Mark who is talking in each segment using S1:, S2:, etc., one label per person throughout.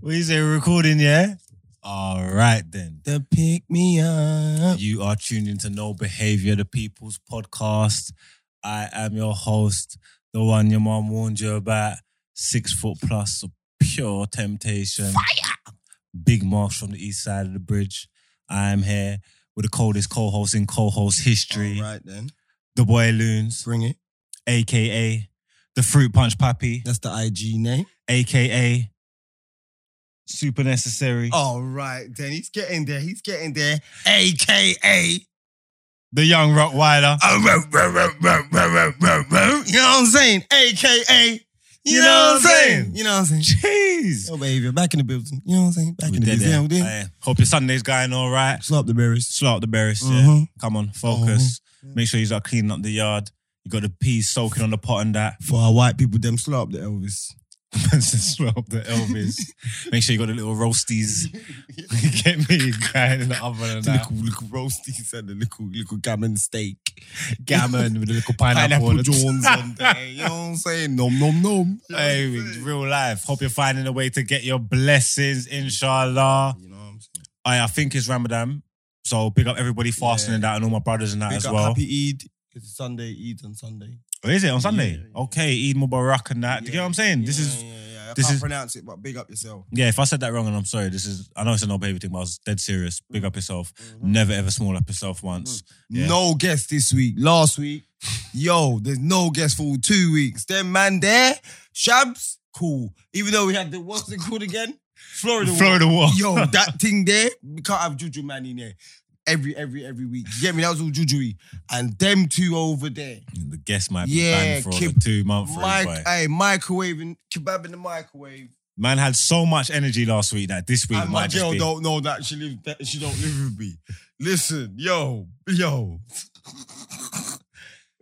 S1: What you say? We're recording, yeah? All right then.
S2: The pick me up.
S1: You are tuned into No Behavior, the People's Podcast. I am your host, the one your mom warned you about, six foot plus, of pure temptation. Fire! Big Marsh from the east side of the bridge. I am here with the coldest co-host in co-host history,
S2: All right then.
S1: the boy Loons,
S2: Bring it.
S1: aka the Fruit Punch Pappy,
S2: That's the IG name.
S1: aka Super Necessary,
S2: All right then. He's getting there. He's getting there. AKA.
S1: the Young Rottweiler.
S2: You know oh, what I'm saying? AKA. You know what I'm saying? You know what I'm saying?
S1: Jeez.
S2: Yo, baby, back in the building. You know what I'm saying? Back
S1: We
S2: in the
S1: did
S2: building.
S1: it.
S2: Yeah, we did.
S1: Aye. Hope your Sunday's going all right.
S2: Slap the berries.
S1: Slot up the berries. Yeah.
S2: Mhm.
S1: Come on, focus.
S2: Mhm.
S1: Make sure you start cleaning up the yard. You got the peas soaking on the pot and that.
S2: For our white people, them slap the Elvis.
S1: Slot up the Elvis. Make sure you got the little roasties. Get me grinding in the oven and
S2: The
S1: that.
S2: little, little roasties and the little, little gammon steak.
S1: Gammon with a little
S2: Pineapple,
S1: pineapple. on the top.
S2: Johns on there. You know what I'm saying? Nom, nom, nom. You know what I'm
S1: Hey,
S2: saying?
S1: real life. Hope you're finding a way to get your blessings, inshallah.
S2: You know what I'm saying?
S1: I, I think it's Ramadan. So big up everybody fasting
S2: Yeah.
S1: and that and all my brothers and that
S2: Big
S1: as
S2: up
S1: well.
S2: Happy Eid. It's Sunday, Eid on Sunday.
S1: Oh, is it on Sunday?
S2: Yeah, yeah.
S1: Okay, Eid Mubarak and that. Do you get what I'm saying? This
S2: Yeah,
S1: is
S2: yeah, yeah. I
S1: this
S2: can't
S1: is-
S2: pronounce it, but big up yourself.
S1: yeah. If I said that wrong, and I'm sorry. This is I know it's an old baby thing, but I was dead serious. Big up yourself.
S2: Mm.
S1: Never ever small up yourself once. Yeah.
S2: No guest this week. Last week, yo, there's no guest for two weeks. Them man there, Shabs, cool. Even though we had the what's it called again? Florida. War.
S1: Florida war.
S2: Yo, that thing there, we can't have Juju man in there. Every every every week. You get me? That was all Juju. And them two over there.
S1: the guest might be
S2: Yeah,
S1: banned for
S2: keep-
S1: over two months.
S2: Mike, hey, microwaving, kebab in the microwave.
S1: Man had so much energy last week that this week
S2: and my
S1: might just
S2: girl
S1: be.
S2: don't know that she lives that she don't live with me. Listen, yo, yo.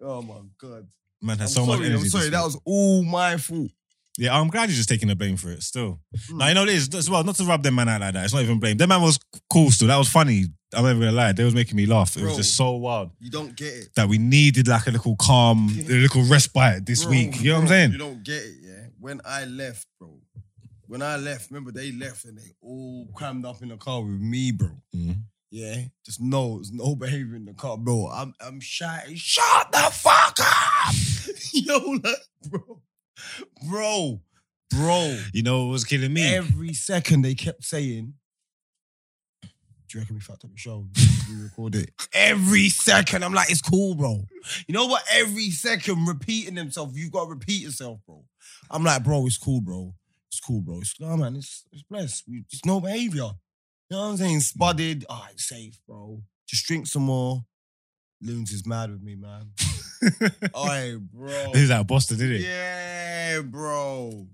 S2: oh my god.
S1: Man
S2: I'm
S1: had so
S2: sorry,
S1: much energy.
S2: I'm
S1: this
S2: sorry,
S1: week.
S2: that was all my fault.
S1: yeah, I'm glad you're just taking the blame for it. Still,
S2: Mm.
S1: now you know this as well. Not to rub them man out like that. It's not even blame. Them man was cool. Still, that was funny. I'm not even gonna lie. They was making me laugh. It was
S2: Bro.
S1: just so wild.
S2: You don't get it.
S1: that we needed like a little calm, a little respite this
S2: Bro,
S1: week. You know what I'm
S2: bro,
S1: saying?
S2: You don't get it, yeah. When I left, bro. When I left, remember they left and they all crammed up in the car with me, bro. Yeah, just no, there's no behavior in the car, bro. I'm I'm shouting, shut the fuck up, yo, like, bro, bro, bro.
S1: You know what was killing me?
S2: Every second they kept saying, "Do you reckon we fucked up the show? Should We record it." Every second, I'm like, "It's cool, bro." You know what? Every second, repeating themselves. You got to repeat yourself, bro. I'm like, "Bro, it's cool, bro. It's cool, bro. It's no man. It's it's blessed. We, it's no behavior." You know what I'm saying? Spudded. All right, safe, bro. Just drink some more. Loons is mad with me, man. Oi, bro.
S1: He's out of Boston, did he?
S2: Yeah, bro.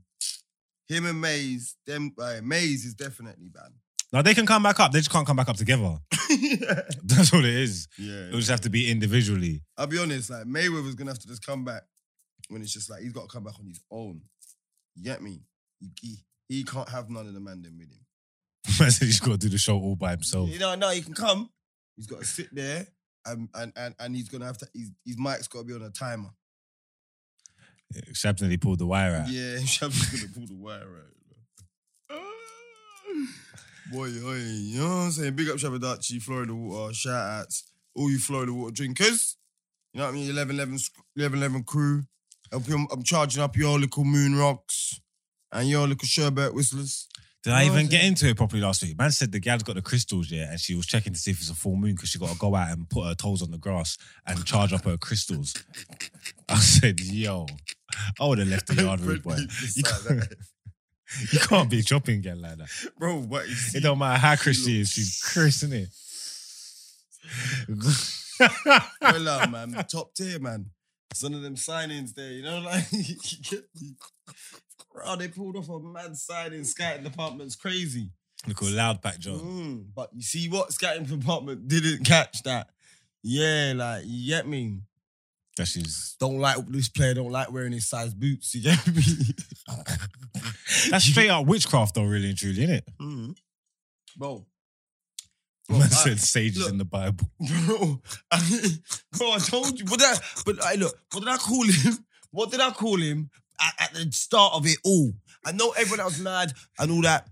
S2: Him and Maze, them uh, Maze is definitely banned.
S1: Now they can come back up. They just can't come back up together. That's all it is.
S2: yeah,
S1: It'll just have to be individually.
S2: I'll be honest. Like Mayweather's gonna have to just come back when it's just like he's got to come back on his own. You get me? He, he, he can't have none of the man them with him.
S1: Man said he's got to do the show all by himself.
S2: You know, no, he can come. He's got to sit there, and and and, and he's gonna have to. His, his mic's got to be on a timer.
S1: Except that he pulled the wire out.
S2: Yeah, Shab's gonna pull the wire out. Boy, oi, you know what I'm saying? Big up Shabadachi, Florida Water, shout outs, all you Florida Water drinkers. You know what I mean? 11 11, sc- 11, 11 crew. Help you- I'm, charging up your little moon rocks and your little sherbet whistlers.
S1: Did I
S2: No,
S1: even
S2: it's-
S1: get into it properly last week? Man said the gal's got the crystals, yeah, and she was checking to see if it's a full moon because she got to go out and put her toes on the grass and charge up her crystals. I said, yo, I would have left the yard, rude boy. You can't, you can't be dropping gal like that.
S2: Bro, what is
S1: It don't matter how Chris she is, she's Chris, isn't it?
S2: Well, uh, man, top tier, man. Some of them signings there, you know, like bro, they pulled off a mad signing. Scouting department's crazy.
S1: Look at loud back John.
S2: Mm, but you see what scouting department didn't catch that. Yeah, like you get me.
S1: That she's
S2: Don't like this player. Don't like wearing his size boots. You get me?
S1: that's straight up witchcraft though, really and truly, isn't it?
S2: Mm. Bro, Well,
S1: Mm-hmm. Man
S2: I-
S1: said sages
S2: look.
S1: in the Bible.
S2: bro, I, bro, I told you. What did I, but I look, what did I call him? What did I call him at, at the start of it all? I know everyone else mad and all that,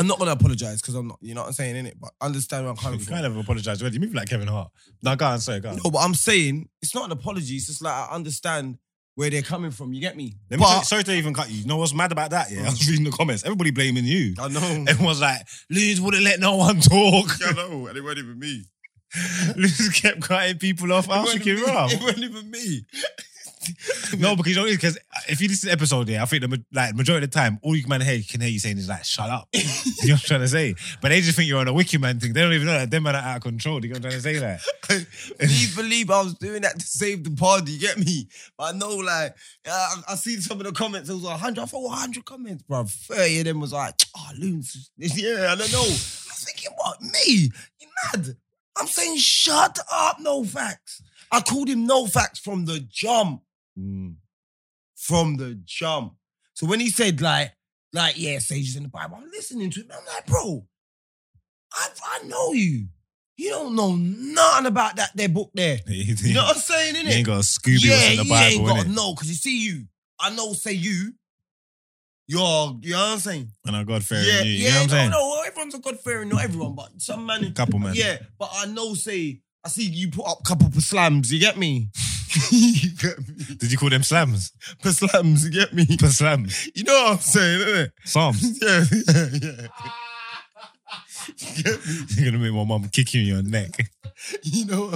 S2: I'm not gonna apologize because I'm not. You know what I'm saying, innit? But understand where I'm coming
S1: You
S2: from.
S1: kind of apologized already. You move like Kevin Hart. No, go on, sorry, go on.
S2: No, but I'm saying it's not an apology. It's just like I understand where they're coming from. You get me?
S1: Let me
S2: but Mm.
S1: tell- sorry to even cut you. You know what's mad about that? Yeah, I was reading the comments. Everybody blaming you.
S2: I know.
S1: Everyone's like, Luz wouldn't let no one talk.
S3: Yeah, I know, and it wasn't even me.
S1: Luz kept cutting people off. I was
S2: It wasn't
S1: thinking,
S2: even-
S1: "Rah."
S2: It wasn't even me.
S1: No, because you know, because if you listen to the episode, yeah, I think the ma- like majority of the time, all you can hear can hear you saying is like, "Shut up," you know what I'm trying to say. But they just think you're on a wiki man thing. They don't even know that them man are out of control. You know what I'm trying to say? Like,
S2: Please believe I was doing that to save the party. You get me? But I know, like, uh, I, I seen some of the comments. It was like 100. I thought 100 comments, bro. 30 of them was like, oh, loons. Yeah, I don't know. I was thinking, what? Me? You mad? I'm saying, shut up, no facts. I called him no facts from the jump.
S1: mm,
S2: From the jump. So when he said, like, like, yeah, sages in the Bible, I'm listening to him. I'm like, bro, I, I know you. You don't know nothing about that their book there. You know what I'm saying,
S1: you ain't
S2: innit?
S1: got a Scooby what's in the
S2: you
S1: Bible,
S2: ain't got
S1: innit?
S2: no, because you see you. I know, say you. You're, you know what I'm saying?
S1: And I got fair
S2: yeah,
S1: you.
S2: yeah,
S1: you know what I'm
S2: no,
S1: saying?
S2: no, everyone's a God fearing, not everyone, but some man.
S1: Couple man.
S2: Yeah, but I know, say, I see you put up couple of slams, you get me? you get me?
S1: Did you call them slams?
S2: Per slams, you get me?
S1: For slams,
S2: You know what I'm saying, innit?
S1: psalms.
S2: Yeah, yeah, yeah.
S1: You're gonna make my mum kick you in your neck.
S2: You know,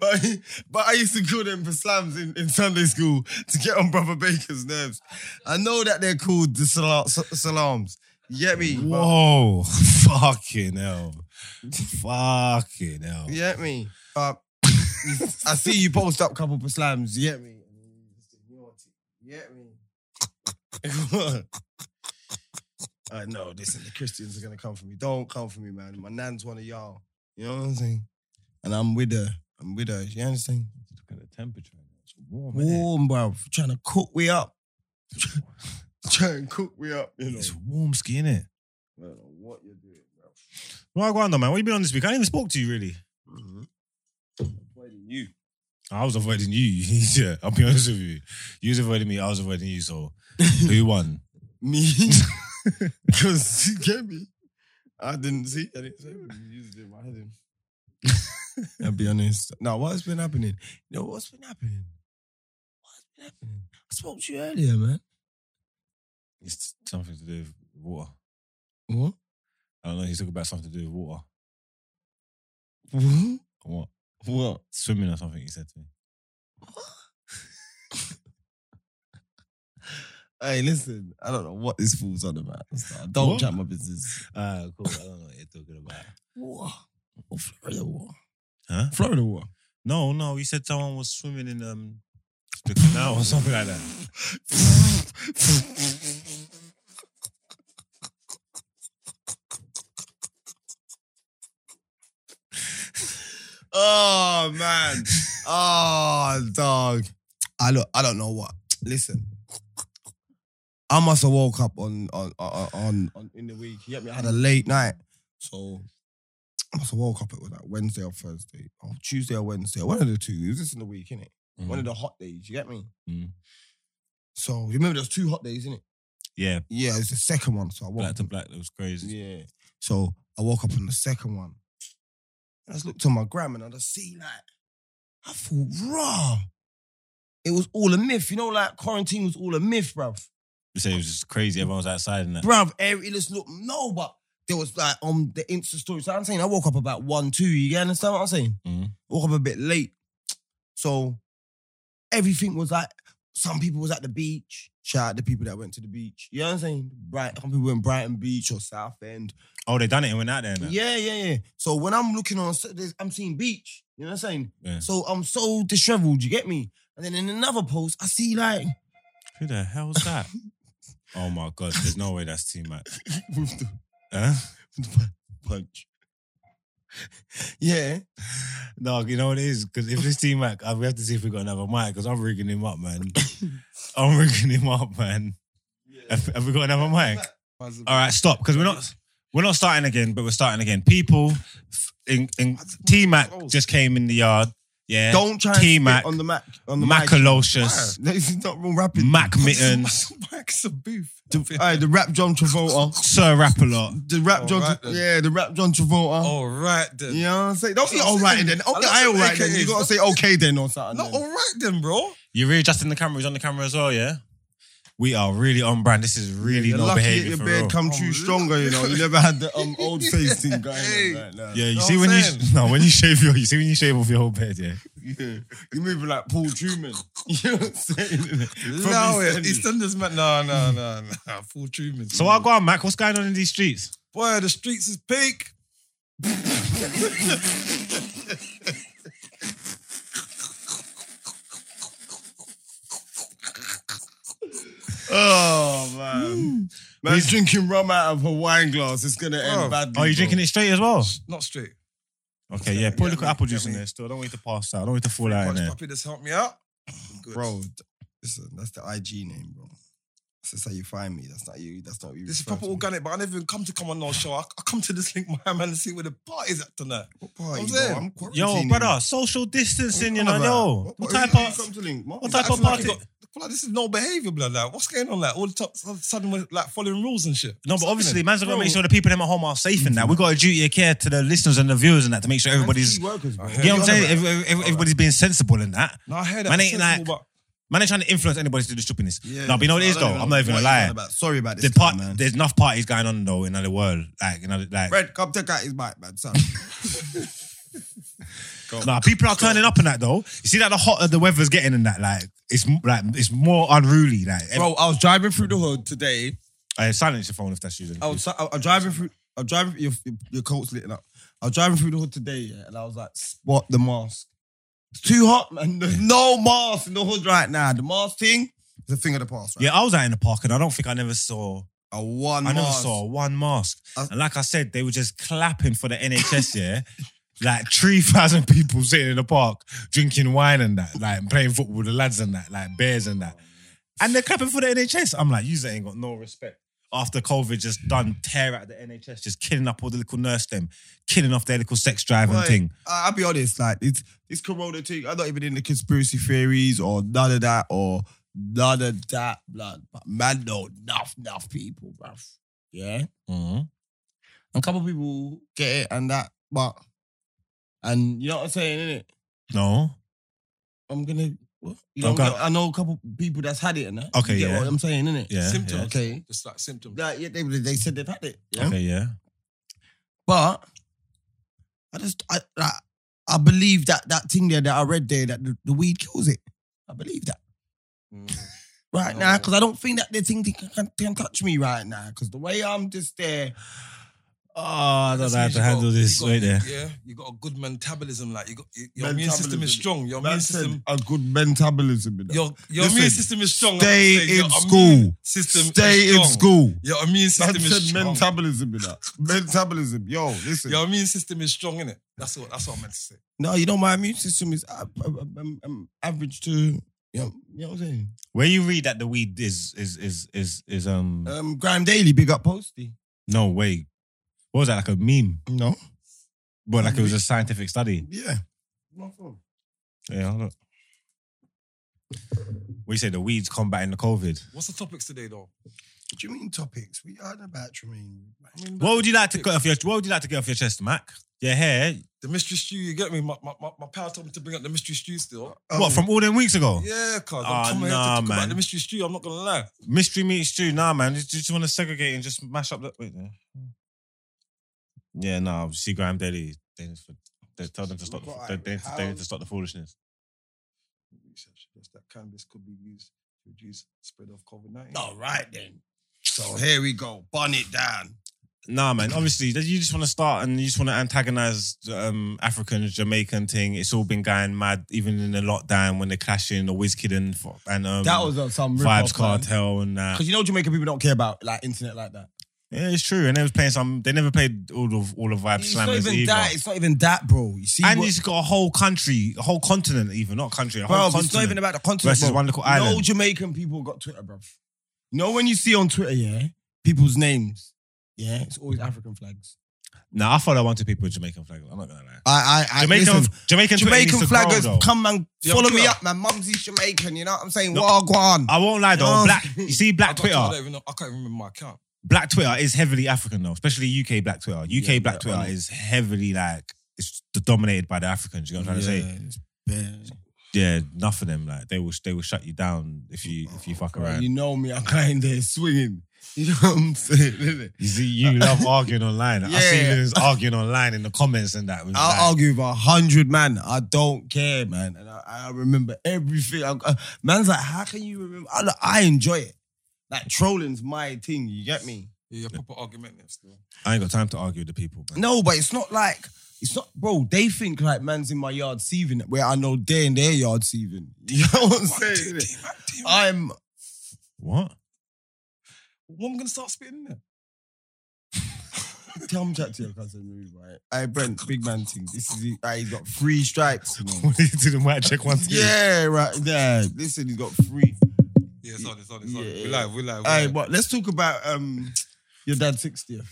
S2: but but I used to call them for slams in, in Sunday school to get on Brother Baker's nerves. I know that they're called the sala- sa- salams. You get me? But,
S1: Whoa, fucking hell, fucking hell.
S2: you get me? Uh, I see you post up couple for slams. You get me? You get me? I know, listen, the Christians are going to come for me. Don't come for me, man. My nan's one of y'all. You know what I'm saying? And I'm with her. I'm with her. You understand?
S1: Look at the temperature. It's warm. innit?
S2: warm, bro. Trying to cook we up. Trying to cook we up, you know.
S1: It's warm ski, innit?
S2: I don't know what you're doing, bro.
S1: Well, go on, though, man. What you been on this week? I didn't even spoke to you, really.
S2: Mm-hmm. Avoiding you.
S1: I was avoiding you. yeah, I'll be honest with you. You was avoiding me. I was avoiding you. So who won?
S2: Me. Because you get me. I didn't see. I didn't see. You used it. I didn't. I'll be honest. Now, what's been happening? You know, what's been happening? What's been happening? I spoke to you earlier, man.
S1: It's something to do with water.
S2: What?
S1: I don't know. He's talking about something to do with water.
S2: What?
S1: What? What? Swimming or something. He said to me.
S2: Hey, listen. I don't know what this fool's on about. Don't
S1: What?
S2: chat my business.
S1: Ah, cool. I don't know what you're talking about.
S2: War. Or Florida war.
S1: Huh?
S2: Florida war.
S1: No, no. He said someone was swimming in um the canal or something like that.
S2: oh man. Oh dog. I look, I don't know what. Listen. I must have woke up on on on, on, on in the week. You get me? I had a late night. So I must have woke up it was like Wednesday or Thursday. Or Tuesday or Wednesday. One of the two. It was just in the week, innit?
S1: Mm-hmm.
S2: One
S1: Mm.
S2: of the hot days, you get me?
S1: Mhm.
S2: So you remember there's two hot days, innit?
S1: Yeah,
S2: Yeah, it's the second one. So I woke
S1: black to black. That was crazy.
S2: yeah. So I woke up on the second one. I just looked on my gram and I just see like, I thought, raw. It was all a myth. You know, like quarantine was all a myth, bruv.
S1: You say it was just crazy. Everyone was outside and that.
S2: Bruv, every- it just looked no, but there was like on the Insta story. So I'm saying I woke up about one, two. You get- understand what I'm saying?
S1: Mhm.
S2: Woke up a bit late. So everything was like some people was at the beach. Shout out to people that went to the beach. You know what I'm saying? Bright, some people in Brighton Beach or South End.
S1: Oh, they done it and went out there. And that.
S2: Yeah, yeah, yeah. So when I'm looking on, Saturdays, I'm seeing beach. You know what I'm saying?
S1: Yeah.
S2: So I'm so disheveled. You get me? And then in another post, I see like
S1: Who the hell's that? oh my god, there's no way that's T Mac.
S2: with the
S1: Huh?
S2: with the punch. Yeah,
S1: No, you know what it is? Because if it's T Mac, we have to see if we got another mic because I'm rigging him up, man. I'm rigging him up, man. Have, have we got another mic? All right, stop because we're not we're not starting again, but we're starting again. People, f- in, in, T Mac just came in the yard. Yeah,
S2: Don't try and
S1: T-Mac.
S2: spit on the Mac on the mic.
S1: Macalocious.
S2: This is not real rapping.
S1: Mac mittens.
S2: Mac's a booth. The, aye, the rap John Travolta.
S1: Sir Rap a lot.
S2: The rap John.
S3: Alright then.
S2: yeah, the rap John
S1: Oh,
S2: Travolta.
S3: All right then.
S2: You know what I'm saying? Don't say
S3: I'm
S2: all right
S3: saying-
S2: then.
S3: I'm
S2: Okay,
S3: not
S2: I all
S3: saying
S2: right
S3: it
S2: then. You
S3: is.
S2: gotta say okay then or something.
S3: No, all
S2: then.
S3: right then, bro.
S1: You're really just in the camera. He's on the camera as well, yeah? We are really on brand. This is really
S2: You're
S1: no
S2: lucky that
S1: behavior
S2: your
S1: for
S2: beard
S1: real.
S2: come true
S3: Oh,
S2: stronger. You know, you never had the um, old face thing going
S3: Hey.
S2: on like that.
S1: yeah, you
S3: Know
S1: see
S3: what
S1: when
S3: I'm
S1: you no when you shave your you see when you shave off your whole beard, yeah.
S2: Yeah. You moving like Paul Truman. You know what I'm saying?
S3: No, it's this man. No, no, no, no. Full treatment.
S1: So I go on, Mac. What's going on in these streets?
S3: Boy, the streets is peak.
S2: Oh
S3: Hmm.
S2: man. Man's drinking rum out of a wine glass. It's gonna end
S3: Oh.
S2: badly.
S1: Are you
S2: bro.
S1: drinking it straight as well?
S3: Not straight.
S1: Okay, yeah. Put a
S3: Yeah,
S1: little
S3: mate,
S1: apple
S3: yeah,
S1: juice in
S3: mate.
S1: there still. I don't want you to pass out. I don't want you to fall out in
S3: Punch
S1: there.
S3: puppy that's helped me out. Good.
S2: Bro, th- listen, that's the IG name, bro. That's just how you find me. That's not you. That's not you.
S3: This is
S2: refer
S3: proper
S2: to me.
S3: organic, but I never even come to come on no show. I, I come to this link, my man, and see where the party's at tonight.
S2: What party,
S3: I'm
S2: bro?
S3: saying.
S2: I'm
S1: Yo,
S2: quarantining.
S1: brother, social distancing, you know,
S2: Alright.
S1: yo. What type
S2: you
S1: of
S2: come to link, Mark?
S1: what type
S3: Acting
S1: of
S3: like
S1: party?
S3: you got- blood, this is no behavior, blood. Like, what's going on? Like, all the top, sudden we're like following rules and shit.
S1: No, but obviously, man's got to
S3: Bro.
S1: make sure the people in at home are safe in that. We got a duty of care to the listeners and the viewers and that to make sure everybody's.
S2: Key
S1: You
S2: workers, bro.
S3: I
S1: know what I'm
S3: Yeah,
S1: saying?
S3: yeah.
S1: Every- every- everybody's being sensible in that.
S3: No, I heard that.
S1: Man,
S3: Man,
S1: ain't like- Man, ain't trying to influence anybody to do the stupidness.
S2: Yeah,
S1: no, but you know what it
S2: I
S1: is
S2: don't
S1: though.
S2: even
S1: I'm
S2: know
S1: not even
S2: what
S1: gonna
S2: you're on
S1: lie.
S2: about. Sorry about
S1: The
S2: this,
S1: part,
S2: man.
S1: there's enough parties going on though in the world. Like you know, like
S2: Fred, come take out his bike, man. Son.
S1: nah, people are turning up in that though. You see that the hotter the weather's getting in that, like it's m- like it's more unruly. Like every-
S2: Bro, I was driving through the hood today.
S1: Uh, silence your phone if that's you.
S2: I was I, I'm driving through. I'm driving. Your, your, your coat's lit up. I was driving through the hood today, yeah, and I was like, "Spot the mask. It's too hot, man. There's no mask in the hood right now. The mask thing is a thing of the past. Right?
S1: Yeah, I was out in the park and I don't think I never saw.
S2: a one
S1: I never
S2: mask.
S1: saw one mask.
S3: Uh,
S2: I-
S1: and like I said, they were just clapping for the NHS. Yeah, like three thousand people sitting in the park drinking wine and that, like playing football with the lads and that, like bears and that, and they're clapping for the NHS. I'm like, you ain't got no respect. After COVID, just done tear at the NHS, just killing up all the little nurse them, killing off their little sex drive and
S2: Like,
S1: thing.
S2: I- I'll be honest, like it's this corona thing. I'm not even in the conspiracy theories or none of that or none of that, blood. But man, no, enough, enough people, bruv. Yeah.
S1: Mm-hmm.
S2: A couple people get it and that, but and you know what I'm saying, innit?
S1: No,
S2: I'm gonna. What? You know,
S1: Okay.
S2: I know a couple people that's had it and that.
S1: Okay,
S2: you get
S1: yeah.
S2: what I'm saying, innit?
S1: yeah,
S3: Symptoms.
S2: Okay.
S3: Just like symptoms.
S2: Like, yeah, they, they said they've had it.
S1: yeah.
S2: Yeah.
S1: okay, yeah.
S2: But I just I like, I believe that that thing there that I read there that the, the weed kills it. I believe that
S3: Mm.
S2: right
S3: No.
S2: now because I don't think that the thing can, can, can touch me right now because the way I'm just there.
S1: Oh, I don't
S3: Ah, That's
S1: know how
S3: means
S1: to
S3: you got-
S1: handle
S3: you
S1: this
S3: got-
S1: right there.
S3: Yeah, you got a good metabolism. Like you got your immune system is
S2: Metabolism.
S3: strong. Your immune system,
S2: a good metabolism. you know.
S3: your your
S2: Listen,
S3: immune system is strong.
S2: stay
S3: I'm saying your
S2: in
S3: immune
S2: school.
S3: System is
S2: Stay in
S3: strong.
S2: school.
S3: Your immune
S2: Man
S3: system is
S2: said
S3: strong.
S2: metabolism. You know. Metabolism. Yo, listen.
S3: Your immune system is strong, innit? That's what that's what I meant to say.
S2: No, you know my immune system is uh, um, um, um, average to. You know, you know what I'm saying?
S1: Where you read that the weed is is is is is um
S2: Um, Graham Daily, big up Posty.
S1: no way. What was that like a meme?
S2: No.
S1: But like it was a scientific study.
S2: Yeah.
S1: Yeah, hold up. We say the weeds combating the COVID.
S3: What's the topics today, though?
S2: What do you mean topics? We are about Tremaine.
S3: I mean,
S1: What would you like to cut off your What would you like to get off your chest, Mac? Your hair?
S3: the mystery stew? You get me? My my, my, my pal told me to bring up the mystery stew still.
S2: Oh.
S1: what from all them weeks ago?
S3: Yeah, cause
S1: Oh. Ah,
S3: I'm coming
S1: nah,
S3: here to talk
S1: man.
S3: about the mystery stew. I'm not gonna lie.
S1: Mystery meat stew. Nah, man. You just want to segregate and just mash up. The, wait, there. Yeah, nah. See Graham Daily. They, just- they tell them to stop. The, they, they, they need to stop the foolishness.
S3: Research suggests that cannabis could be used to reduce spread of COVID nineteen.
S2: All right then. So here we go. Bun it down.
S1: Nah, man. Obviously, you just want to start and you just want to antagonize um, African Jamaican thing. It's all been going mad, even in the lockdown when they're clashing the WizKid and fo- and um,
S2: That was uh, some
S1: Vibes Cartel and that.
S2: Because you know Jamaican people don't care about like internet like that.
S1: Yeah, it's true. And they was playing some. They never played all of all of Vibe
S2: It's not
S1: Slammers
S2: even
S1: either.
S2: that. It's not even that, bro. You see,
S1: and
S2: what-
S1: he's got a whole country, a whole continent, even not country, a
S2: bro,
S1: whole
S2: it's not even
S1: continent
S2: about the content.
S1: versus
S2: Bro.
S1: one little
S2: No
S1: island.
S2: Jamaican people got Twitter, bro. You know when you see on Twitter, yeah, people's names, yeah, it's always African flags.
S1: Now I follow one two people with Jamaican flag. I'm not gonna lie.
S2: I, I, I
S1: Jamaican,
S2: listen,
S1: Jamaican, Twitter needs
S2: Jamaican
S1: to
S2: flaggers,
S1: grow, though.
S2: come and
S3: Yeah,
S2: follow me
S3: Twitter.
S2: up, man. Mumsy's Jamaican, you know what I'm saying?
S1: No.
S2: Wagwan.
S1: I won't lie though.
S2: No.
S1: Black, you see,
S3: I
S1: black
S3: don't- I
S1: Twitter,
S3: don't even know. I can't even remember my account.
S1: black Twitter is heavily African though, especially UK black Twitter. UK
S3: Yeah,
S1: black
S3: yeah,
S1: Twitter
S3: I know.
S1: is heavily like it's dominated by the Africans. You know what I'm trying to say? Yeah, enough of them. Like they will, they will shut you down if you if you fuck around.
S2: You know me, I'm kind there swinging. You know what I'm saying? innit?
S1: You see, you love arguing online. I see
S2: Yeah.
S1: you is arguing online in the comments and that. With
S2: I'll
S1: like-
S2: argue with a hundred man. I don't care, man. And I, I remember everything. I, I- man's like, how can you remember? I, look, I enjoy it. Like trolling's my thing. You get me?
S3: Yeah, yeah, proper argument there still.
S1: I ain't got time to argue with the people. Man.
S2: No, but it's not like it's not, bro. They think like man's in my yard thieving, where I know they're in their yard thieving. You know what I'm saying? innit? I'm
S1: What?
S3: What am I gonna start spitting there?
S2: tell him chat to your cousin, Marie, right? I Brent, big man thing. This is it. Aye, he's got three stripes. you know.
S1: What did you do the mic check once?
S2: yeah, right. Yeah, listen, he's got three.
S3: Yeah, sorry, sorry, sorry.
S2: Yeah.
S3: We live, we live. we
S2: Hey,
S3: live.
S2: but let's talk about um your dad's 60th.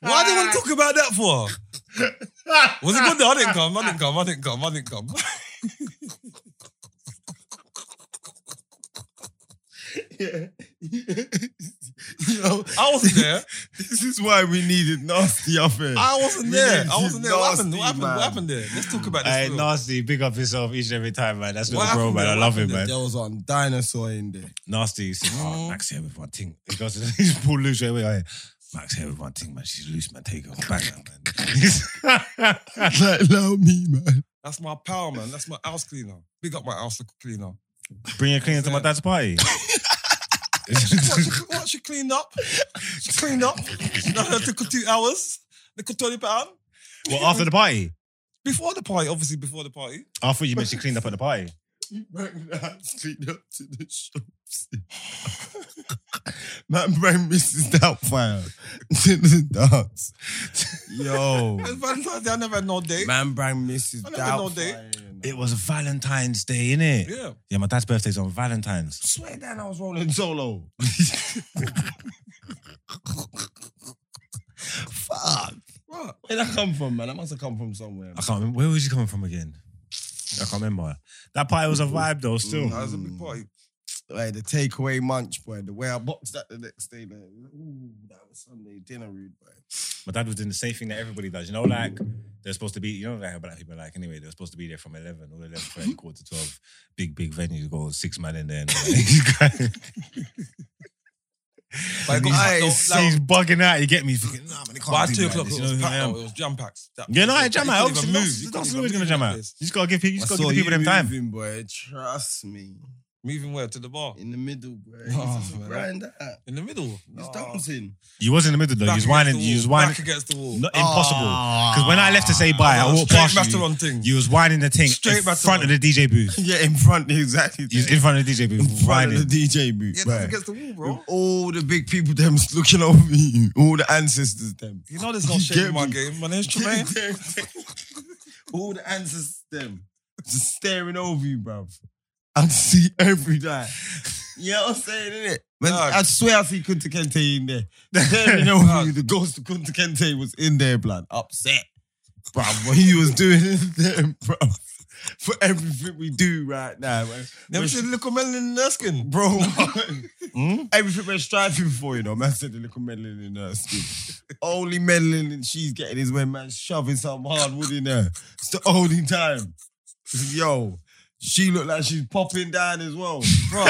S2: Why do you want to
S3: talk about that for? Was it good? though? I didn't come. I didn't come. I didn't come. I didn't come.
S2: You know,
S3: I wasn't there.
S2: this is why we needed nasty up here.
S3: I wasn't there. I
S2: This
S3: wasn't there. What happened?
S2: nasty,
S3: What happened?
S2: man.
S3: What happened there? Let's talk about this.
S1: Hey,
S3: real.
S1: nasty, big up yourself each and every time, man. That's
S3: What
S1: little bro, man.
S3: happened there?
S1: I
S3: What
S1: love him,
S3: happened
S1: man.
S2: There was one dinosaur in there.
S1: Nasty. He said, oh,
S3: Mhm.
S1: Max here with one thing. He goes, he's pulled loose right away. I hear, Max here with one thing, man. She's loose, man. Take her. Bang her, man.
S2: like, love me, man.
S3: That's my pal, man. That's my house cleaner. Big up my house cleaner.
S1: Bring your cleaner to my dad's party.
S3: What, she, what, she cleaned up. She cleaned up. You know, it took her two hours. They could twenty pound
S1: well, after the party.
S3: before the party. Obviously, before the party.
S1: I thought you meant she cleaned up at the party.
S2: You bring that straight up to the shops. man, bring Mrs. Doubtfire to the dance. Yo.
S3: It's Valentine's Day. I never had no day.
S2: man, bring Mrs.
S3: I never know they-
S2: Doubtfire.
S1: It was Valentine's Day, innit?
S3: Yeah.
S1: Yeah, my dad's birthday's on Valentine's.
S2: Swear down, I was rolling solo. Fuck.
S3: What?
S2: Where did I come from, man? I must have come from somewhere.
S1: I can't remember. Where was you coming from again? I can't remember. That party was a vibe, though,
S2: Mm.
S1: still.
S3: That was a big party.
S2: Like the takeaway munch, boy. The way I boxed that the next day, like, ooh, that was Sunday dinner, rude, boy.
S1: My dad was doing the same thing that everybody does. You know, like they're supposed to be, you know, like how black people are like anyway, they're supposed to be there from 11, all 11, 30, quarter to 12. Big, big venue, you got six man in there. And
S3: But it got
S2: Nice.
S3: no,
S1: so
S3: like,
S1: he's bugging out, you get me? He's thinking, nah, man, I can't
S3: By
S1: do
S3: two
S1: like
S3: o'clock,
S1: this.
S3: it
S1: You know
S3: was
S1: who I
S3: packed.
S1: am?
S3: though. It was jam packed.
S1: Yeah, no, I jam out.
S3: You
S1: Obviously,
S3: move.
S1: that's that's always gonna jam out. You just gotta give, you just
S2: I
S1: gotta
S2: saw
S1: give the people them
S2: you
S1: time.
S2: moving, boy. Trust me.
S3: Moving where to the bar
S2: In the middle, boy.
S3: Oh,
S2: He's
S3: man.
S2: grind that.
S3: in the middle.
S2: He's
S1: Oh.
S3: No.
S2: dancing.
S1: You was in the middle though. You
S3: Back
S1: was
S3: against
S1: whining.
S3: the
S1: You
S3: wall,
S1: was whining.
S3: Back against the wall.
S1: Not impossible.
S2: Ah.
S1: Because when I left to say bye, I
S3: Like,
S1: walked
S3: Ah, straight
S1: past you.
S3: restaurant thing.
S1: You was whining the thing
S3: Straight
S1: in front
S3: restaurant.
S1: of the DJ booth.
S2: Yeah, in front, exactly.
S1: You was in front of the DJ
S2: in
S1: booth,
S2: front
S1: whining.
S2: of the DJ booth,
S3: yeah,
S2: boy.
S3: that's against the wall,
S2: With
S3: bro.
S2: all the big people, them looking over you, all the ancestors, them.
S3: You know there's no
S2: You
S3: shame
S2: get
S3: in my
S2: me?
S3: game. My name's Tremaine.
S2: all the ancestors, them, just staring over you, bruv. I see every day. You know what I'm saying, innit? Man,
S3: Dog.
S2: I swear I see Kunta Kente in there. Staring over you, the ghost of Kunta Kente was in there, blood, upset. Bruv, what he was doing in there, bruv. For everything we do right now, man.
S3: Never seen a little melon in their skin.
S2: Bro, everything we're striving for, you know, man said the little meddling in her skin. only meddling that she's getting is when man's shoving some hardwood in her. It's the only time. Yo, she looked like she's popping down as well. Bro,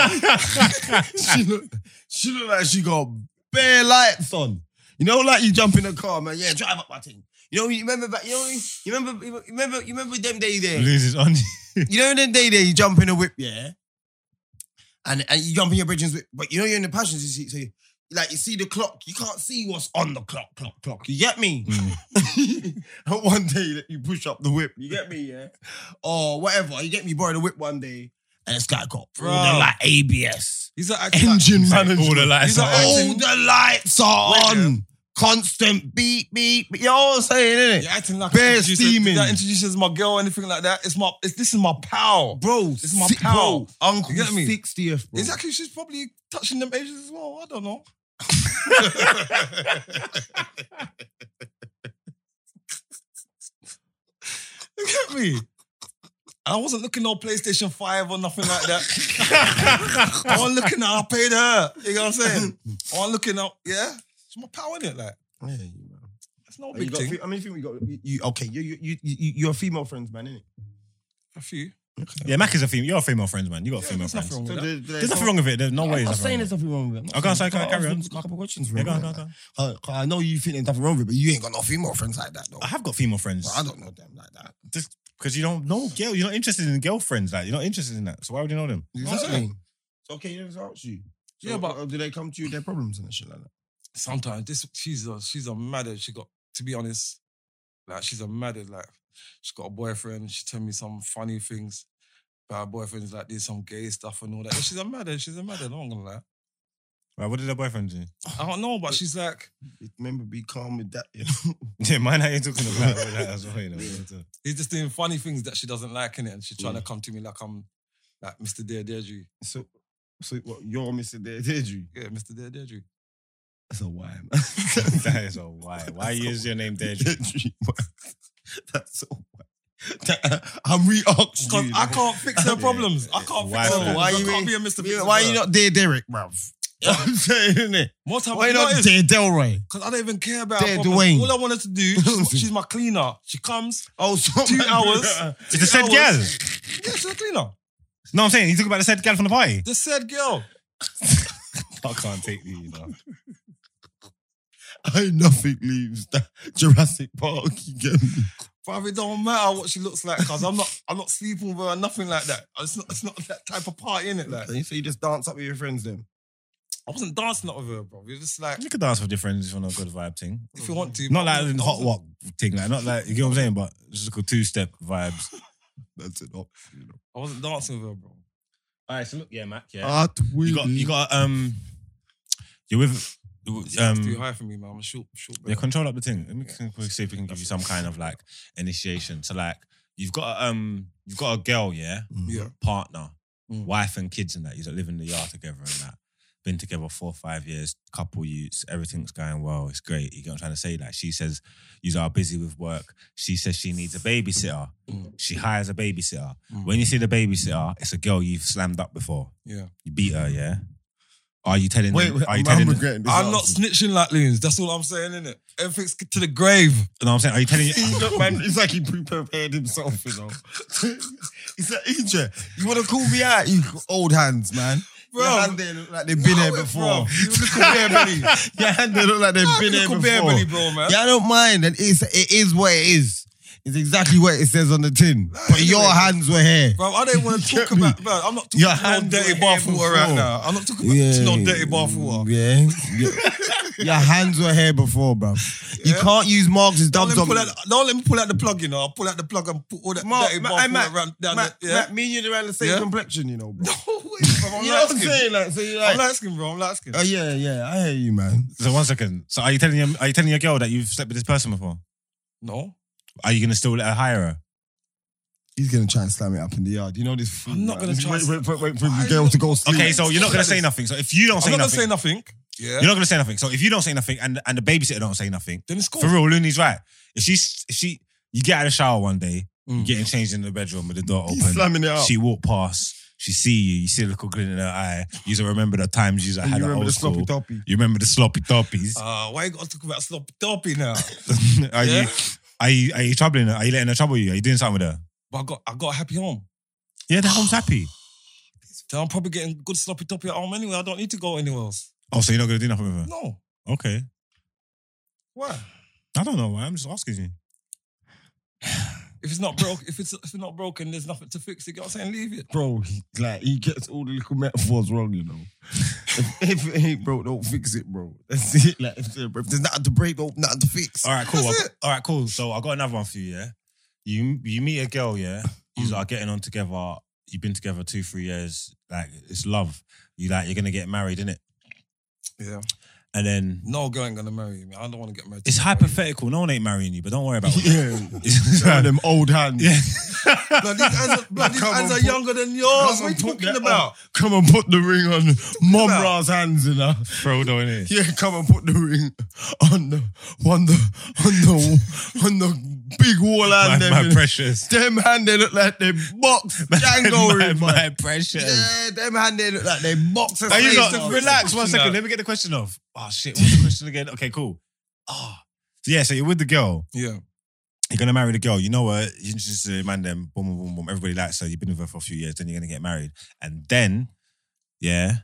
S2: she look, she look like she got bare lights on. You know, like you jump in the car, man. Yeah, drive up my thing. You know, you remember back. You know, you remember, you remember, you remember them day there
S1: Loses on you.
S2: you know the day there you jump in a whip, yeah, and and you jump in your bridges whip, but you know you're in the passenger seat, so you, like you see the clock, you can't see what's on the clock, clock, clock. You get me?
S3: Mm.
S2: And one day that you push up the whip, you get me, yeah, or whatever. You get me, borrow the whip one day, and this guy got
S3: Bro.
S2: all the like ABS
S3: He's an actor.
S2: engine
S1: All
S2: management.
S1: the lights
S3: These are
S1: are
S3: all-
S1: on.
S2: All the lights are
S3: Wait, yeah.
S2: on, constant beep beep. beep. You know what I'm saying, innit?
S3: You're acting like
S2: Bare
S3: I introduced her-
S2: steaming.
S3: Did I introduce her as my girl or anything like that? It's my. It's, this is my pal.
S2: Bro,
S3: This is my
S2: si-
S3: pal.
S2: bro, Uncle
S3: You get me?
S2: 60th, bro.
S3: Exactly. She's probably touching them Asians as well. I don't know. Look at me. I wasn't looking no PlayStation 5 or nothing like that. I wasn't looking at I paid her. You know what I'm saying? I wasn't looking up, yeah. It's my power in it, like.
S2: Yeah, you know.
S3: That's not
S2: You
S3: a big
S2: got
S3: thing.
S2: fe- I mean, you got you, you okay? You you you you you're female friends, man, innit?
S3: A few.
S1: Yeah, Mac is a female. You're a female friend, man. You got
S3: Yeah,
S1: female
S3: there's nothing
S1: friends.
S3: wrong with
S2: So
S3: that.
S2: there's, there's
S1: There's nothing wrong with it. There's no way.
S2: I'm not
S1: there's
S2: saying
S1: nothing
S2: there's nothing wrong with it.
S1: Oh, go on, sorry,
S2: Can I
S1: carry
S2: ask
S1: on.
S2: them A couple questions.
S1: wrong with it. Yeah, go on,
S2: really?
S1: go on, go on. Ah,
S2: Uh, 'cause I know you think there's nothing wrong with it, but you ain't got no female friends like that, though.
S1: I have got female friends.
S2: Bro, I don't know them like that.
S1: Just because you don't know girl, you're not interested in girlfriends. Like you're not interested in that. So why would you know them?
S2: Exactly. So okay, they just ask you. So,
S3: Yeah, but-
S2: uh, do they come to you with their problems and shit like that?
S3: Sometimes this she's a she's a madder. She got to be honest, like she's a madder. Like she's got a boyfriend. She tell me some funny things about her boyfriend's like did some gay stuff and all that. She's a madder. She's a madder. I'm not gonna lie.
S1: Right, what did her boyfriend do?
S3: I don't know, but she's like
S2: Remember, be calm with that. You know?
S1: Yeah, mine how you talking about that as well, you know.
S3: he's just doing funny things that she doesn't like in it, and she's trying
S2: Mm.
S3: to come to me like I'm like Mr. Dare Deirdre.
S2: so, so what? You're Mister Dare, did you?
S3: Yeah, Mr. Dare Deirdre.
S2: That's a why, man.
S1: That is a why. Why is your name Deirdre?
S2: Deirdre, man. That's a why. That- I'm re-asking
S3: Because
S2: you.
S3: I can't fix her problems. I can't
S1: Why
S3: fix
S1: is
S3: her.
S1: that?
S3: Why
S2: Why
S3: I
S2: you
S3: can't
S2: ain't-
S3: be a Mr.
S2: Yeah,
S3: Fix
S2: why
S3: her.
S2: you not Dare Derek, bruv? You know what I'm saying, innit?
S3: More time,
S2: Why
S3: you
S2: not
S3: notice?
S2: Dare Delroy?
S3: Because I don't even care about
S2: Dare
S3: her problems.
S2: Dwayne.
S3: All I wanted to do, she's, she's my cleaner. She comes,
S2: Oh, so
S3: Two hours.
S1: It's the said girl.
S3: yeah, she's a cleaner.
S1: No, I'm saying you talking about the said girl from the party.
S3: The said girl.
S1: I can't take E these, you know.
S2: I nothing leaves that Jurassic Park. You get me?
S3: But it don't matter what she looks like, cause I'm not, I'm not sleeping with her, nothing like that. It's not, it's not that type of party in it. Like
S2: So you- so you just dance up with your friends then?
S3: I wasn't dancing up with her, bro. It was just like
S1: You could dance with your friends if you want a good vibe thing.
S3: if you want to,
S1: Not
S3: but I
S1: like
S3: wasn't-
S1: the hot walk thing, like not like you know what I'm saying, but just like a two step vibes.
S2: That's it. All
S3: I wasn't dancing with her, bro.
S1: Alright, so look, yeah, Mac, yeah.
S3: Ah,
S2: right,
S1: you got you got um you're with
S3: It's too
S1: um
S3: high for me, man. I'm a short, short.
S1: yeah,
S3: brother.
S1: control up the thing. Let me can- can see if we can give you some kind of like initiation. So like you've got a, um you've got a girl, yeah,
S3: Yeah.
S1: partner,
S3: Mm.
S1: wife and kids and that. You lot live in the yard together and that. Been together four, five years, couple youths, everything's going well, it's great. You get what I'm trying to say? Like she says you are busy with work. She says she needs a babysitter.
S3: Mm.
S1: She hires a babysitter.
S3: Mm.
S1: When you see the babysitter, it's a girl you've slammed up before.
S3: Yeah.
S1: You beat her, yeah? Are you telling
S2: Wait,
S1: them-
S2: wait
S1: are you
S2: I'm,
S1: telling
S2: I'm
S1: them-
S2: regretting this.
S3: I'm not
S2: answer.
S3: snitching like loons. That's all I'm saying, innit? Everything's to the grave.
S1: No, I'm saying, are you telling you?
S2: He look, man, it's like he pre-prepared himself, you know. it's like, Idra, you want to call me out, you old hands, man.
S3: Bro.
S2: Your hand there look like they've been there
S3: Bro,
S2: before.
S3: You look bare belly.
S2: Your hand there look like they've been there
S3: Look bare
S2: before.
S3: belly, bro, man.
S2: Yeah, I don't mind. And it's, it is what it is. It's exactly what it says on the tin. But your
S3: anyway.
S2: hands were here.
S3: Bro, I don't want to talk
S2: get me?
S3: about. Bro, I'm not
S2: Your
S3: talking about
S2: hands
S3: dirty
S2: were
S3: bath
S2: here
S3: water right
S2: before.
S3: now. I'm not talking about no dirty bath water.
S2: Yeah. Your, your hands were here before, bro. You
S3: Yeah.
S2: can't use marks as
S3: Don't
S2: dubs
S3: let, me
S2: on
S3: pull
S2: me.
S3: out, don't let me pull out the plug, you know. I'll pull out the plug and put all that
S2: Mark,
S3: dirty
S2: Ma-
S3: bath
S2: hey, Matt,
S3: water around down
S2: Matt,
S3: there. Yeah?
S2: Matt, me and you, they're around the same
S3: Yeah.
S2: complexion, you know, bro.
S3: No way, bro. I'm
S2: You know what
S3: light
S2: I'm
S3: skinned.
S2: saying? Like, so you
S3: I'm
S2: like,
S3: light skinned, bro. I'm light skinned.
S2: oh yeah, yeah, I hear you, man.
S1: So one second. So are you telling your, are you telling your girl that you've slept with this person before?
S3: No,
S1: Are you gonna still let her hire her?
S2: He's gonna try and slam it up in the yard. You know this. Fool,
S3: I'm not
S2: man.
S3: gonna try
S2: Wait,
S3: and-
S2: wait, wait, wait for
S3: Why
S2: the
S3: are
S2: girl
S3: you-
S2: to go. Sleep.
S1: Okay, so you're not gonna say nothing. So if you don't
S3: I'm
S1: say
S3: not gonna
S1: nothing,
S3: say nothing. Yeah.
S1: you're not gonna say nothing. So if you don't say nothing, and and the babysitter don't say nothing,
S3: then it's cool.
S1: for real, Looney's right. If she if she you get out of the shower one day,
S3: Mm.
S1: you're getting changed in the bedroom with the door
S2: He's
S1: open.
S2: slamming it up.
S1: She walk past. She see you. You see the little grin in her eye. You remember the times you
S2: And
S1: had
S2: you
S1: an
S2: remember
S1: old
S2: the
S1: school.
S2: sloppy toppy?
S1: You remember the sloppy toppies.
S3: Uh, why you gotta talk about sloppy toppy now?
S1: are
S3: Yeah.
S1: you are you are you troubling her? Are you letting her trouble you? Are you doing something with her?
S3: but I got I got a happy home.
S1: Yeah, the home's happy.
S3: So I'm probably getting good sloppy toppy at home anyway. I don't need to go anywhere else.
S1: Oh, so you're not gonna do nothing with her?
S3: No.
S1: Okay.
S3: Why?
S1: I don't know why. I'm just asking you.
S3: If it's not broke, if it's if it's not broken, there's nothing to fix. You get what I'm saying? Leave it.
S2: Bro, he, like he gets all the little metaphors wrong, you know. if, if it ain't broke, don't fix it, bro. That's it. Like if, there- if there's nothing to break, don't nothing to fix.
S1: All right, cool.
S3: That's
S1: I- All right, cool. So I got another one for you. Yeah, you you meet a girl. Yeah, you
S3: Mm.
S1: are getting on together. You've been together two, three years. Like it's love. You like you're gonna get married, innit?
S3: Yeah.
S1: And then
S3: No girl ain't gonna marry me. I don't want to get married. to
S1: it's
S3: nobody.
S1: hypothetical. No one ain't marrying you, but don't worry about it.
S2: Yeah. Some of them old hands.
S1: Yeah.
S2: blood, these hands are, blood, these
S3: Come
S2: hands
S3: on,
S2: are
S3: put-
S2: younger than yours. What
S3: Come
S2: are
S3: on,
S2: you
S3: put
S2: talking
S3: that
S2: about?
S3: Come and put the ring on
S2: Momra's
S3: hands, you know.
S1: Frodo in it.
S3: Yeah, come and put the ring on the on the on the on the big wall
S1: My,
S3: hand. them,
S1: my
S3: you know.
S1: precious.
S3: them hand they look like they box Django
S1: my,
S3: ring, man.
S1: my precious.
S2: Yeah, them hand they look like they box us.
S1: Are you
S2: slaves.
S1: not? Relax one second. Let me get the question off. Oh shit! What's the question again? Okay, cool. Ah, so yeah. So you're with the girl.
S3: Yeah,
S1: You're gonna marry the girl. You know her. You just uh, man them. Boom, boom, boom, boom. Everybody likes her. You've been with her for a few years. Then you're gonna get married, and then, yeah.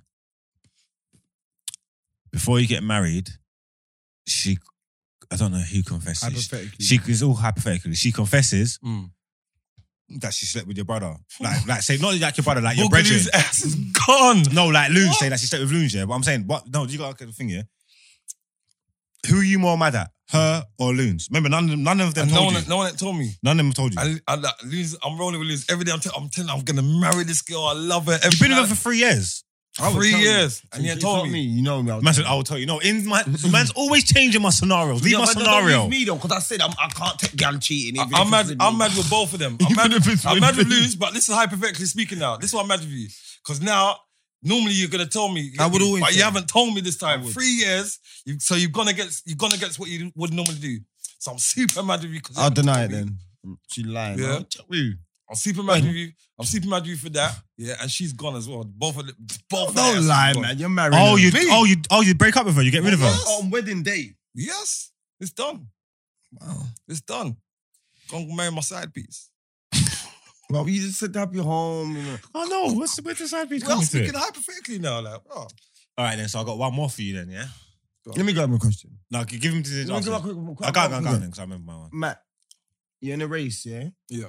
S1: Before you get married, she, I don't know who confesses.
S2: Hypothetically.
S1: She it's all hypothetically. She confesses
S3: Mm.
S1: that she slept with your brother. Like, like say not like your brother, like your
S3: Boogaloo's
S1: brethren.
S3: ass is gone.
S1: No, like Loon say that she slept with Loon, yeah. But I'm saying, what? No, you got to the thing, yeah. Who are you more mad at, her or Loons? Remember, none of them, none of them
S3: And no
S1: told
S3: one,
S1: you.
S3: no one told me.
S1: None of them told you.
S3: I, I, like, lose, I'm rolling with Liz every day. I'm, t- I'm telling, I'm gonna marry this girl. I love her. Every
S1: You've been with
S3: night.
S1: her for three years.
S2: I would
S3: three
S2: tell you.
S3: years, and you
S2: If
S3: told
S2: not
S3: me.
S2: You know me. I'll
S1: Man
S2: tell
S1: said, I will tell you. No, in my man's always changing my scenarios. Leave
S2: Yeah,
S1: my
S2: but don't
S1: scenario.
S2: leave me though, because I said I'm, I can't take gal cheating. even
S3: I, am
S2: if
S3: mad.
S2: it's with
S3: I'm
S2: me.
S3: mad with both of them. I'm mad,
S1: if it's
S3: I'm
S1: with
S3: mad with
S1: me.
S3: Luz, but this is hypothetically speaking now. This is what I'm mad with you because now. Normally you're gonna tell me,
S2: I would always
S3: but you
S2: say.
S3: haven't told me this time.
S2: I would.
S3: Three years, you, so you've gone against you've gone against what you would normally do. So I'm super mad with you. 'cause you
S2: I'll
S3: haven't
S2: deny it
S3: told me.
S2: then. She lying.
S3: Yeah.
S2: man.
S3: I'm super mad with you. I'm super mad with you for that. Yeah, and she's gone as well. Both of them, both. of their asses
S2: Don't lie,
S3: gone.
S2: man. You're married.
S1: Oh, you, oh, you, oh, you break up with her. You get rid of her.
S2: On wedding day.
S3: Yes, it's done.
S2: Wow.
S3: It's done. Go and marry my side piece.
S2: Well, you just said happy home. You know.
S1: Oh no, what's where's the side piece
S3: Well,
S1: coming to?
S3: speaking hypothetically now, like, bro.
S1: All right, then. So I got one more for you, then. Yeah.
S2: Let me grab my question.
S1: No, g- give him to the.
S2: Let me
S1: answer.
S2: grab
S1: I
S2: my quick-
S1: can't, I can't, I because I remember my one.
S2: Matt, you're in a race, yeah?
S3: Yeah.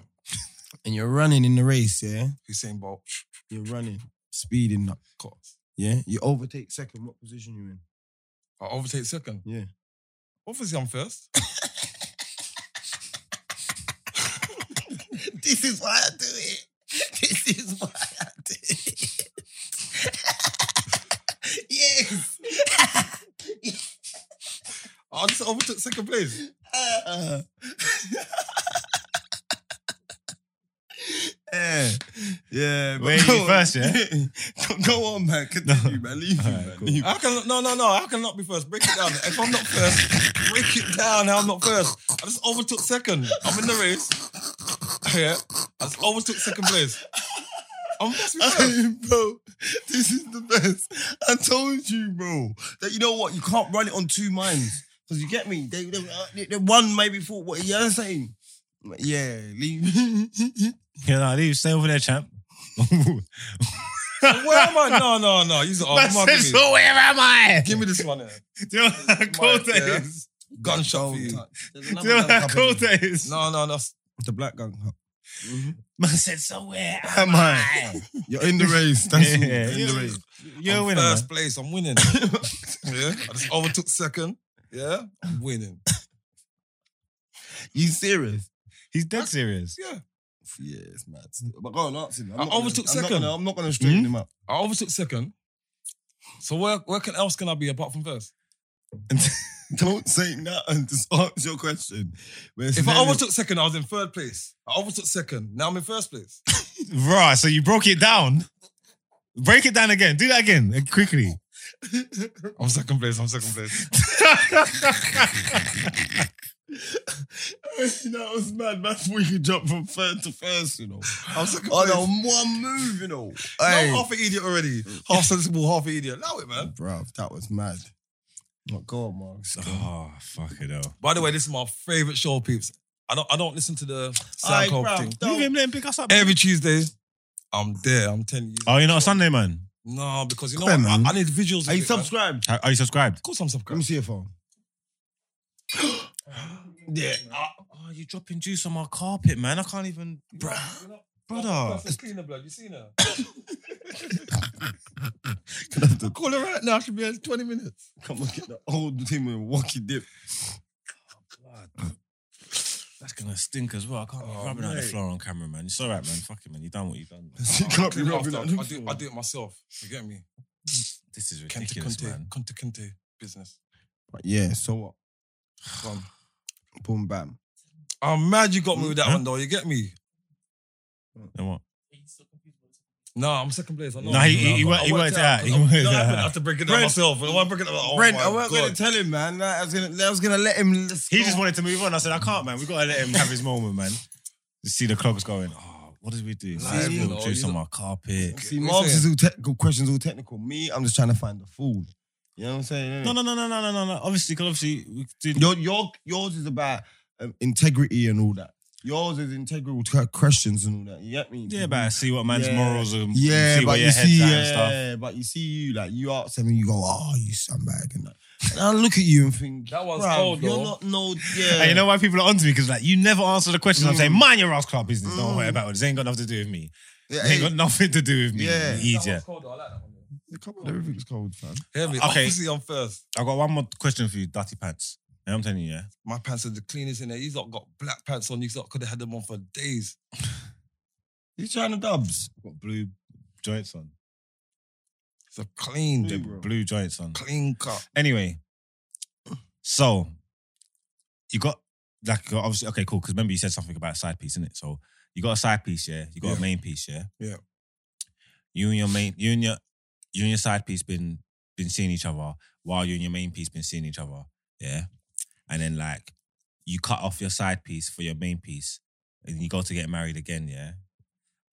S2: And you're running in the race, yeah?
S3: Hussein Bolt,
S2: You're running, speeding up,
S3: of course.
S2: yeah? You overtake second. What position you in?
S3: I overtake second.
S2: Yeah.
S3: Obviously, I'm first.
S2: This is why I do it. This is why I do it. yes.
S3: I just overtook second place.
S2: Uh. yeah. Yeah. but
S1: Wait, you
S2: go on.
S1: first, yeah?
S2: go, go on, man. Continue, man. Leave me,
S1: Alright,
S2: man.
S1: cool.
S2: Leave me.
S3: How can no no no? How can I not be first? Break it down. If I'm not first, break it down. How I'm not first? I just overtook second. I'm in the race. Yeah, I just overtook second place. I'm supposed to be first.
S2: bro, this is the best. I told you, bro, that you know what? You can't run it on two minds. Because you get me? They, they, uh, they- they- one maybe thought, what you're saying? Like, Yeah, leave me.
S1: Yeah, no, leave. Stay over there, champ. Where
S3: Where am I? No no no. Use it. Oh, come on, give me.
S1: where am I?
S3: Give me this one. Here.
S1: Do you know how cold that
S3: Yeah.
S1: is?
S3: Gunshot. for you.
S1: Do you know how cold
S2: The
S1: that is?
S3: No no no.
S2: black gun cup.
S1: Man said, so where
S2: Am I? You're in the race. That's all.
S1: Yeah.
S2: You're in the race.
S1: You're a
S3: I'm
S1: winner,
S3: First
S1: man.
S3: place, I'm winning. yeah, I just overtook second. Yeah, I'm winning.
S2: You serious?
S1: He's dead serious.
S3: Yeah,
S2: Yes, man. But go on, answer me. I'm
S3: I
S2: not gonna-
S3: overtook
S2: I'm not
S3: second.
S2: gonna- I'm not going to straighten
S1: Hmm?
S2: him up.
S3: I overtook second. So where where can else can I be apart from first?
S2: Don't say that and just answer your question.
S3: If I overtook second, I was in third place. I overtook second. Now I'm in first place.
S1: Right, so you broke it down. Break it down again. Do that again uh, quickly.
S3: I'm second place. I'm second place.
S2: that was mad. That's where you jump from third to first, you know.
S3: I'm second
S2: On
S3: place.
S2: a one move, you know.
S3: Now
S2: Hey,
S3: I'm half an idiot already. Half sensible, half an idiot. Allow it, man.
S2: bruv, that was mad. Like, go on, Mark.
S1: oh, fuck it hell.
S3: By the way, this is my favorite show, peeps. I don't I don't listen to the
S2: Aye,
S3: SoundCloud
S2: bruv,
S3: thing.
S2: don't-
S1: Leave him, let him pick us up.
S3: Every Tuesday, I'm there. I'm telling you.
S1: Oh, you're not a Sunday man.
S3: No, because you know
S2: Come on,
S3: what?
S2: man.
S3: I, I need visuals.
S2: Are you
S3: of it, man.
S2: subscribed?
S1: Are- Are you subscribed?
S3: Of course, I'm
S2: Let me
S3: subscribed.
S2: see your phone. yeah.
S1: oh, you're dropping juice on my carpet, man. I can't even. Brother.
S3: That's cleaner blood. You seen her?
S2: Come
S3: Call her right now. She'll be here in 20 minutes.
S2: on, get the old team with walkie dip.
S1: That's gonna stink as well. I can't be
S3: Oh,
S1: rubbing out the
S3: mate.
S1: floor on camera, man. It's all right, man. Fuck it, man. You done what you done. man.
S2: You can't be
S3: Clean
S2: rubbing
S3: after.
S2: on
S3: I do, I do it myself. You get me?
S1: This is
S3: Kente
S1: ridiculous,
S3: Kente,
S1: man.
S3: Kente Kente business.
S2: Yeah, so what?
S3: Gone.
S2: Boom, bam.
S3: I'm mad you got me with that
S1: Huh?
S3: one though. You get me?
S1: Then what?
S3: No, I'm second place. I know.
S1: No, he- he- he
S3: I- I
S1: worked- he worked it out. He
S3: 'cause I'm-
S1: worked
S3: no,
S1: it
S3: I
S1: out.
S3: have to break it down
S2: Brent-
S3: myself. I want to break it down. Oh
S2: Brent,
S3: my
S2: I wasn't going
S3: God.
S2: to tell him, man. Like, I was going to, I was going to let him.
S1: He just wanted to move on. I said, I can't, man. We gotta let him have his moment, man. You see the clock's going. Oh, what did we do?
S3: Like,
S1: See,
S3: you
S2: oh,
S3: know,
S1: juice
S3: he's
S1: on
S3: a-
S1: my carpet.
S2: See,
S3: What you
S2: Marv's is
S3: saying?
S2: all technical questions, all technical. Me, I'm just trying to find the food. You know what I'm saying?
S1: No, no, no, no, no, no, no, no. Obviously, because obviously we did.
S2: Your, your, yours is about um, integrity and all that. Yours is integral to questions and all that. You get me?
S1: Yeah, but I see what man's
S2: Yeah.
S1: morals and
S2: Yeah,
S1: see
S2: but
S1: where your
S2: you
S1: head's
S2: see,
S1: at and stuff.
S2: yeah, but you see you like you ask them and you go, oh, you scumbag and that. And I look at you and think
S3: That one's
S2: "Bruv,
S3: cold,
S2: You're
S3: though."
S2: not no, yeah.
S1: And you know why people are onto me? Because like you never answer the question. I'm
S2: Mm.
S1: saying, mind your ass club business. Don't worry
S2: Mm.
S1: about it. This ain't got nothing to do with me.
S2: yeah,
S1: It ain't got nothing to do with me.
S2: Yeah.
S1: Yeah.
S3: That one's
S1: Idiot.
S3: cold, though. I like that one.
S2: come on, everything's cold, fam.
S3: Heavy.
S1: Okay.
S3: Obviously, I'm first.
S1: I got one more question for you, Dirty Pants. And I'm telling you, yeah.
S3: My pants are the cleanest in there. He's not got black pants on. He's not could have had them on for days.
S2: You trying to dubs?
S1: I've got blue joints on.
S3: It's a clean,
S1: They're
S2: Blue, bro.
S1: blue joints on.
S3: clean cut.
S1: Anyway, so you got like you got obviously okay, cool. Because remember you said something about a side piece, innit? So you got a side piece, yeah. You got
S3: Yeah.
S1: a main piece, yeah.
S3: Yeah.
S1: You and your main, you and your, you and your side piece been been seeing each other while you and your main piece been seeing each other, yeah. And then like you cut off your side piece for your main piece, and you go to get married again, yeah.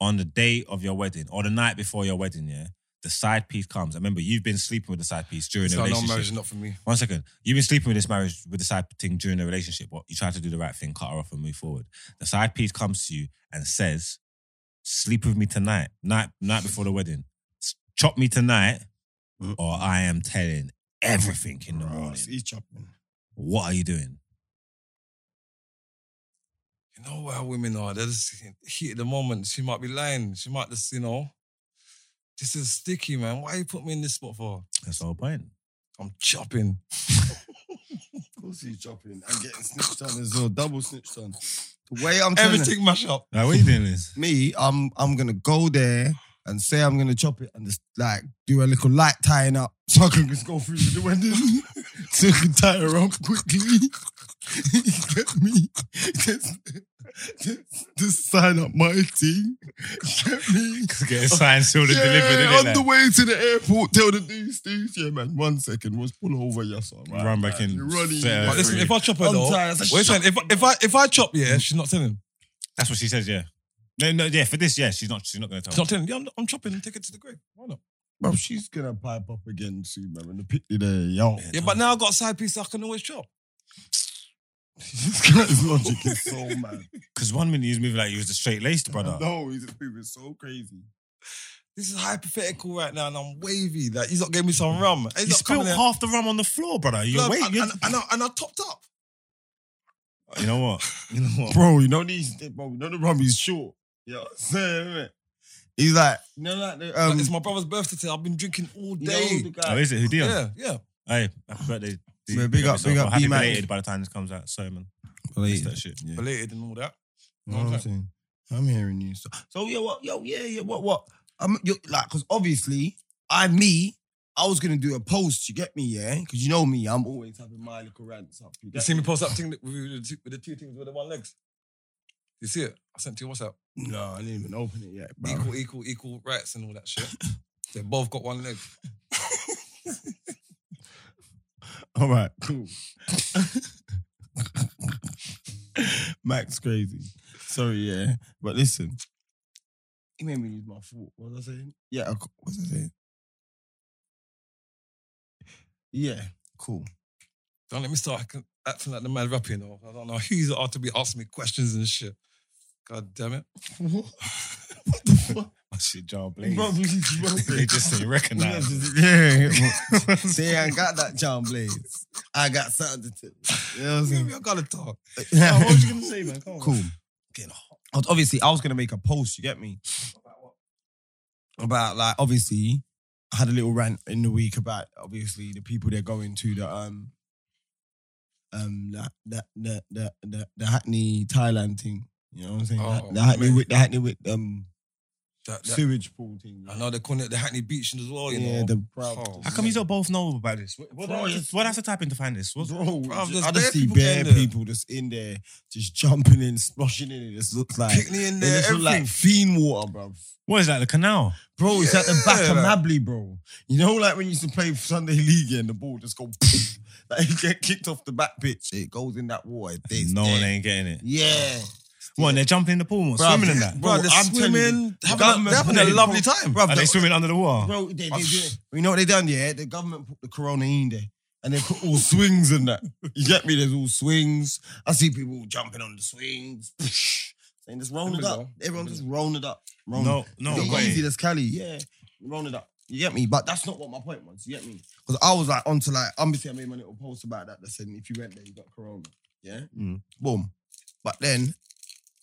S1: On the day of your wedding or the night before your wedding, yeah. The side piece comes. I remember you've been sleeping with the side piece during the
S3: So no
S1: relationship.
S3: marriage is not for me.
S1: One second. You've been sleeping with this marriage with the side thing during the relationship. What you tried to do the right thing, cut her off and move forward. The side piece comes to you and says, "Sleep with me tonight, night night before the wedding. S- Chop me tonight, or I am telling everything in the morning.
S2: He's chopping.
S1: What are you doing?
S3: You know how women are. They're just heat at the moment. She might be lying. She might just, you know, this is sticky, man. Why you put me in this spot for?
S1: That's the whole point.
S3: I'm chopping.
S2: Of course he's chopping. I'm getting snitched on as well. Double snitched on. The way I'm telling
S3: Everything mash up.
S1: Like, what are you doing this?
S2: me, I'm I'm gonna go there and say I'm gonna chop it and just like do a little light tying up so I can just go through with the wedding. so I can tie her up quickly. Get me. Just, just, just sign up my team. Get me.
S1: Get a sign sealed and delivered.
S2: Yeah, on
S1: innit,
S2: the
S1: like?
S2: way to the airport, tell the dudes, dudes, yeah, man, one second, we'll pull over, yes, all right.
S1: Run back in.
S2: You're running.
S1: Set her
S3: But listen,
S1: free.
S3: if I chop her though,
S2: Untie, it's Mm. like,
S3: wait a second, if, if I if I chop, yeah, she's not telling.
S1: That's what she says. Yeah. No, no, yeah. For this, yeah, she's not. She's not going to
S3: She's
S1: tell.
S3: not telling. Yeah, I'm, I'm chopping. Take it to the grave. Why not?
S2: Bro, she's gonna pipe up again soon, man, when the pit there, yo.
S3: Yeah, but now I've got a side piece I can always chop.
S2: This guy's logic is so mad.
S1: Because one minute he was moving like he was the straight laced brother.
S2: No, he's just moving so crazy.
S3: This is hypothetical right now, and I'm wavy. Like he's not giving me some rum. He's
S1: You
S3: not coming
S1: spilled
S3: there.
S1: half the rum on the floor, brother. You
S3: Blood,
S1: wait.
S3: and,
S1: you-
S3: and, and, uh, I, and I topped up.
S1: you know what? You know what?
S2: Bro, you know these bro, you know the rum is short. You know what I'm saying, innit? He's like, you know, like the
S3: Like,
S2: um
S3: it's my brother's birthday today. I've been drinking all
S2: you know,
S3: day.
S2: the
S1: Oh,
S2: guy.
S1: is it? Who did?
S3: yeah, yeah.
S1: Hey, happy birthday. D.
S2: Man, big up- big
S1: yourself.
S2: up
S1: Happy
S2: B-Man.
S1: belated by the time this comes out. So, man. It's that shit. Yeah.
S3: Belated and all that.
S2: You know what I'm saying? I'm hearing you. So, so yeah, what, yo, yeah, yeah, what, what? I'm you like, because obviously, I, me, I was gonna do a post. You get me, yeah? Because you know me, I'm always having my little rants up. You
S3: You
S2: get
S3: see me post that thing that- with, the two- with the two things with the one legs? You see it? I sent to you WhatsApp.
S2: me? No, I didn't even open it yet, bro.
S3: Equal, equal, equal rights and all that shit. they both got one leg.
S2: All right, cool. Max crazy. Sorry, yeah. But listen. He made me lose my thought. What was I saying? Yeah, I co- what was I saying? Yeah, cool.
S3: Don't let me start acting- acting like the mad rapper, you know. I don't know who you are to be asking me questions and shit. God damn it.
S2: What? what the fuck?
S1: That shit, John Blaze.
S2: Bro,
S1: they just didn't
S2: yeah,
S1: recognize.
S2: See, I ain't got that John Blaze. I got something to You know what I'm
S3: Maybe
S2: saying?
S3: I gotta talk.
S2: Yeah.
S3: what was you gonna say, man? Come on.
S2: Cool. I was- Obviously, I was gonna make a post. You get me? About like obviously, I had a little rant in the week about obviously the people they're going to the um um that that the the the, the Hackney Thailand thing. You know what I'm saying?
S3: Oh,
S2: the Hackney
S3: mate.
S2: with the Hackney with um
S3: That, that,
S2: sewage pool thing.
S3: I know they're calling it the Hackney Beach as well, you
S2: yeah,
S3: know.
S2: the proud.
S3: Oh,
S1: How come you don't both know about this? What, what,
S2: Bro,
S1: what,
S2: it's-
S1: what I have to type in to find this? What's,
S2: Bro,
S3: Bro,
S2: ju-
S3: there's
S2: I just
S3: bare
S2: see
S3: people
S2: bare
S3: in there.
S2: people just in there, just jumping in, splashing in. It just looks like
S3: Picnic in
S2: it
S3: there,
S2: just look like
S3: everything.
S2: fiend water, bro.
S1: what is that? The canal?
S2: Bro, it's at the back of
S3: Yeah.
S2: Mabley, bro. You know, like when you used to play Sunday league and the ball just go, like you get kicked off the back pitch, it goes in that water. It stays
S1: no one
S2: there.
S1: ain't getting it.
S2: Yeah,
S1: What? They're jumping in the pool, and
S2: Bruv,
S1: swimming in that.
S2: bruv,
S3: Bro, they're
S2: I'm telling
S3: swimming,
S2: you,
S3: having a,
S2: government
S3: they're having a
S2: put it-
S3: lovely time.
S2: bro.
S1: Are they swimming under the water?
S2: Bro, they, they do it. You know what they done? Yeah, the government put the corona in there, and they put all swings in that. You get me? There's all swings. I see people jumping on the swings, saying just roll it up. Everyone just rolling it up. Rolling
S1: No, no
S2: it's
S1: way.
S2: easy. That's Cali. Yeah, rolling it up. You get me? But that's not what my point was. You get me? Because I was like onto like obviously I made my little post about that that said if you went there you got corona. Yeah.
S1: Mm.
S2: Boom. But then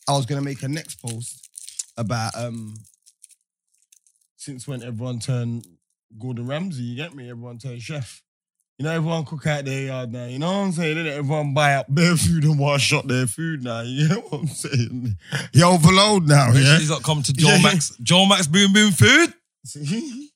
S2: I was gonna make a next post about um since when everyone turned Gordon Ramsay, you get me? Everyone turned chef. You know, everyone cook out their yard now. You know what I'm saying? Innit? Everyone buy up their food and wash up their food now. You know what I'm saying? You're overload now, yeah?
S3: He's not come to Joe
S2: Yeah.
S3: Max. Joe Max Boom Boom Food.
S2: See?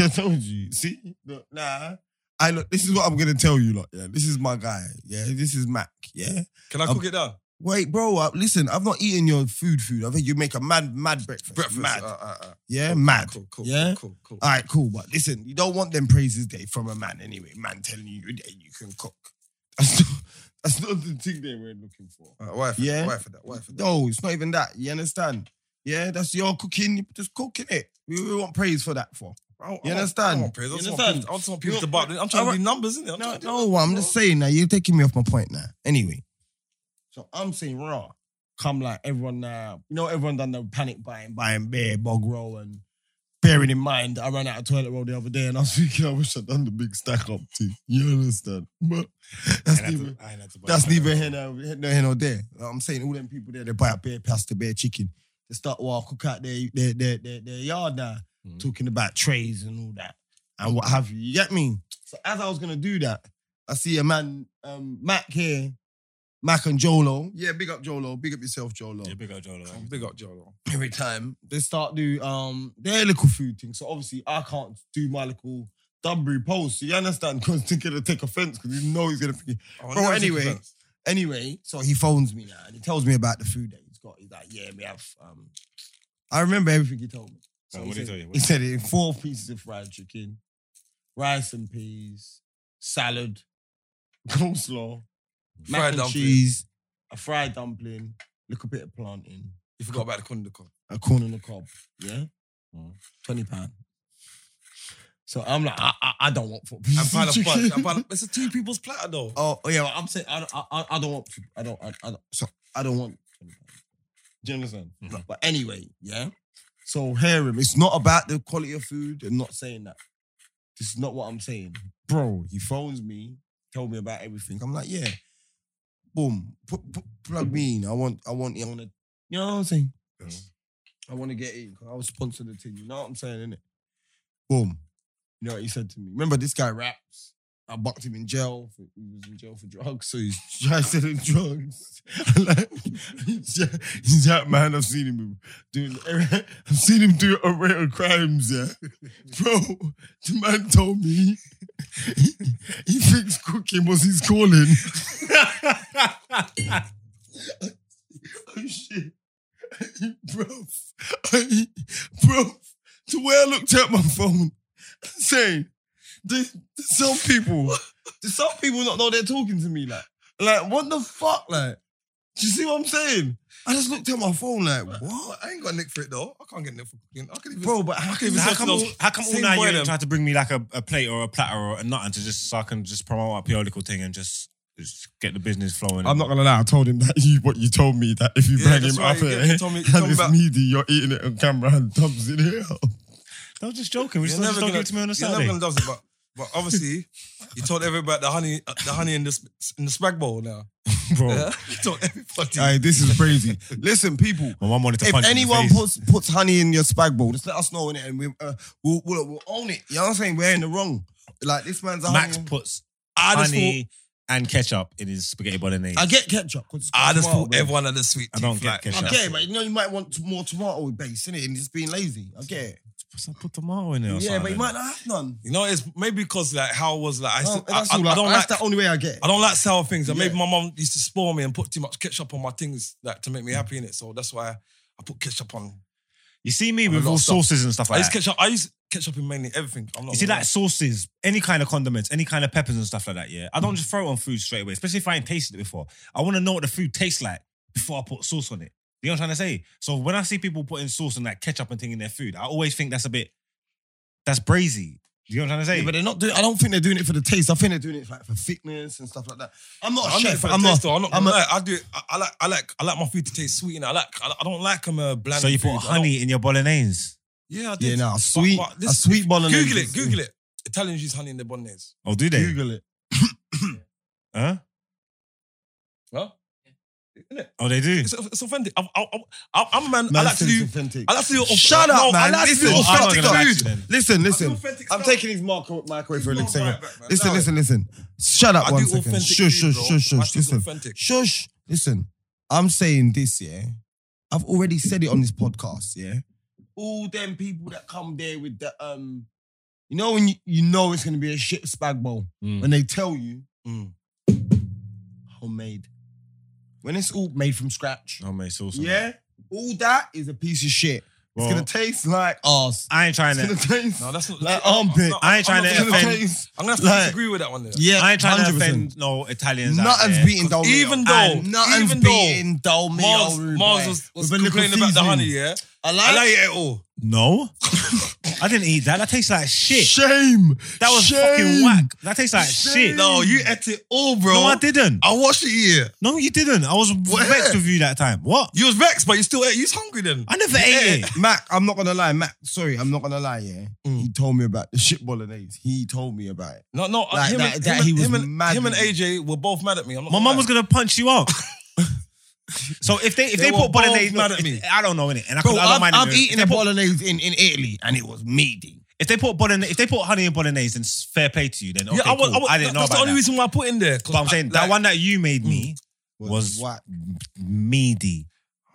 S2: I told you. See? Look, nah. I look, this is what I'm gonna tell you lot, yeah. This is my guy, yeah. This is Mac, yeah.
S3: Can I
S2: Um,
S3: cook it down?
S2: Wait, bro, uh, listen, I've not eaten your food food. I think you make a mad mad breakfast.
S3: Breakfast.
S2: Mad.
S3: Uh, uh, uh.
S2: yeah,
S3: Cool,
S2: mad.
S3: Cool, cool,
S2: yeah? Uh,
S3: cool, cool. cool.
S2: All right, cool. But listen, you don't want them praises day from a man anyway. Man telling you that you can cook. That's not, that's not the thing they were looking for.
S3: Uh, why for
S2: Yeah.
S3: that? Why for that? Why for that?
S2: No, it's not even that. You understand? Yeah, that's your cooking. You just cooking it. We, we want praise for that for.
S3: I don't-
S2: You
S3: I don't-
S2: understand?
S3: I want praise. I
S2: You
S3: just want
S2: understand?
S3: people- I just want people
S2: You-
S3: to buy. I'm trying to
S2: Alright.
S3: do numbers, isn't it?
S2: No, no, I'm just saying now. You're taking me off my point now. Anyway, so I'm saying raw. Come like everyone now. you know everyone done the panic buying, buying beer, bog roll, and bearing in mind I ran out of toilet roll the other day, and I was thinking I wish I'd done the big stack up too. You understand? But that's
S1: I ain't
S2: neither.
S1: had to- I ain't had to buy
S2: That's
S1: that.
S2: neither here nor, no here nor there. Like I'm saying all them people there, they buy up bear pasta, bear chicken. They start well, cook out their their their, their, their yard now,
S1: Mm.
S3: Mhm.
S2: talking about trays and all that and what have you. You get me? So as I was gonna do that, I see a man, um, Mac here, Mac and Jolo. Yeah, big up Jolo, big up yourself, Jolo.
S1: Yeah, big up Jolo.
S3: I'm big up Joe.
S2: Every time they start do um their little food thing. So obviously I can't do my little Dunbury post. You understand? Because he's gonna take offense because you know he's gonna think
S3: Oh,
S2: Bro, anyway, Anyway, so he phones me now and he tells me about the food that he's got. He's like, yeah, we have. Um, I remember everything he told me. So
S1: Oh,
S2: he,
S1: what did he
S2: said,
S1: tell you? What
S2: he
S1: did-
S2: said it in four pieces of fried chicken, rice and peas, salad, coleslaw,
S1: Mm.
S2: mac
S3: Fried
S2: and
S3: dumpling.
S2: cheese, a fried dumpling, little bit of plantain,
S3: You forgot about the Kundakon.
S2: a corn on the cob. Yeah,
S3: Mm.
S2: twenty pound. So I'm like, I, I, I don't want four
S3: And
S2: pieces
S3: pile
S2: of
S3: of
S2: chicken.
S3: punch. And pile of- It's a two people's platter though.
S2: Oh yeah, well, I'm saying I don't, I, I- I don't want I don't I, I don't so I don't want. Do you understand?
S1: Mhm.
S2: But anyway, yeah. So hear him. It's not about the quality of food. and not saying that. This is not what I'm saying, bro. He phones me, tell me about everything. I'm like, yeah, boom, put, put, plug me in. I want, I want, I want to, you know what I'm saying?
S3: Mhm.
S2: I want to get in. 'cause I was sponsored the team. You know what I'm saying, innit? Boom. You know what he said to me? Remember, this guy raps. I bucked him in jail. For, he was in jail for drugs, so he's trying selling drugs. like, he's that- he's that man. I've seen him doing. I've seen him do a rate of crimes. Yeah, bro. The man told me he, he thinks cooking was his calling. oh shit, bro, bro. To where I looked at my phone, saying, "There's there's some people." Do some people not know they're talking to me? Like, like what the fuck? Like, do you see what I'm saying? I just looked at my phone, like, what?
S3: I ain't got Nick for it though. I can't get Nick for cooking. I can even.
S2: Bro, but how can you
S3: How
S1: How
S2: say
S1: come,
S3: those
S1: all, how come all
S3: same
S1: night
S3: boy
S1: you ain't
S3: them.
S1: tried to bring me like a, a plate or a platter or a nothing to just so I can just promote up your little thing and just, just get the business flowing?
S2: I'm not gonna lie, I told him that you what you told me that if you
S3: Yeah,
S2: bring
S3: that's
S2: him
S3: right,
S2: up
S3: you
S2: here
S3: get- you told me- you told
S2: and
S3: me
S2: it's
S3: about-
S2: needy, you're eating it on camera and Tom's in here.
S1: I was just joking. We
S3: You're
S1: just, just don't
S3: never gonna-
S1: give it to me on a
S3: You're never
S1: Saturday.
S3: gonna love it, but but obviously you told everybody about the honey, uh, the honey in the sp- in the spag bowl now.
S1: Bro,
S3: Yeah? You told everybody.
S2: Aye, this is crazy. Listen, people,
S1: my mum wanted to
S2: if
S1: punch me
S2: anyone
S1: in the face.
S2: puts puts honey in your spag bowl, just let us know in it and we, uh, we'll, we'll we'll own it. You know what I'm saying? We're in the wrong. Like this man's a
S1: Max
S2: honey.
S1: puts
S2: I just
S1: honey and ketchup in his spaghetti bolognese.
S2: I get ketchup. 'cause it's got
S3: I just
S2: tomato,
S3: thought
S2: bro.
S3: everyone had a sweet
S1: I
S3: tooth.
S1: don't get
S3: like,
S1: ketchup.
S2: I
S1: Shut
S2: get it,
S1: up.
S2: but you know you might want more tomato base in it and just being lazy. I get it.
S1: Put- put tomato in there. or
S2: Yeah, but
S1: something.
S2: you might not have none.
S3: You know, it's maybe because like how I was like I,
S2: No,
S3: s- I-
S2: that's
S3: I-
S2: all.
S3: I
S2: I-
S3: don't
S2: that's
S3: like
S2: the only way I get.
S3: I
S2: it.
S3: don't like sour things. And maybe
S2: Yeah.
S3: my mum used to spoil me and put too much ketchup on my things like to make me happy in it. So that's why I put ketchup on.
S1: You see me
S3: a
S1: with
S3: lot
S1: all
S3: of stuff.
S1: sauces and stuff
S3: I
S1: like
S3: use
S1: that.
S3: ketchup. I use ketchup in mainly everything. I'm not.
S1: You see,
S3: gonna
S1: like sauces, any kind of condiments, any kind of peppers and stuff like that. Yeah, I don't just throw it on food straight away, especially if I ain't tasted it before. I want to know what the food tastes like before I put sauce on it. You know what I'm trying to say? So when I see people putting sauce and like ketchup and thing in their food, I always think that's a bit, that's brazy. You know what I'm trying to say?
S2: Yeah, but they're not doing. I don't think they're doing it for the taste. I think they're doing it like for thickness and stuff like that. I'm not a
S3: I'm not
S2: chef.
S3: for the
S2: I'm
S3: taste,
S2: not.
S3: though. I'm not.
S2: I'm a-
S3: gonna lie. I do. it- I, I like. I like. I like my food to taste sweet, and I like. I, I don't like them uh, bland.
S1: so you put
S3: food. I don't-
S1: honey in your bolognese?
S3: Yeah, I did.
S2: Yeah, no, sweet,
S3: but
S2: a
S3: this-
S2: sweet bolognese.
S3: Google it. Google it. Italians use honey in their bolognese.
S1: Oh, do they?
S2: Google it.
S1: Huh?
S3: Huh? Isn't it?
S1: Oh, they do.
S3: It's, it's authentic. I'm, I'm, I'm- I'm a man. I
S2: Man
S3: like to
S2: says
S3: do.
S2: authentic.
S3: I like to do.
S2: Shut
S3: no,
S2: up, man.
S3: I like to
S2: Listen,
S3: do
S2: I'm not
S3: authentic
S2: gonna lie
S3: food.
S2: to Listen,
S3: I do
S2: listen.
S3: authentic
S2: I'm
S3: stuff.
S2: taking his micro- microwave for a
S3: No,
S2: second.
S3: right back, man.
S2: Listen,
S3: No.
S2: listen, listen. Shut up
S3: I
S2: one
S3: do
S2: second.
S3: authentic
S2: Shush, shush,
S3: food, bro.
S2: shush,
S3: I
S2: shush.
S3: think
S2: Listen.
S3: authentic.
S2: Shush. Listen. I'm saying this, yeah. I've already said it on this podcast, yeah. All them people that come there with the um, you know when you, you know it's gonna be a shit spag bowl
S1: Mm.
S2: when they tell you
S3: Mm.
S2: homemade. When it's all made from scratch.
S1: Oh, mate, sauce. on it.
S2: Yeah? All that is a piece of shit.
S1: Well,
S2: it's gonna taste like ass.
S1: I ain't trying
S2: It's
S1: to.
S2: gonna taste
S3: No, that's not.
S2: Like
S3: I'm- I'm
S2: armpit.
S3: not-
S1: I ain't trying
S3: I'm not
S1: to
S2: it's
S3: gonna-
S2: gonna
S1: offend-
S2: taste
S3: I'm gonna have
S2: like-
S3: to disagree with that one. There.
S2: yeah.
S1: I ain't trying
S2: 100%.
S1: to offend no Italians. out
S2: Nothing's
S1: there.
S2: beating Dolmio.
S3: even though-
S2: nothing's
S3: even though
S2: beating Dolmio.
S3: Mars,
S2: rude
S3: Mars
S2: boy.
S3: was, was
S2: With a little
S3: complaining about the
S2: seasoning.
S3: honey. Yeah,
S2: I like,
S3: I like it at all.
S1: No, I didn't eat that. That tastes like shit.
S2: Shame.
S1: That was
S2: Shame.
S1: fucking whack. That tastes like shit.
S3: No, you ate it all, bro.
S1: No, I didn't.
S3: I watched it here.
S1: No, you didn't. I was vexed with you that time. What?
S3: You was vexed, but you still ate. You was hungry then.
S1: I never ate it.
S2: Mac, I'm not gonna lie, Mac. Sorry, I'm not gonna lie. Yeah,
S3: Mm.
S2: he told me about the shit bolognese. He told me about it.
S3: No, no. uh,
S2: Like
S3: him,
S2: that-
S3: and,
S2: that
S3: him,
S2: he
S3: and-
S2: was
S3: him, and,
S2: mad
S3: him and
S2: with you.
S3: AJ were both mad at me. I'm not
S1: My
S3: gonna
S1: mum
S3: lie.
S1: was gonna punch you up. so if they if
S3: They
S1: they,
S3: were
S1: put bolognese,
S3: both mad at
S1: if-
S3: me.
S1: I don't know innit? and I,
S2: Bro,
S1: could- I don't
S2: I've,
S1: mind. it
S2: I've
S1: doing it.
S2: eaten a bolognese in, in Italy and it was meaty.
S1: If they put bolognese, if they put honey in bolognese, then s- fair play to you. Then okay,
S3: Yeah, I, was,
S1: cool.
S3: was,
S1: I didn't know
S3: That's the
S1: about
S3: only
S1: that.
S3: reason why I put in there. 'cause
S1: But I'm
S3: I-
S1: saying
S3: like, Mm.
S1: that one that you made me was
S2: whack.
S1: meaty.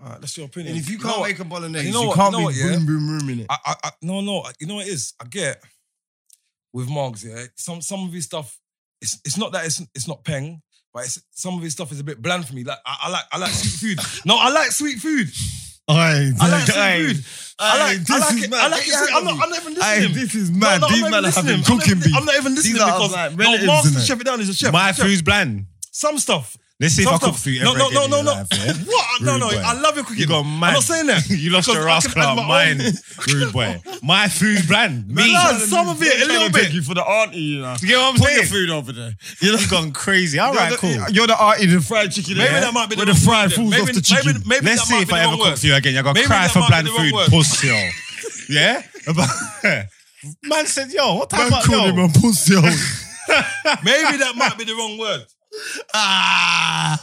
S3: all right, that's your opinion.
S2: And if you
S3: know
S2: can't
S3: what?
S2: make a bolognese,
S3: you
S2: you,
S3: know what-
S2: can't
S3: you know
S2: be
S3: what, yeah?
S2: boom, boom, booming it.
S3: I, I, I, no, no. You know what it is. I get with Margs. Yeah, some some of his stuff. It's it's not that it's it's not peng, but it's, some of his stuff is a bit bland for me. Like I, I like I like sweet food. No, I like sweet food.
S2: Aye,
S3: I like
S2: aye.
S3: sweet food. I
S2: Aye,
S3: like, I
S2: this
S3: like
S2: is
S3: it.
S2: mad.
S3: I like it.
S2: Get out
S3: I'm
S2: of
S3: not,
S2: here.
S3: I'm not even
S2: Aye,
S3: listening.
S2: this is
S3: No,
S2: mad.
S3: no, I'm
S2: These
S3: not
S2: men
S3: even
S2: have been
S3: listening.
S2: cooking
S3: I'm not even,
S2: beef.
S3: I'm not even listening
S2: are
S3: because
S2: like
S3: no,
S2: relatives,
S3: Mark's the
S2: innit?
S3: chef it down. He's a chef.
S1: My
S3: He's a chef.
S1: food's bland.
S3: Some stuff.
S1: Let's see if
S3: Some
S1: I cook
S3: stuff.
S1: food ever
S3: No, no,
S1: again
S3: no,
S1: in
S3: no,
S1: your
S3: no.
S1: life, yeah?
S3: What? No,
S1: Rude
S3: no.
S1: boy.
S3: I love your cooking.
S1: You got mad.
S3: I'm not saying that.
S1: you lost
S3: Because
S1: your
S3: I
S1: ass
S3: can
S1: clout.
S3: add my own-
S1: Mine, rude boy. My food's bland. Me.
S3: Man, some of it, a little
S2: Trying to take
S3: bit.
S2: you for the auntie, you know.
S1: You get what I'm
S2: Put your
S1: saying?
S2: food over there.
S1: You're gone crazy. All
S2: You're
S1: right,
S2: the-
S1: cool.
S2: You're the auntie, the fried chicken.
S3: Maybe
S2: yeah?
S3: that might be the
S2: Where the
S3: wrong
S2: fried
S3: word
S2: falls
S3: then.
S2: off
S3: Maybe-
S2: the chicken.
S3: Maybe, maybe
S1: Let's
S3: that
S1: see
S3: might
S1: if
S3: be
S1: I
S3: the
S1: ever
S3: wrong
S1: cook
S3: word.
S1: for you again. You're gonna
S3: Maybe
S1: cry
S3: that
S1: for
S3: might be
S1: bland
S3: the wrong
S1: food.
S3: word.
S1: Pussy. Yeah? Man said, yo, what type
S2: Man
S1: of
S2: called
S1: yo?
S2: him a pussy. yo.
S3: Maybe that might be the wrong word.
S2: Ah,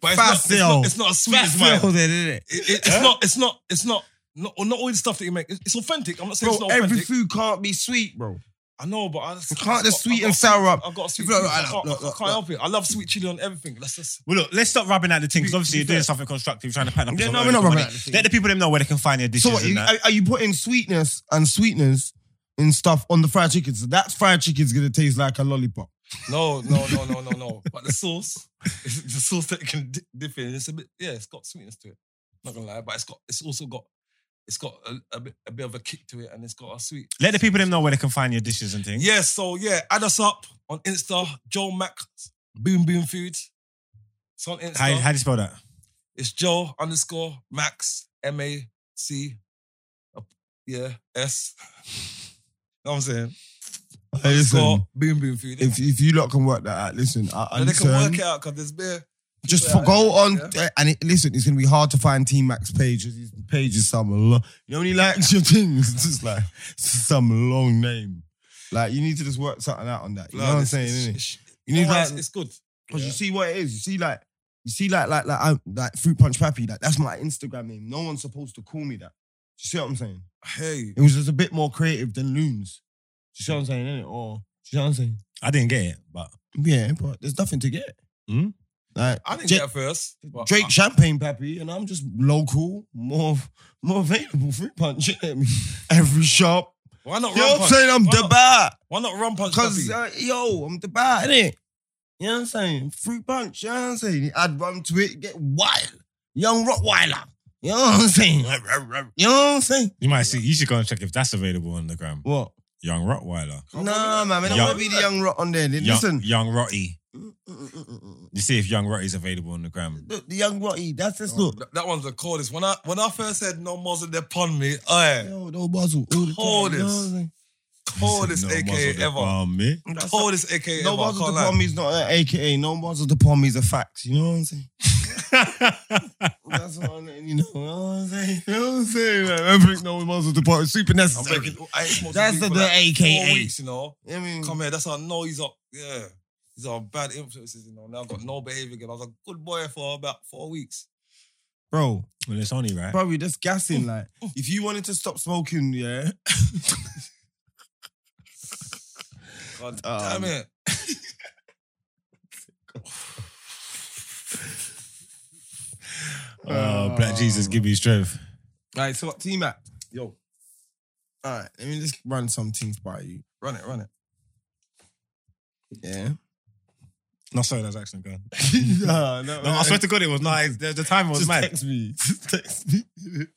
S3: But it's not, it's not, it's not as sweet as mine.
S2: Facile then, innit?
S3: It- it- It's not. It's not. It's not. Not, not all the stuff that you make. It's it's authentic. I'm not saying
S2: Bro,
S3: it's not
S2: every
S3: authentic.
S2: food can't be sweet, bro.
S3: I know, but I just,
S2: You
S3: I
S2: can't
S3: just
S2: just
S3: got-
S2: sweet
S3: I
S2: and
S3: got-
S2: sour up.
S3: I've got a sweet.
S2: Look,
S3: tooth. I
S2: look,
S3: can't,
S2: look,
S3: I can't
S2: look.
S3: help it. I love sweet chili on everything. Let's just.
S1: Well, look, let's stop rubbing out the thing because obviously you're
S3: fair.
S1: doing something constructive, trying to pattern up.
S2: Yeah,
S1: some
S2: no,
S1: early
S2: we're not
S1: morning.
S2: rubbing out the thing.
S1: Let the people them know where they can find your dishes
S2: So what,
S1: and
S2: you,
S1: that.
S2: are, are you putting sweetness and sweetness in stuff on the fried chicken? So that fried chicken's gonna taste like a lollipop.
S3: No, no, no, no, no, no. But the sauce, it's the sauce that you can di- dip in. It's a bit, yeah, it's got sweetness to it. Not gonna lie, but it's got, it's also got, it's got a, a bit, a bit of a kick to it, and it's got a sweet.
S1: Let the people them know where they can find your dishes and things.
S3: Yeah, so yeah, add us up on Insta, Joe Mac, Boom Boom Food. It's on Insta.
S1: How, how do you spell that?
S3: It's Joe underscore Max M A C, uh, yeah S. know what I'm saying?
S2: Hey, listen,
S3: Underscore Boom Boom Food.
S2: if if you lot can work that out, listen, I, I
S3: And they can
S2: listen,
S3: work it out because there's beer.
S2: Just
S3: Yeah,
S2: for, go on
S3: yeah.
S2: uh, and it, listen. It's gonna be hard to find T Mac's pages. His page is some. Lo- you know when he likes your things, it's just like some long name. Like you need to just work something out on that. You know what I'm saying? innit? You
S3: You
S2: need
S3: know,
S2: like
S3: it's, it's good.
S2: because
S3: yeah.
S2: you see what it is. You see like you see like like like I'm, like fruit punch pappy. Like that's my Instagram name. No one's supposed to call me that. Do you see what I'm saying?
S3: Hey,
S2: It was just a bit more creative than loons. Do you see what I'm saying? Innit? Or do you see what I'm saying?
S1: I didn't get it, but
S2: Yeah, but there's nothing to get.
S1: Hmm?
S2: Like
S3: I didn't
S2: Ja-
S3: get it first. but
S2: Drake
S3: I-
S2: champagne pappy, and I'm just local, more more available fruit punch. you know what I mean? Every shop.
S3: why not
S2: You know
S3: rum
S2: what I'm
S3: punch?
S2: saying? I'm
S3: Why
S2: the
S3: not-
S2: bad.
S3: Why not rum punch?
S2: Cause
S3: Duffy?
S2: uh, yo, I'm the bad, innit? You know what I'm saying? Fruit punch, you know what I'm saying? Add rum to it, get wild. Young Rottweiler. You know what I'm saying? Ruh, ruh, ruh. You know what I'm saying?
S1: you might see. You should go and check if that's available on the gram.
S2: What?
S1: Young Rottweiler.
S2: Nah, man, man, I
S1: Young-
S2: wanna be the young rot on there.
S1: Young,
S2: Listen. Mm,
S1: Young Rotty.
S2: Mm-mm-mm-mm-mm.
S1: You see if Young Rotty's available on the gram.
S2: The, the young rotty, that's just
S3: Oh,
S2: look.
S3: that, that one's the coldest. When I when I first said no muzzle upon me, aye,
S2: Yo, no muzzle. All the time,
S3: Coldest.
S2: you know what I'm saying?
S3: coldest
S1: No
S3: AKA
S1: muzzle to
S3: ever.
S1: bomb me.
S2: That's not-
S3: Coldest AKA
S2: No
S3: ever. I
S2: one's
S3: can't
S2: the
S3: lie.
S2: palm is not an AKA. No one's the palm is a fact. You know what I'm saying? That's what I'm letting you know. You know what I'm saying? You know what I'm saying? Man? Everything no one's the palm is super
S3: I'm
S2: necessary.
S3: breaking. I ain't smoked
S2: That's
S3: weed
S2: the,
S3: for
S2: the
S3: like
S2: AKA.
S3: Four weeks, you know.
S2: I mean,
S3: Come here. That's how I know he's up. Yeah, these are bad influences, you know. Now I've got no behavior again. I was a good boy for about four weeks.
S2: bro,
S1: Well, it's only right.
S2: bro, you're just gassing. Like, if you wanted to stop smoking, yeah,
S3: God
S2: Um,
S3: damn it.
S1: Oh, Black Jesus, give me strength.
S2: All right, so what team at?
S3: Yo,
S2: All right, let me just run some teams by you.
S3: run it, run it.
S2: Yeah.
S1: No, sorry, that's actually gone.
S2: no, no,
S1: No, I swear to God, it was not. The, the time was
S2: just
S1: mad.
S2: text me. Just text me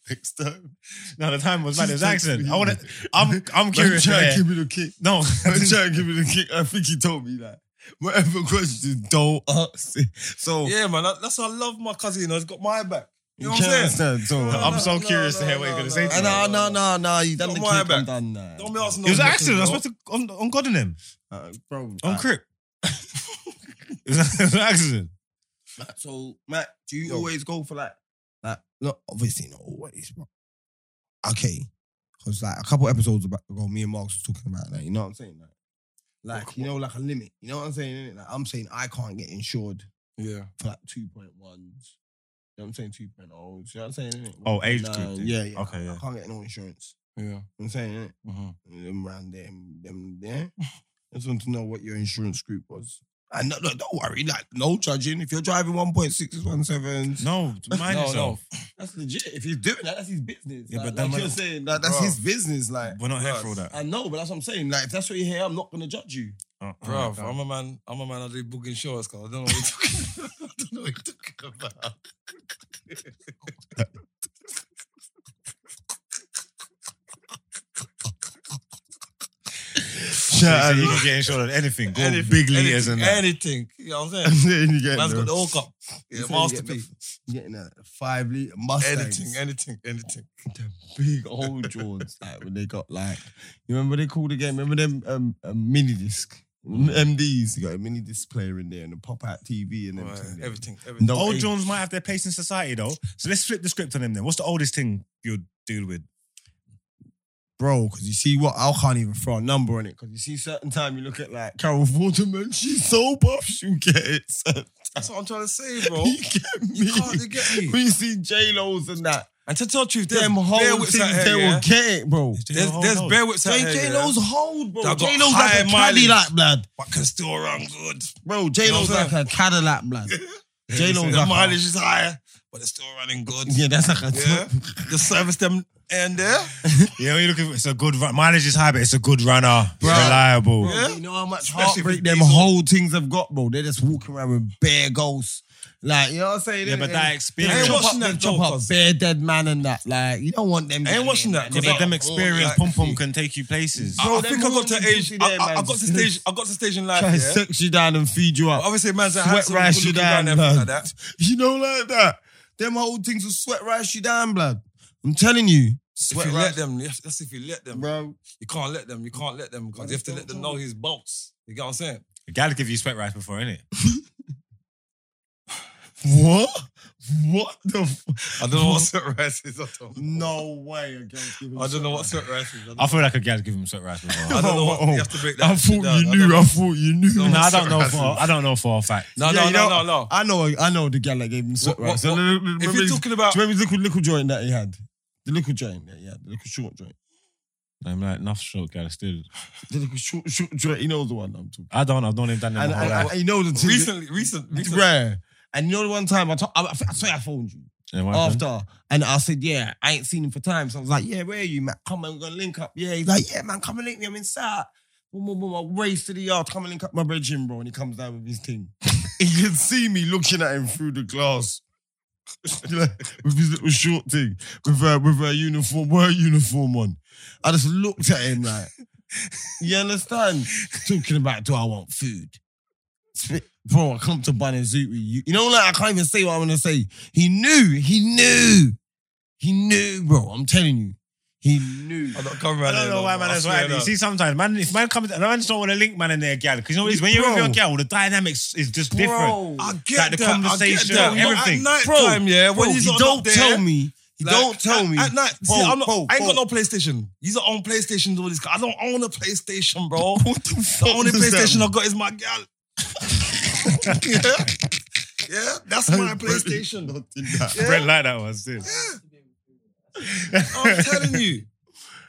S2: next time.
S1: No, the time was mad. It was
S2: Just
S1: accident. I
S2: text me.
S1: want to. I'm. I'm
S2: Don't
S1: curious. to
S2: try and
S1: hear-
S2: give me the kick.
S1: No,
S2: Don't try and give me the kick. I think he told me that. Whatever question, don't ask. it. So
S3: Yeah, man. that- that's why I love my cousin. You know, he's got my back. You know
S2: you
S3: what I'm
S2: can't
S3: saying?
S2: understand. So
S1: I'm so curious to hear what you're gonna say to
S2: Uh,
S1: me.
S2: no, no, no, no. You done
S3: Don't
S2: the
S3: worry
S2: kick. I'm
S3: about-
S2: done now.
S3: Don't be asking
S1: It was
S3: no
S1: an accident.
S3: questions,
S1: I was
S3: you know?
S1: supposed to on, on God and them.
S2: Uh, bro.
S1: On
S2: uh,
S1: Crip. it, was, it was an accident.
S2: So, Matt, do you
S3: Yo.
S2: always go for like, like, not obviously not always, but okay, because like a couple episodes about ago, me and Marks was talking about that. You know what I'm saying? Like, like you know, like a limit. You know what I'm saying? innit? Like, I'm saying I can't get insured
S3: Yeah.
S2: for like two point ones. You know what I'm saying? Two point ohs. You know what I'm saying? innit?
S1: Oh, age
S2: Nah,
S1: group. thing.
S2: yeah, yeah.
S1: Okay,
S2: I
S1: yeah. Mm-hmm.
S2: can't get no insurance.
S3: Yeah.
S2: You know what I'm saying innit?
S3: Mhm.
S2: them round there, and them there. I just want to know what your insurance group was. And no, no, don't worry, like no judging. If you're driving 1.6s, 1.7s,
S1: No, mind
S3: No,
S1: yourself.
S2: that's legit. If he's doing that, that's his business.
S1: Yeah,
S2: like,
S1: but that
S2: like
S1: might-
S2: you're saying, like, that's
S3: Bruh.
S2: his business. Like
S1: We're not here
S3: Right.
S1: for all that.
S2: I know, but that's what I'm saying. Like if that's what you hear, I'm not gonna judge you.
S1: Oh, oh my
S3: Bruv,
S1: God.
S3: I'm a man. I'm a man. I do book insurance because I don't know what you're talking. I don't know what you're talking about.
S1: So you said you can get insured on anything. Go big leaders
S3: anything,
S1: and that.
S3: anything. You know what I'm
S2: I'm
S3: saying?
S2: saying you get
S3: Man's got
S2: the-
S3: the whole cup.
S2: I'm saying you
S3: Yeah,
S2: get the-
S3: masterpiece.
S2: Getting a five liter Mustang,
S3: Anything, anything, anything.
S2: big old Jordans, like when they got like, you remember they called the game? Remember them um, a mini disc,
S3: Mm.
S2: MDs? You got a mini disc player in there and a pop out TV and
S3: Right,
S2: everything. there.
S3: Everything, everything.
S2: No,
S1: Old
S2: age-
S1: Jones might have their place in society though. So let's flip the script on them then. What's the oldest thing you'd deal with?
S2: bro, because you see what I can't even throw a number on it. Because you see, certain time you look at like Carol Vorderman, she's so buff, she'll get it. son.
S3: That's what I'm trying to say, bro.
S2: you get me?
S3: Oh, You can't they get me.
S2: when you see J Lo's and that,
S3: And to tell the truth, there's
S2: them
S3: bear
S2: whole
S3: whips
S2: things,
S3: out here,
S2: they
S3: yeah?
S2: will get it, bro.
S3: There's, there's bear whips out here,
S2: J
S3: yeah,
S2: Lo's hold, bro.
S3: That got
S2: J Lo's like a
S3: high mileage.
S2: Cadillac, blood.
S3: but can still run good.
S2: Bro,
S3: You
S2: J
S3: know
S2: Lo's
S3: what I'm
S2: like a Cadillac, blood. J Lo's
S3: the
S2: like
S3: mileage
S2: mileage.
S3: is higher, but it's still running good.
S2: Yeah, that's like a.
S3: Yeah, just service them and there.
S1: Yeah, what are you looking for? It's a good run. Mileage is high, but it's a good runner.
S2: Bro.
S1: Reliable.
S2: Bro,
S3: Yeah.
S2: you know how much
S3: Especially
S2: heartbreak
S3: with
S2: them
S3: diesel.
S2: whole things have got, bro. They're just walking around with bare ghosts. Like, you know what I'm saying?
S1: Yeah,
S2: They-
S1: but
S2: they-
S1: that
S2: they
S1: experience-
S2: chop
S3: Watching
S2: up,
S3: that
S2: they chop
S3: though,
S2: up
S3: cause-
S2: bare dead man and that. Like, you don't want them.
S3: I ain't watching that,
S1: Yeah,
S2: Cause
S3: cause
S1: but
S3: I-
S1: them experience,
S3: like-
S1: pom pom can take you places.
S2: Bro,
S3: I
S2: them
S3: think I got to
S2: rules
S3: age.
S2: you see
S3: I,
S2: there,
S3: I- I
S2: man.
S3: got to stage. I got to stage in life.
S2: Try and
S3: Yeah?
S2: suck you down and feed you
S3: But
S2: up.
S3: obviously, man's a
S2: Sweat
S3: handsome,
S2: rice you
S3: good-looking guy
S2: down,
S3: and everything like
S2: blood.
S3: that.
S2: You know, like that. Them whole things will sweat rice you down, blood. I'm telling you.
S3: If
S2: Sweat
S3: you let
S2: rice.
S3: them, yes, that's if you let them.
S2: Bro,
S3: You can't let them. You can't let them because you have to let them know his bolts. You get what I'm saying?
S1: A gal give you sweat rice before, innit?
S2: what? What the? F-
S3: I don't know what sweat rice is. I don't know.
S2: no way. a girl's giving
S3: I don't know
S2: sweat
S3: what
S2: rice.
S3: sweat rice is. I don't,
S1: I feel like a gal give him sweat rice before.
S3: I don't know what.
S2: Oh,
S3: You have to break that.
S2: I
S3: shit
S2: thought you
S3: down. I don't
S2: knew.
S3: know.
S2: I thought you knew.
S3: No,
S1: no, I
S3: what
S1: don't
S3: sweat
S1: know
S3: rice
S1: for I don't know for a fact.
S3: No,
S2: Yeah,
S3: Oh, no,
S2: you know-
S3: no, no, no.
S2: I know, I know the guy that gave him sweat
S3: What-
S2: rice.
S3: what-
S2: So remember-
S3: If
S2: remember
S3: you're
S2: his-
S3: talking about
S2: do you remember his little, little joint that he had? The little joint that he had, the little short joint.
S1: I'm like, enough short, guy. Still,
S2: He knows the one I'm talking.
S1: I don't. I've known him done it.
S2: And,
S1: my whole
S2: and,
S1: life.
S2: and you know the thing-
S3: Recently, recent, recent.
S2: Bruh. And you know the one time I to- I, I, think- I swear I phoned you
S1: And what happened?
S2: after, and I said, "Yeah, I ain't seen him for time." So I was like, "Yeah, where are you, man? Come on, we're gonna link up." Yeah, he's like, "Yeah, man, come and link me. I'm inside." Boom, boom, boom. I race to the yard, come and link up my bread gym, bro. And he comes down with his thing. he can see me looking at him through the glass. Like, with his little short thing, with her, with her uniform, her uniform on. I just looked at him like, you understand? Talking about, do I want food? Spit- Bro, I come to Bun and Zoot with you. You know, like, I can't even say what I'm going to say. He knew, he knew, he knew, bro. I'm telling you, he knew.
S3: I'm not coming
S1: I
S3: around
S1: don't
S3: here,
S1: know
S3: no,
S1: why, man.
S3: I
S1: That's
S3: swear
S1: why. You
S3: no.
S1: see, sometimes, man, if man comes, a man just don't want to link man in their gal. Because you know what it is? When you're with your
S2: Bro.
S1: gal, the dynamics is just
S2: Bro.
S1: different.
S3: I get
S1: Like, the
S3: that,
S1: conversation,
S3: I get that.
S1: everything.
S3: But at night
S2: Bro,
S3: time, yeah,
S2: Bro,
S3: when he's
S2: you
S3: on
S2: don't
S3: up there,
S2: tell me. You
S3: like,
S2: don't tell
S3: at-
S2: me.
S3: At night, see,
S2: Bro,
S3: I'm not,
S2: bro,
S3: I ain't got
S2: bro.
S3: no PlayStation. He's not own PlayStation. All this, I don't own a PlayStation, bro. What the
S2: fuck
S3: only
S2: does that
S3: PlayStation
S2: mean?
S3: I got is my gal. yeah, yeah, that's my PlayStation.
S1: Brent
S3: Yeah,
S1: like that one. Still.
S3: I'm telling you,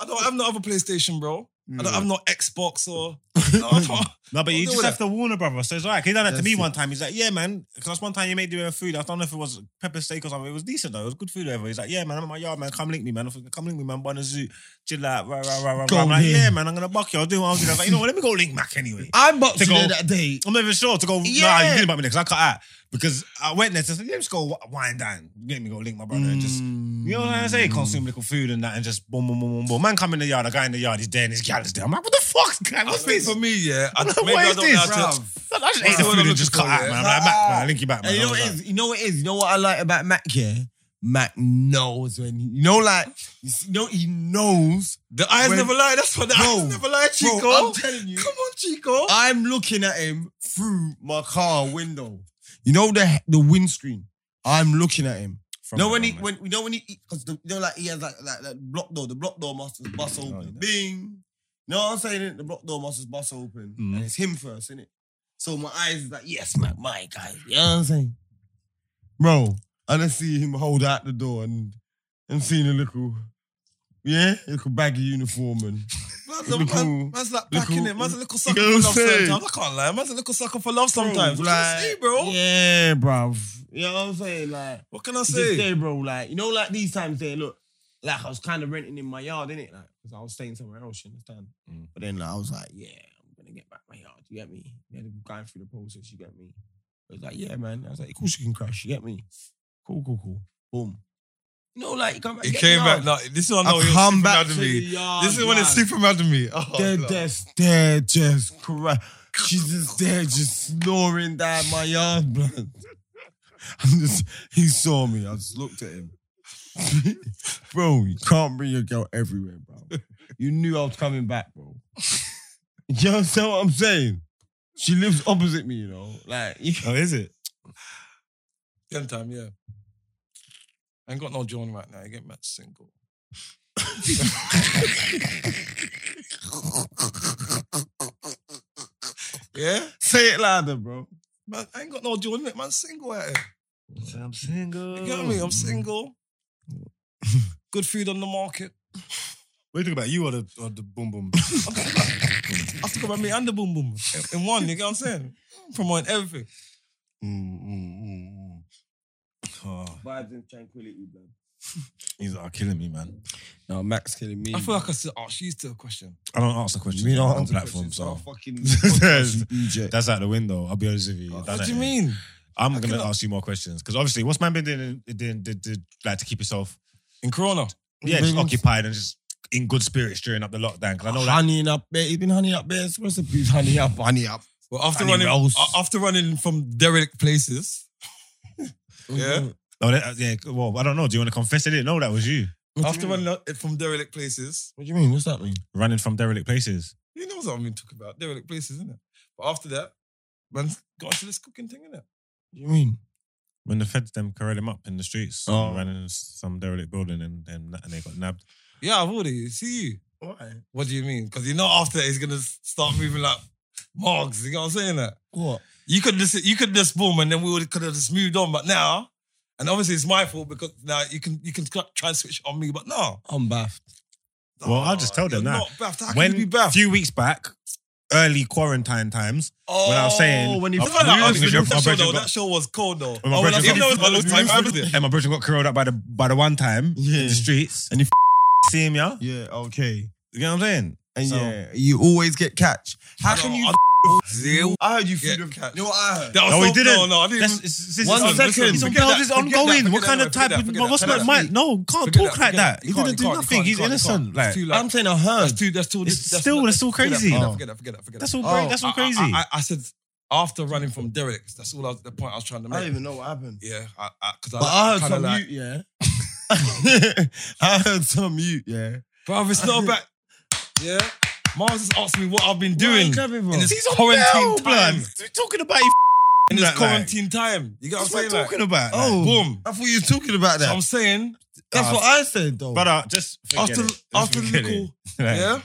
S3: I don't have no other PlayStation, bro. I don't have no Xbox or. No, I don't-
S1: No, but
S3: I'll
S1: you
S3: deal
S1: just
S3: with
S1: have to warn a brother. So it's all right. 'Cause He done that to
S2: That's
S1: me
S2: it.
S1: one time. He's like, yeah, man. Because one time you made doing food. I don't know if it was pepper steak or something. It was decent, though. It was good food, or whatever. He's like, yeah, man, I'm at my yard, man. Come link me, man. I'm thinking, come link me, man. Bun a zoo. Chill out. Rah, rah, rah, rah,
S2: Go
S1: rah. I'm like,
S2: here.
S1: yeah, man, I'm going to buck you. I'll do what I'll do. I was like, you know what? Let me go link Mac anyway.
S2: I boxed
S1: To
S2: you
S1: go-
S2: there that day.
S1: I'm not even sure to go. Nah, you
S2: Yeah.
S1: didn't buy me because I cut out. Because I went there to say, let's go wi- wind down. Let me go link my brother and just, you know what I'm saying?
S2: Mm.
S1: Consume little food and that and just boom, boom, boom, boom, boom. Man come in the yard, a guy in the yard, he's there and his gal is there. I'm like, what the fuck, guy? What's
S3: I think
S1: this?
S3: for me, yeah. I,
S1: What
S3: maybe I
S1: is
S3: don't
S1: this,
S3: know how to.
S1: bruv? I just ate the
S3: Bruh.
S1: food and just cut out, man. I'm like, Mac, man, I link you back, man.
S2: And you know what it is? You know what it is? You know what I like about Mac yeah? Mac knows when he, you know, like, you see- you know, he knows.
S3: The eyes
S2: When-
S3: never lie. That's what the
S2: Bro,
S3: eyes never lie, Chico.
S2: Bro, I'm telling you,
S3: Come on, Chico.
S2: I'm looking at him through my car window. You know the the windscreen. I'm looking at him.
S1: From
S2: no,
S1: my
S2: when he
S1: mum,
S2: when you know when he because you know like he has like like that block door. The block door must is bust open.
S1: yeah.
S2: Bing. You know what I'm saying? innit? The block door must is bust open,
S1: Mm.
S2: and it's him first, isn't it? So my eyes is like yes, man, my guy. You know what I'm saying, bro? And I see him hold out the door and and seeing a little. Yeah, little baggy uniform and
S3: Man's, a,
S2: Look who-
S3: man, man's like
S2: look
S3: back in
S2: who-
S3: it. Man's a little sucker
S2: You
S3: for
S2: know what
S3: love
S2: I'm saying?
S3: sometimes. I can't lie. Man's a little sucker for love sometimes. What can I say, bro?
S2: Yeah, bro. You know what I'm saying? Like
S3: What can I
S2: It's Just
S3: say?
S2: there, bro. Like, you know, like these times there, look, like I was kind of renting in my yard, innit? Like, because I was staying somewhere else, you understand?
S1: Mm.
S2: But then like, I was like, yeah, I'm gonna get back my yard, you get me? Yeah, they're going through the process, you get me? I was like, yeah, man. I was like, of course you can crash, you get me? Cool, cool, cool. Boom. You know, like, you come back.
S3: He
S2: get
S3: came
S2: the
S3: back.
S2: yard.
S3: Like, this is when I know
S2: I
S3: he was
S2: come
S3: super
S2: back
S3: mad
S2: to
S3: at
S2: the
S3: me.
S2: yard.
S3: This is when it's
S2: man.
S3: super mad at me. Oh,
S2: They're
S3: no.
S2: just, they're just cra- She's just there, just snoring down my yard, blood. I'm just, he saw me. I just looked at him. bro, you can't bring your girl everywhere, bro. You knew I was coming back, bro. You understand what I'm saying? She lives opposite me, you know. Like,
S1: Oh, is it?
S3: Ten time, yeah. I ain't got no John right now. I get mad single. yeah,
S2: say it louder, bro.
S3: man, I ain't got no John. Man, single out here.
S1: I'm single.
S3: You get me? I'm single. Good food on the market.
S1: What do you think about you or the, or the boom boom?
S3: I talk about me and the boom boom in one. You get what I'm saying? Promoting everything.
S1: Mm, mm, mm, mm. Oh,
S2: Vibes and tranquility, bro.
S1: these are killing me, man.
S2: No, Max killing me.
S3: I feel like I still oh, ask you still a question.
S1: I don't answer questions
S2: We don't
S1: on
S2: answer
S1: platform,
S2: questions, so
S1: so
S2: I fucking
S1: There's-
S2: Egypt.
S1: that's out the window. I'll be honest with
S2: Oh,
S1: you. Done
S3: what do
S1: it.
S3: you mean?
S1: I'm
S3: How
S1: gonna
S3: can I-
S1: ask you more questions because obviously, what's man been doing, doing, doing, doing like to keep yourself,
S3: In Corona.
S1: yeah, just
S2: Really?
S1: occupied and just in good spirits during up the lockdown? Because I know that
S2: honeying up there. He's been honeying up there. It's recipes, honey up, honey up.
S3: Well, after
S2: Danny
S3: running
S2: Rose.
S3: a- after running from derelict places. Yeah.
S1: Oh, that, yeah. Well, I don't know. Do you want to confess? I didn't know that was you
S3: after running out- from derelict places.
S2: What do you mean? What's that mean?
S1: running from derelict places.
S3: You know what I mean talk about. Derelict places, isn't it? But after that, man's got into this cooking thing, innit?
S2: What do you mean?
S1: When the feds them corralled him up in the streets,
S2: Oh.
S1: and ran in some derelict building and and, and they got nabbed.
S3: Yeah, I've already see you.
S2: Why?
S3: What do you mean? Because you know after that he's gonna start moving like margs, you know what I'm saying? That?
S2: What?
S3: You could just you could just boom and then we would could have just moved on. But now, and obviously it's my fault because now you can you can try and switch on me, but no.
S2: I'm baffed.
S1: Well, I'll just tell
S3: You're
S1: them now.
S3: Not baffed. How
S1: When
S3: can you be
S1: a
S3: baffed?
S1: few weeks back, early quarantine times,
S3: Oh,
S1: when I was saying,
S2: when he-
S1: I-
S3: It's not like
S1: I
S3: I was
S1: think it's your-
S3: that, show,
S1: my
S3: though,
S1: brother
S3: that show was cold though.
S1: When my
S3: Oh, when I-
S1: brother
S3: even though
S1: got-
S3: it was my last time, I was
S1: got- and my brother got curled up by the by the one time
S2: Yeah.
S1: in the streets,
S2: And he
S1: see him, yeah.
S2: Yeah, okay.
S1: You know what I'm saying?
S2: And
S1: So-
S2: yeah, you always get catch. How
S3: No,
S2: can you?
S3: I- Zero.
S2: I heard you
S3: Yeah.
S2: freedom catch. You know what I heard?
S3: That was
S1: No, he
S3: so-
S1: didn't.
S3: No, no, I didn't.
S1: That's,
S3: even-
S1: it's, it's,
S2: One
S1: it's-
S2: second.
S1: He's on
S3: Forget
S1: bail.
S3: that,
S1: It's
S3: forget that,
S1: ongoing. what
S3: forget
S1: kind
S3: that,
S1: of type?
S3: forget
S1: would-
S3: that,
S1: What's
S3: forget
S1: my
S3: that.
S1: mind? No, can't talk
S3: Forget that,
S1: like
S3: forget
S1: that. He
S3: You can't,
S1: didn't
S3: you
S1: do
S3: can't, you
S1: nothing.
S3: can't,
S1: He's
S3: you can't, you
S1: innocent.
S3: can't.
S1: Like
S3: It's too
S2: I'm
S3: late.
S2: saying I heard.
S3: That's too. That's too.
S1: It's
S3: that's-
S1: still-
S3: that's
S1: it's still
S3: forget that,
S1: crazy.
S3: Forget
S2: Oh.
S3: that. Forget that. Forget that. Forget that.
S1: that's all.
S2: Oh,
S1: that's
S3: I-
S1: all crazy.
S3: I, I, I said after running from Derek's. That's all. I was, the point I was trying to
S2: I don't
S3: make.
S2: even know what happened.
S3: Yeah, I, I, cause
S2: But I heard
S3: kinda
S2: some
S3: like,
S2: mute, yeah. I heard some mute, yeah.
S3: Bruv, it's not about. Yeah. Mars has asked me what I've been doing
S2: What are you
S3: in
S2: clapping for?
S3: this
S1: He's on
S3: quarantine
S1: bail, blood.
S3: time.
S1: We're talking about you.
S3: In this
S1: Like, like,
S3: quarantine time. You got
S1: What's
S3: what
S1: we
S3: I'm saying?
S1: talking about?
S2: Oh,
S1: Like,
S3: Boom.
S2: I thought you were talking about
S3: So
S2: that.
S3: I'm saying
S2: That's
S1: uh,
S2: what I said though.
S1: brother, uh, just forget
S3: after
S1: it. Just
S3: after the
S1: forget it.
S3: little,
S1: Like,
S3: yeah.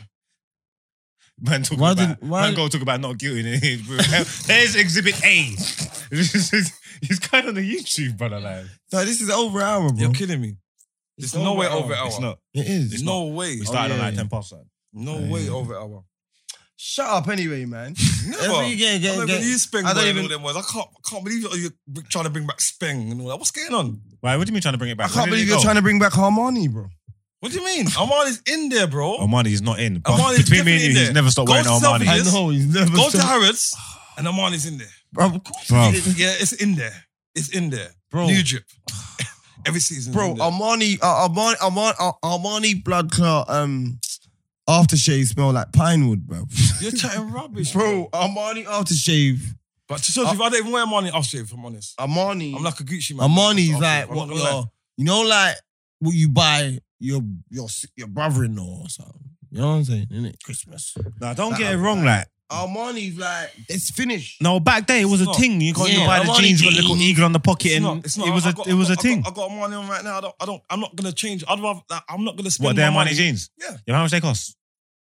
S1: Man, talking
S2: Why
S1: about
S2: didn't- why-
S1: man, go talk about not guilty. and he- There's Exhibit A. This is- He's kind of on the YouTube, brother. Like,
S2: So this is over an hour, bro.
S3: You're kidding me. There's no way over hour.
S1: it's not.
S2: It is.
S3: There's Oh, no oh, way.
S1: We started on
S2: yeah,
S1: like
S2: yeah.
S1: ten past. like.
S3: No
S2: Yeah,
S3: way
S2: yeah.
S3: over hour.
S2: Shut up anyway, man. That's what you
S3: Never.
S2: get,
S3: I
S2: get,
S3: don't
S2: get.
S3: even use Speng
S2: I don't
S3: boy and
S2: even-
S3: all them words. I can't, I can't believe you're, you're trying to bring back Speng and all that. What's going on?
S1: Why? What do you mean trying to bring it
S2: I
S1: back?
S2: can't believe you're trying to bring back harmony, bro.
S3: What do you mean? Armani's in there, bro.
S1: Armani's not in. But
S3: Armani's
S1: between me
S3: definitely
S1: and you,
S3: in
S1: he's
S3: there.
S1: never stopped
S3: Go
S1: wearing
S3: to
S1: Armani.
S3: Southampton.
S2: I
S3: Yes.
S2: know he's never.
S3: Go to
S2: said-
S3: Harrods and Armani's in there.
S2: bro. of course he
S1: Bruv.
S2: didn't.
S3: Yeah, it's in there. It's in there.
S2: Bro.
S3: New drip. Every season.
S2: Bro, Armani, uh, Armani, Armani, uh, Armani blood clot, um, aftershave smell like pine wood, bro.
S3: you're chatting rubbish,
S2: bro, Armani aftershave,
S3: But to tell you, I don't even wear Armani aftershave. If I'm honest,
S2: Armani,
S3: I'm like a Gucci man.
S2: Armani's
S3: Aftershave.
S2: like
S3: I'm not
S2: what
S3: gonna lie.
S2: your, you know, like what you buy your your your brother-in-law or something. You know what I'm saying? Isn't it Christmas?
S1: Nah, don't
S2: Nah,
S1: get it
S2: I'm
S1: wrong. Like,
S2: Armani's like it's finished.
S1: no, back then it was
S3: It's
S1: a
S3: not.
S1: thing. You can't
S2: Yeah,
S1: even buy the
S2: Armani
S1: jeans with a little
S2: jeans.
S1: eagle on the pocket,
S3: It's
S1: and
S3: not- it's not.
S1: it was
S3: I-
S1: a
S3: I got-
S1: it was
S3: I
S1: a
S3: got-
S1: thing.
S3: I got Armani on right now. I don't. I don't. I'm not gonna change. I'd rather. Like, I'm not gonna spend.
S1: What their
S3: my
S1: Armani jeans?
S3: Yeah.
S1: You know how much they cost?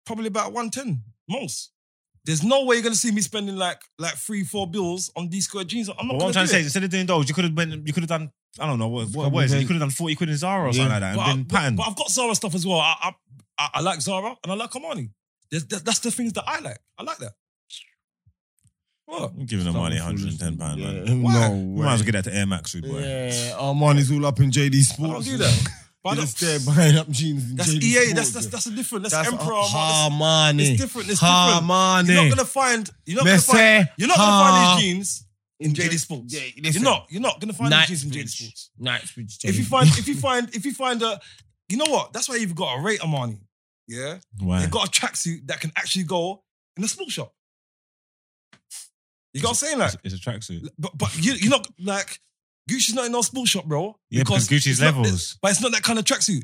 S3: Probably about one ten most. There's no way you're gonna see me spending like like three four bills on these square jeans. I'm not
S1: But
S3: gonna
S1: what I'm trying
S3: do
S1: to say
S3: it.
S1: is, instead of doing those, you could have been, you could have done, I don't know, what, what, what is it? You could have done 40 quid in Zara or something like that
S3: But, I,
S1: and been patterned.
S3: but I've got Zara stuff as well. I I, I, I like Zara and I like Armani. There's, that, that's the things that I like. I like that. What?
S1: I'm giving them money, 110 pound,
S2: Yeah,
S1: man.
S2: no
S3: Why?
S2: way.
S1: We might as well get that to Air Max, we boy.
S2: Yeah, Armani's all up in JD
S3: I
S2: Sports.
S3: don't do that. But I
S2: You're
S3: don't-
S2: just there buying up jeans. In
S3: that's
S2: JD
S3: EA.
S2: Sports,
S3: That's that's
S2: yeah.
S3: that's a different. That's,
S2: That's
S3: Emperor. Armani.
S2: Armani.
S3: It's different. It's different.
S2: Armani.
S3: You're not gonna find. You're not gonna
S2: Messi,
S3: find. You're not gonna
S2: Ha-
S3: find these jeans in
S2: J-
S3: JD Sports.
S2: Yeah,
S3: you're
S2: listen.
S3: not. You're not gonna find these jeans in JD
S2: Knightsbridge.
S3: Sports.
S2: Knightsbridge.
S3: If you find, if you find, if you find a, you know what? That's why you've got to rate Armani. Yeah,
S1: Why?
S3: they've got a tracksuit that can actually go in a small shop. You got what I'm saying, like,
S1: It's, it's a tracksuit.
S3: but but you you're not like Gucci's not in no small shop, bro.
S1: Yeah, because Gucci's
S3: it's not-
S1: levels.
S3: But it's not that kind of tracksuit.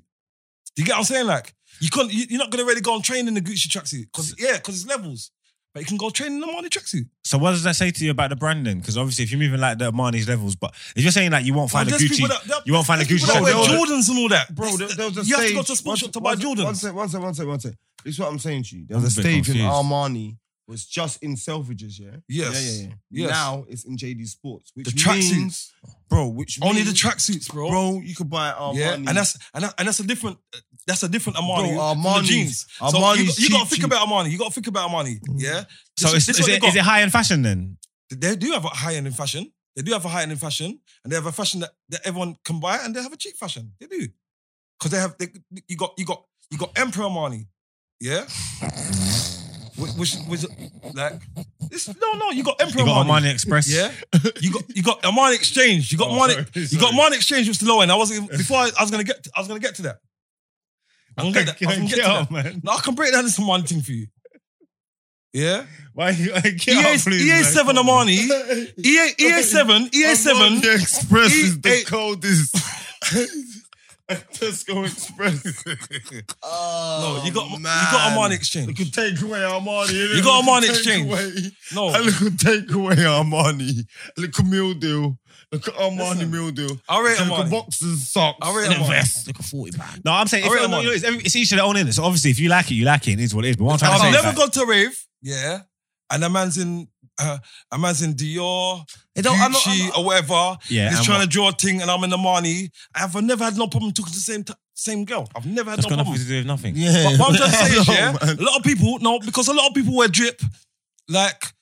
S3: You get what I'm saying? Like, you can't, you, you're not gonna really go and train in the Gucci tracksuit. Cause yeah, cause it's levels. But you can go train in the Armani tracksuit.
S1: So what does that say to you about the branding? Because obviously, if you're moving like the Armani's levels, but if you're saying like you won't find
S3: Like,
S1: a
S3: there's
S1: Gucci,
S3: people that- there-
S1: you won't find a
S3: there's
S1: Gucci.
S3: people that
S1: so
S3: wear
S1: they'll-
S3: Jordans and all that,
S2: Bro, there,
S3: That's-
S2: there was a
S3: you have
S2: stage.
S3: to go to a small
S2: One
S3: shop to
S2: sec-
S3: buy
S2: one sec- One
S3: Jordans.
S2: sec, one sec, one sec, one sec. This is what I'm saying to you. There
S1: I'm
S2: was a
S1: a bit
S2: stage when
S1: confused.
S2: Armani was just in Selfridges, yeah?
S3: Yes.
S2: Yeah, yeah, yeah.
S3: Yes.
S2: Now it's in JD Sports, which
S3: The
S2: means,
S3: tracksuits,
S2: bro, which
S3: only the
S2: means,
S3: tracksuits, bro.
S2: bro, you could buy Armani.
S3: yeah, and that's and, that, and that's a different that's a different Armani.
S2: Bro,
S3: from the
S2: Armani's-
S3: jeans. so you,
S2: Armani's
S3: you gotta
S2: cheap,
S3: think
S2: cheap.
S3: about Armani. You gotta think about Armani. Yeah.
S1: So
S3: This
S1: is,
S3: this
S1: is,
S3: what they
S1: it,
S3: got.
S1: is it high end fashion then?
S3: they do have a high end in fashion. They do have a high end in fashion, and they have a fashion that, that everyone can buy, and they have a cheap fashion. They do because they have they, you got you got you got Emperor Armani, yeah. Which, which which like this, no no you got Emperor
S1: You got
S3: Armani,
S1: Armani Oh, Express.
S3: yeah. You got you got Armani Exchange. You got Armani. You got Armani Exchange, which is low end. I wasn't even- before. I, I was gonna get. I was gonna get to that. I'm gonna get, that. I can get to that.
S1: man.
S3: No, I can break down this one thing for you. Yeah.
S1: Why you get
S3: EA,
S1: up, please,
S3: EA
S1: man.
S3: E seven Armani. EA EA E seven EA seven.
S2: Armani Express
S3: E-
S2: is the
S3: eight-
S2: coldest.
S1: Tesco Express.
S2: Oh,
S3: No, you got you
S2: man.
S3: got Armani
S2: You
S3: Exchange.
S2: could take away Armani. innit?
S3: You got
S2: We could
S3: Armani
S2: take
S3: Exchange.
S2: away-
S3: No,
S2: A little takeaway Armani, a little meal deal, look at Armani
S3: Listen,
S2: meal deal.
S3: I rate
S2: Take a
S3: Armani.
S2: boxes, socks,
S3: I rate
S2: and a
S3: Armani.
S2: vest. Look at 40 pounds.
S1: no, I'm saying if
S3: Alright,
S1: you know,
S3: man.
S1: you know, it's, every- it's each to their own in So obviously, if you like it, you like it. It is what it is. But what I'm trying to say is
S3: I've never
S1: like-
S3: gone to a rave. Yeah, and a man's in uh, a man's in Dior,
S2: They
S3: Gucci,
S2: don't- I'm not- I'm not-
S3: or whatever.
S1: yeah,
S3: He's
S1: and
S3: trying to draw a thing, and I'm in the money. I've never had no problem talking to the same t- same girl. I've never had
S1: That's
S3: no
S1: got nothing
S3: problems.
S1: to do with nothing.
S2: Yeah.
S3: But what I'm trying to say is,
S2: No,
S3: yeah,
S2: man.
S3: a lot of people, no, because a lot of people wear drip, like,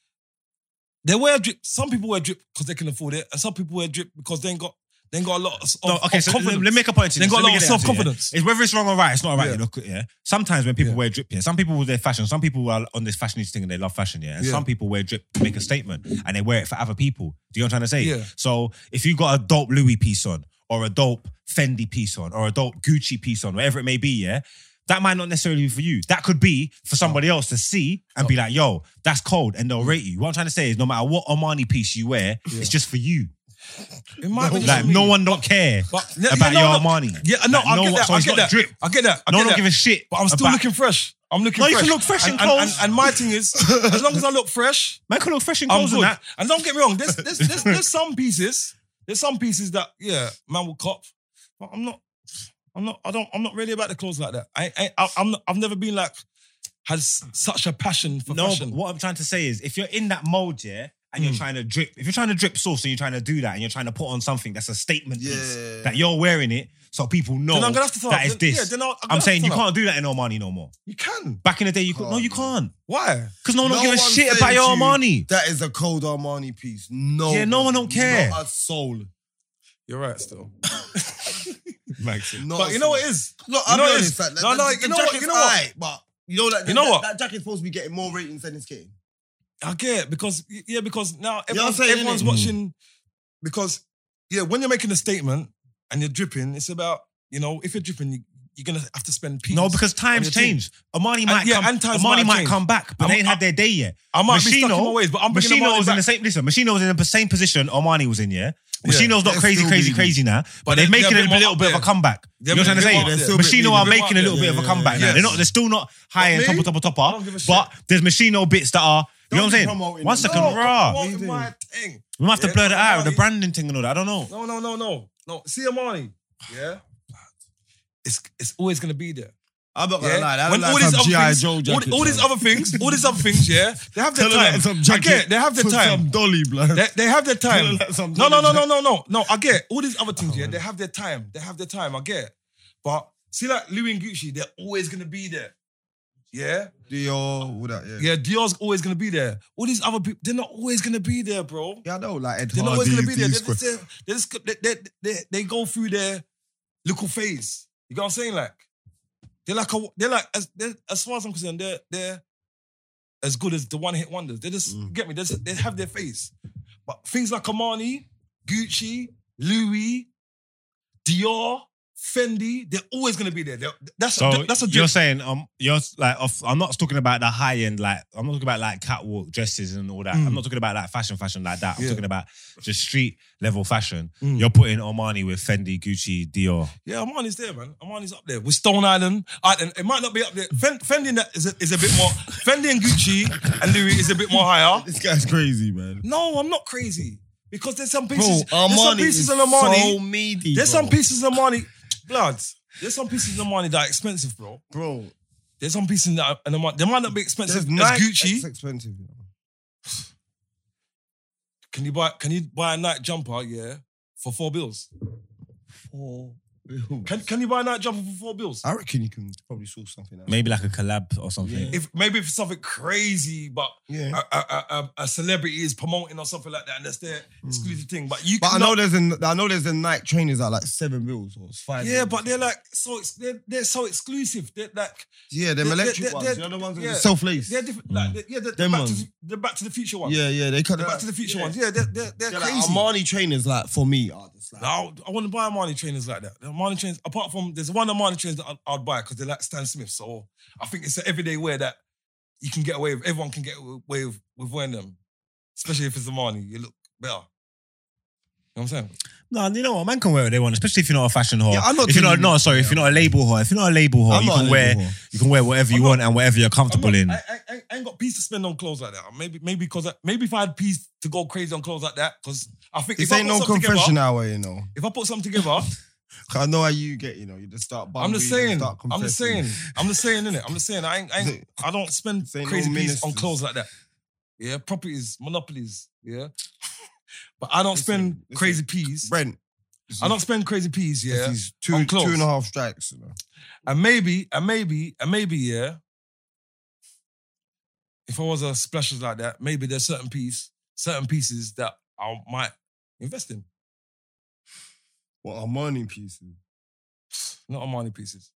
S3: they wear drip. Some people wear drip because they can afford it, and some people wear drip because they ain't got, they ain't got a lot of,
S1: No,
S3: of-
S1: okay,
S3: of
S1: so let-
S3: confidence.
S1: let me make a point. to this.
S3: they ain't got
S1: Let
S3: a
S1: me
S3: lot of
S1: get it out
S3: self
S1: to you, yeah?
S3: confidence.
S1: It's whether it's wrong or right. It's not right.
S3: Yeah.
S1: You know, yeah. Sometimes when people
S3: Yeah.
S1: wear drip, yeah. Some people with their fashion. Some people are on this fashionista thing and they love fashion, yeah. And
S3: Yeah.
S1: some people wear drip to make a statement and they wear it for other people. Do you know what I'm trying to say?
S3: Yeah.
S1: So if you got a dope Louis piece on, or a dope Fendi piece on, or a dope Gucci piece on, whatever it may be, yeah. That might not necessarily be for you. That could be for somebody else to see and
S3: Oh.
S1: be like, yo, that's cold, and they'll rate you. What I'm trying to say is no matter what Armani piece you wear, it's just for you.
S3: It might be just
S1: Like
S3: me.
S1: no one don't care
S3: But- yeah,
S1: about
S3: yeah, no,
S1: your
S3: no.
S1: Armani.
S3: Yeah, no,
S1: Like,
S3: I
S1: no
S3: get
S1: one-
S3: that.
S1: so
S3: I
S1: it's
S3: get
S1: not
S3: that.
S1: drip.
S3: I get that. I
S1: No one
S3: get that.
S1: don't give a shit.
S3: But I'm still
S1: about-
S3: looking fresh. I'm looking
S1: No, you
S3: fresh.
S1: can look fresh in
S3: and, and, and,
S1: clothes.
S3: and my thing is, as long as I look fresh,
S1: Man can look fresh in
S3: I'm
S1: clothes
S3: good.
S1: and
S3: And,
S1: that.
S3: don't get me wrong, there's, there's, there's, there's some pieces, there's some pieces that, yeah, man will cop. But I'm not, I'm not, I don't, I'm not really about the clothes like that. I, I, I I'm not, I've never been like, has such a passion for
S1: No, but
S3: fashion.
S1: what I'm trying to say is if you're in that mold, yeah, and
S3: Hmm.
S1: you're trying to drip, if you're trying to drip sauce and you're trying to do that and you're trying to put on something that's a statement piece
S2: Yeah.
S1: that you're wearing it so people know
S3: Then I'm gonna have to turn
S1: that
S3: up.
S1: is
S3: Then-
S1: this.
S3: yeah, then I'll- I'm gonna
S1: I'm
S3: have to
S1: saying you
S3: turn up.
S1: can't do that in Armani no more.
S3: You can.
S1: Back in the day, you could. No,
S2: Can't.
S1: you can't.
S3: Why?
S1: Because no one don't
S2: No
S1: give a
S2: one's
S1: shit about
S2: saying
S1: your
S2: to you,
S1: Armani.
S2: That is a cold Armani piece. No.
S1: Yeah, no one don't care.
S2: Not a soul.
S3: You're right still.
S2: Not
S3: But
S2: a
S3: you know
S2: soul.
S3: what it is?
S2: Look, I'll
S3: You know
S2: be
S3: what it
S2: honest.
S3: is?
S2: Like,
S3: No,
S2: no,
S3: no,
S2: no, you
S3: the
S2: know what?
S3: jacket's
S2: You know
S3: aight,
S2: what? But you know that.
S3: You know
S2: that-
S3: what?
S2: That jacket's supposed to be getting more ratings than it's getting.
S3: I get because yeah, because now
S2: You know what I'm
S3: everyone's,
S2: saying,
S3: everyone's
S2: innit? Mm.
S3: watching because yeah, when you're making a statement and you're dripping, it's about you know if you're dripping, you, you're gonna have to spend peas.
S1: No, because times
S3: your team.
S1: change. Armani might
S3: yeah,
S1: come.
S3: and times
S1: Armani
S3: might
S1: might
S3: change.
S1: come back, but
S3: I'm-
S1: they ain't
S3: I-
S1: had their day yet.
S3: I might be stuck in
S1: Machino-
S3: my ways, but I'm bringing
S1: Machino
S3: Machino
S1: was in
S3: back.
S1: the same. Listen, Machino was in the same position Armani was in. Yeah, Machino's not
S2: They're
S1: crazy,
S2: still
S1: crazy,
S2: really-
S1: crazy now, but, they're,
S3: they're-
S1: making a
S3: they're a bit more
S1: little
S3: up
S1: bit of
S3: there.
S1: a comeback.
S3: They're
S1: you know what I'm
S3: a bit
S1: trying
S3: more
S1: to
S3: up
S1: say?
S3: there.
S1: Machino are
S2: They're a bit
S1: making a
S2: more
S1: little bit
S2: up there.
S1: of a
S2: Yeah,
S1: comeback
S2: yeah,
S1: now. They're
S3: yeah.
S1: not. They're still not high end
S3: But me,
S1: topper, topper,
S3: I don't give
S1: topper.
S3: a shit.
S1: But there's Machino bits that are. You know what
S2: Don't be
S1: I'm saying?
S2: promoting
S1: One
S2: them.
S1: second,
S3: No,
S1: rah.
S3: what
S2: Me
S3: in
S2: too.
S3: my thing?
S1: We might have to
S3: Yeah,
S1: blur that out with the
S3: Armani.
S1: branding thing and all that. I don't know.
S3: No, no, no, no, no. See Armani, yeah. It's it's always gonna be there.
S2: I'm not
S3: Yeah?
S2: gonna lie. That
S3: when
S2: looks
S3: all
S2: like
S3: these
S2: some
S3: other
S2: G.I.
S3: things,
S2: Joe
S3: all,
S2: jacket,
S3: all these
S2: bro.
S3: other things, all these other things, yeah, they have their
S2: Tell her
S3: time.
S2: that's some
S3: I
S2: jacket.
S3: get, they have their
S2: Put
S3: time.
S2: Some dolly, blood.
S3: They, they have their time.
S2: That's something
S3: No, no, no, no,
S2: different.
S3: no, no. No, I get all these other things, yeah. They have their time. They have their time. I get. But see, like Louis and Gucci, they're always gonna be there. Yeah?
S2: Dior, all that. Yeah.
S3: Yeah, Dior's always gonna be there. All these other people, they're not always gonna be there, bro.
S2: Yeah, I know. Like Ed
S3: They're not always
S2: Hardy,
S3: gonna be there. They're
S2: these
S3: just, they're, they're just they, they, they, they go through their little phase. You know what I'm saying? Like they're like a, they're like as they're, as far as I'm concerned, they're they're as good as the one hit wonders. They just get me. They just, they have their face, but things like Armani, Gucci, Louis, Dior, Fendi, they're always gonna be there. They're, that's
S1: So
S3: a, that's a
S1: you're
S3: drip.
S1: saying um you're s- like off, I'm not talking about the high end like I'm not talking about like catwalk dresses and all that. I'm not talking about like fashion fashion like that. I'm
S3: Yeah.
S1: talking about just street level fashion.
S3: Mm.
S1: You're putting Armani with Fendi, Gucci, Dior.
S3: Yeah, Armani's there, man. Armani's up there with Stone Island. I, and it might not be up there. Fen- Fendi and that is a, is a bit more. Fendi and Gucci and Louis is a bit more higher.
S2: This guy's crazy, man.
S3: No, I'm not crazy because there's some
S2: Bro,
S3: pieces. there's some
S2: Armani
S3: pieces
S2: is
S3: of Armani.
S2: so meaty.
S3: there's
S2: bro.
S3: some pieces of Armani. Bloods. There's some pieces of Armani that are expensive, bro.
S2: bro.
S3: There's some pieces that are, and Armani, they might not be expensive
S2: There's
S3: as
S2: Nike-
S3: Gucci.
S2: It's expensive. you know.
S3: Can you buy? Can you buy a Nike jumper? Yeah, for four bills. Can Can you buy a Nike jumper for four bills?
S2: I reckon you can probably source something out.
S1: Maybe like a collab or something.
S3: If maybe if it's something crazy, but
S2: Yeah.
S3: a, a, a, a celebrity is promoting or something like that, and that's their exclusive thing. But you,
S2: Hmm. But I
S3: cannot-
S2: know there's a I know there's a Nike trainers that are like seven bills or it's five.
S3: yeah,
S2: bills.
S3: but they're like so ex- they're, they're so exclusive. They're like
S2: yeah, them
S3: they're-
S2: electric
S3: they're-
S2: ones.
S3: they're-
S2: you know the ones with
S3: yeah.
S2: the self lace.
S3: they're different. Like they're, yeah, they're, they're
S2: Them
S3: back to
S2: ones.
S3: the, they're back to the future ones.
S2: Yeah, yeah, they cut
S3: The
S2: them
S3: Back to the Future
S2: yeah.
S3: ones, yeah, they're they're, they're
S2: They're like
S3: crazy.
S2: Armani trainers, like for me, are just like
S3: No, I wouldn't buy Armani trainers like that. The Armani trainers, apart from there's one Armani trainers that I'd, I'd buy because they're like Stan Smith. So I think it's an everyday wear that you can get away with. Everyone can get away with, with wearing them, especially if it's Armani. You look better. You know what I'm saying?
S1: No, you know what? Man can wear what they want, especially if you're not a fashion whore.
S2: Yeah, I'm not
S1: if you're not
S2: telling
S1: no,
S2: you-
S1: sorry, if you're not a label whore, if you're not a label whore,
S2: I'm
S1: you
S2: not
S1: can
S2: a
S1: wear
S2: label whore.
S1: you can wear whatever you want and whatever you're
S3: I'm
S1: comfortable
S3: not-
S1: in.
S3: I, I- I- I ain't got peace to spend on clothes like that. Maybe maybe because maybe if I had peace to go crazy on clothes like that, because I think
S2: This
S3: if I
S2: ain't
S3: put
S2: no
S3: something together-
S2: confession hour, you know.
S3: if I put something together,
S2: 'Cause I know how you get, you know. You just start.
S3: I'm
S2: bum-reading,
S3: just saying.
S2: start
S3: I'm just
S2: confessing.
S3: saying. I'm just saying, innit? I'm just saying. I ain't. I, ain't, I don't spend
S2: Say no
S3: crazy peas on
S2: ministers.
S3: clothes like that. Yeah, properties, monopolies. Yeah, but I don't
S2: Listen,
S3: spend
S2: listen.
S3: crazy peas
S2: Brent,
S3: I don't spend crazy peas, yeah.
S2: He's two,
S3: I'm
S2: two
S3: close.
S2: and a half strikes. You know.
S3: And maybe, and maybe, and maybe, yeah. If I was a splashes like that, maybe there's certain piece, certain pieces that I might invest in.
S2: What Armani pieces?
S3: Not Armani pieces.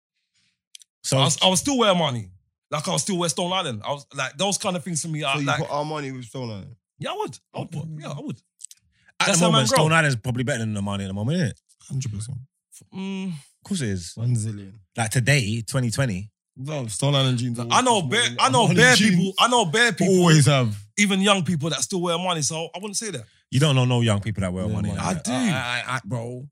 S1: So
S3: I was, I was still wear Armani. Like I was still wear Stone Island. I was like those kind of things for me. I,
S2: So you
S3: like,
S2: put Armani with Stone Island.
S3: yeah, I would. I would. Put, yeah, I would.
S1: at
S3: that's
S1: the
S3: how man
S1: moment,
S3: grow.
S1: Stone Island's probably better than Armani at the moment, isn't it?
S2: Hundred percent.
S3: Mm,
S1: Of course it is.
S2: One zillion.
S1: Like today, 2020.
S2: No, Stone Island jeans. are
S3: I know
S2: always
S3: bare.
S2: more than
S3: I know
S2: Armani
S3: bare
S2: jeans.
S3: people. I know bare people.
S2: Always have.
S3: Even young people that still wear Armani. So I wouldn't say that.
S1: You don't know no young people that wear
S2: Yeah,
S1: Armani.
S2: man.
S1: like
S3: I
S1: that.
S3: do.
S2: I- I- I- bro.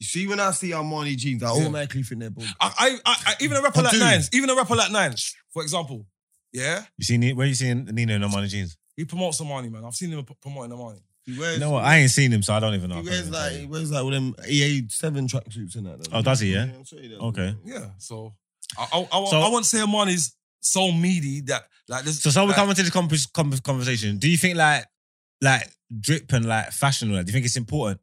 S2: You see, when I see Armani jeans, I
S3: Yeah.
S2: automatically think they're bullshit.
S3: I, I, I, I even a rapper
S2: I
S3: like
S2: do.
S3: Nines, even a rapper like Nines, for example, yeah,
S1: You seen it? Where you seen Nino in Armani jeans?
S3: he promotes Armani, man. I've seen him p- promoting Armani.
S2: He wears,
S1: You know what? I ain't seen him, so I don't even know.
S2: he
S1: I can't
S2: wears
S1: even
S2: like
S1: tell
S2: he
S1: you.
S2: wears like all them EA seven tracksuits and that.
S1: Oh, does he, yeah?
S2: I'm sure he does.
S1: Okay.
S3: Yeah, so I, I, I,
S1: So-
S3: I won't say Armani's so meaty that like this.
S1: So, so we
S3: like,
S1: come into this com- com- conversation. Do you think like, like drip and like fashion? and all that, Do you think it's important?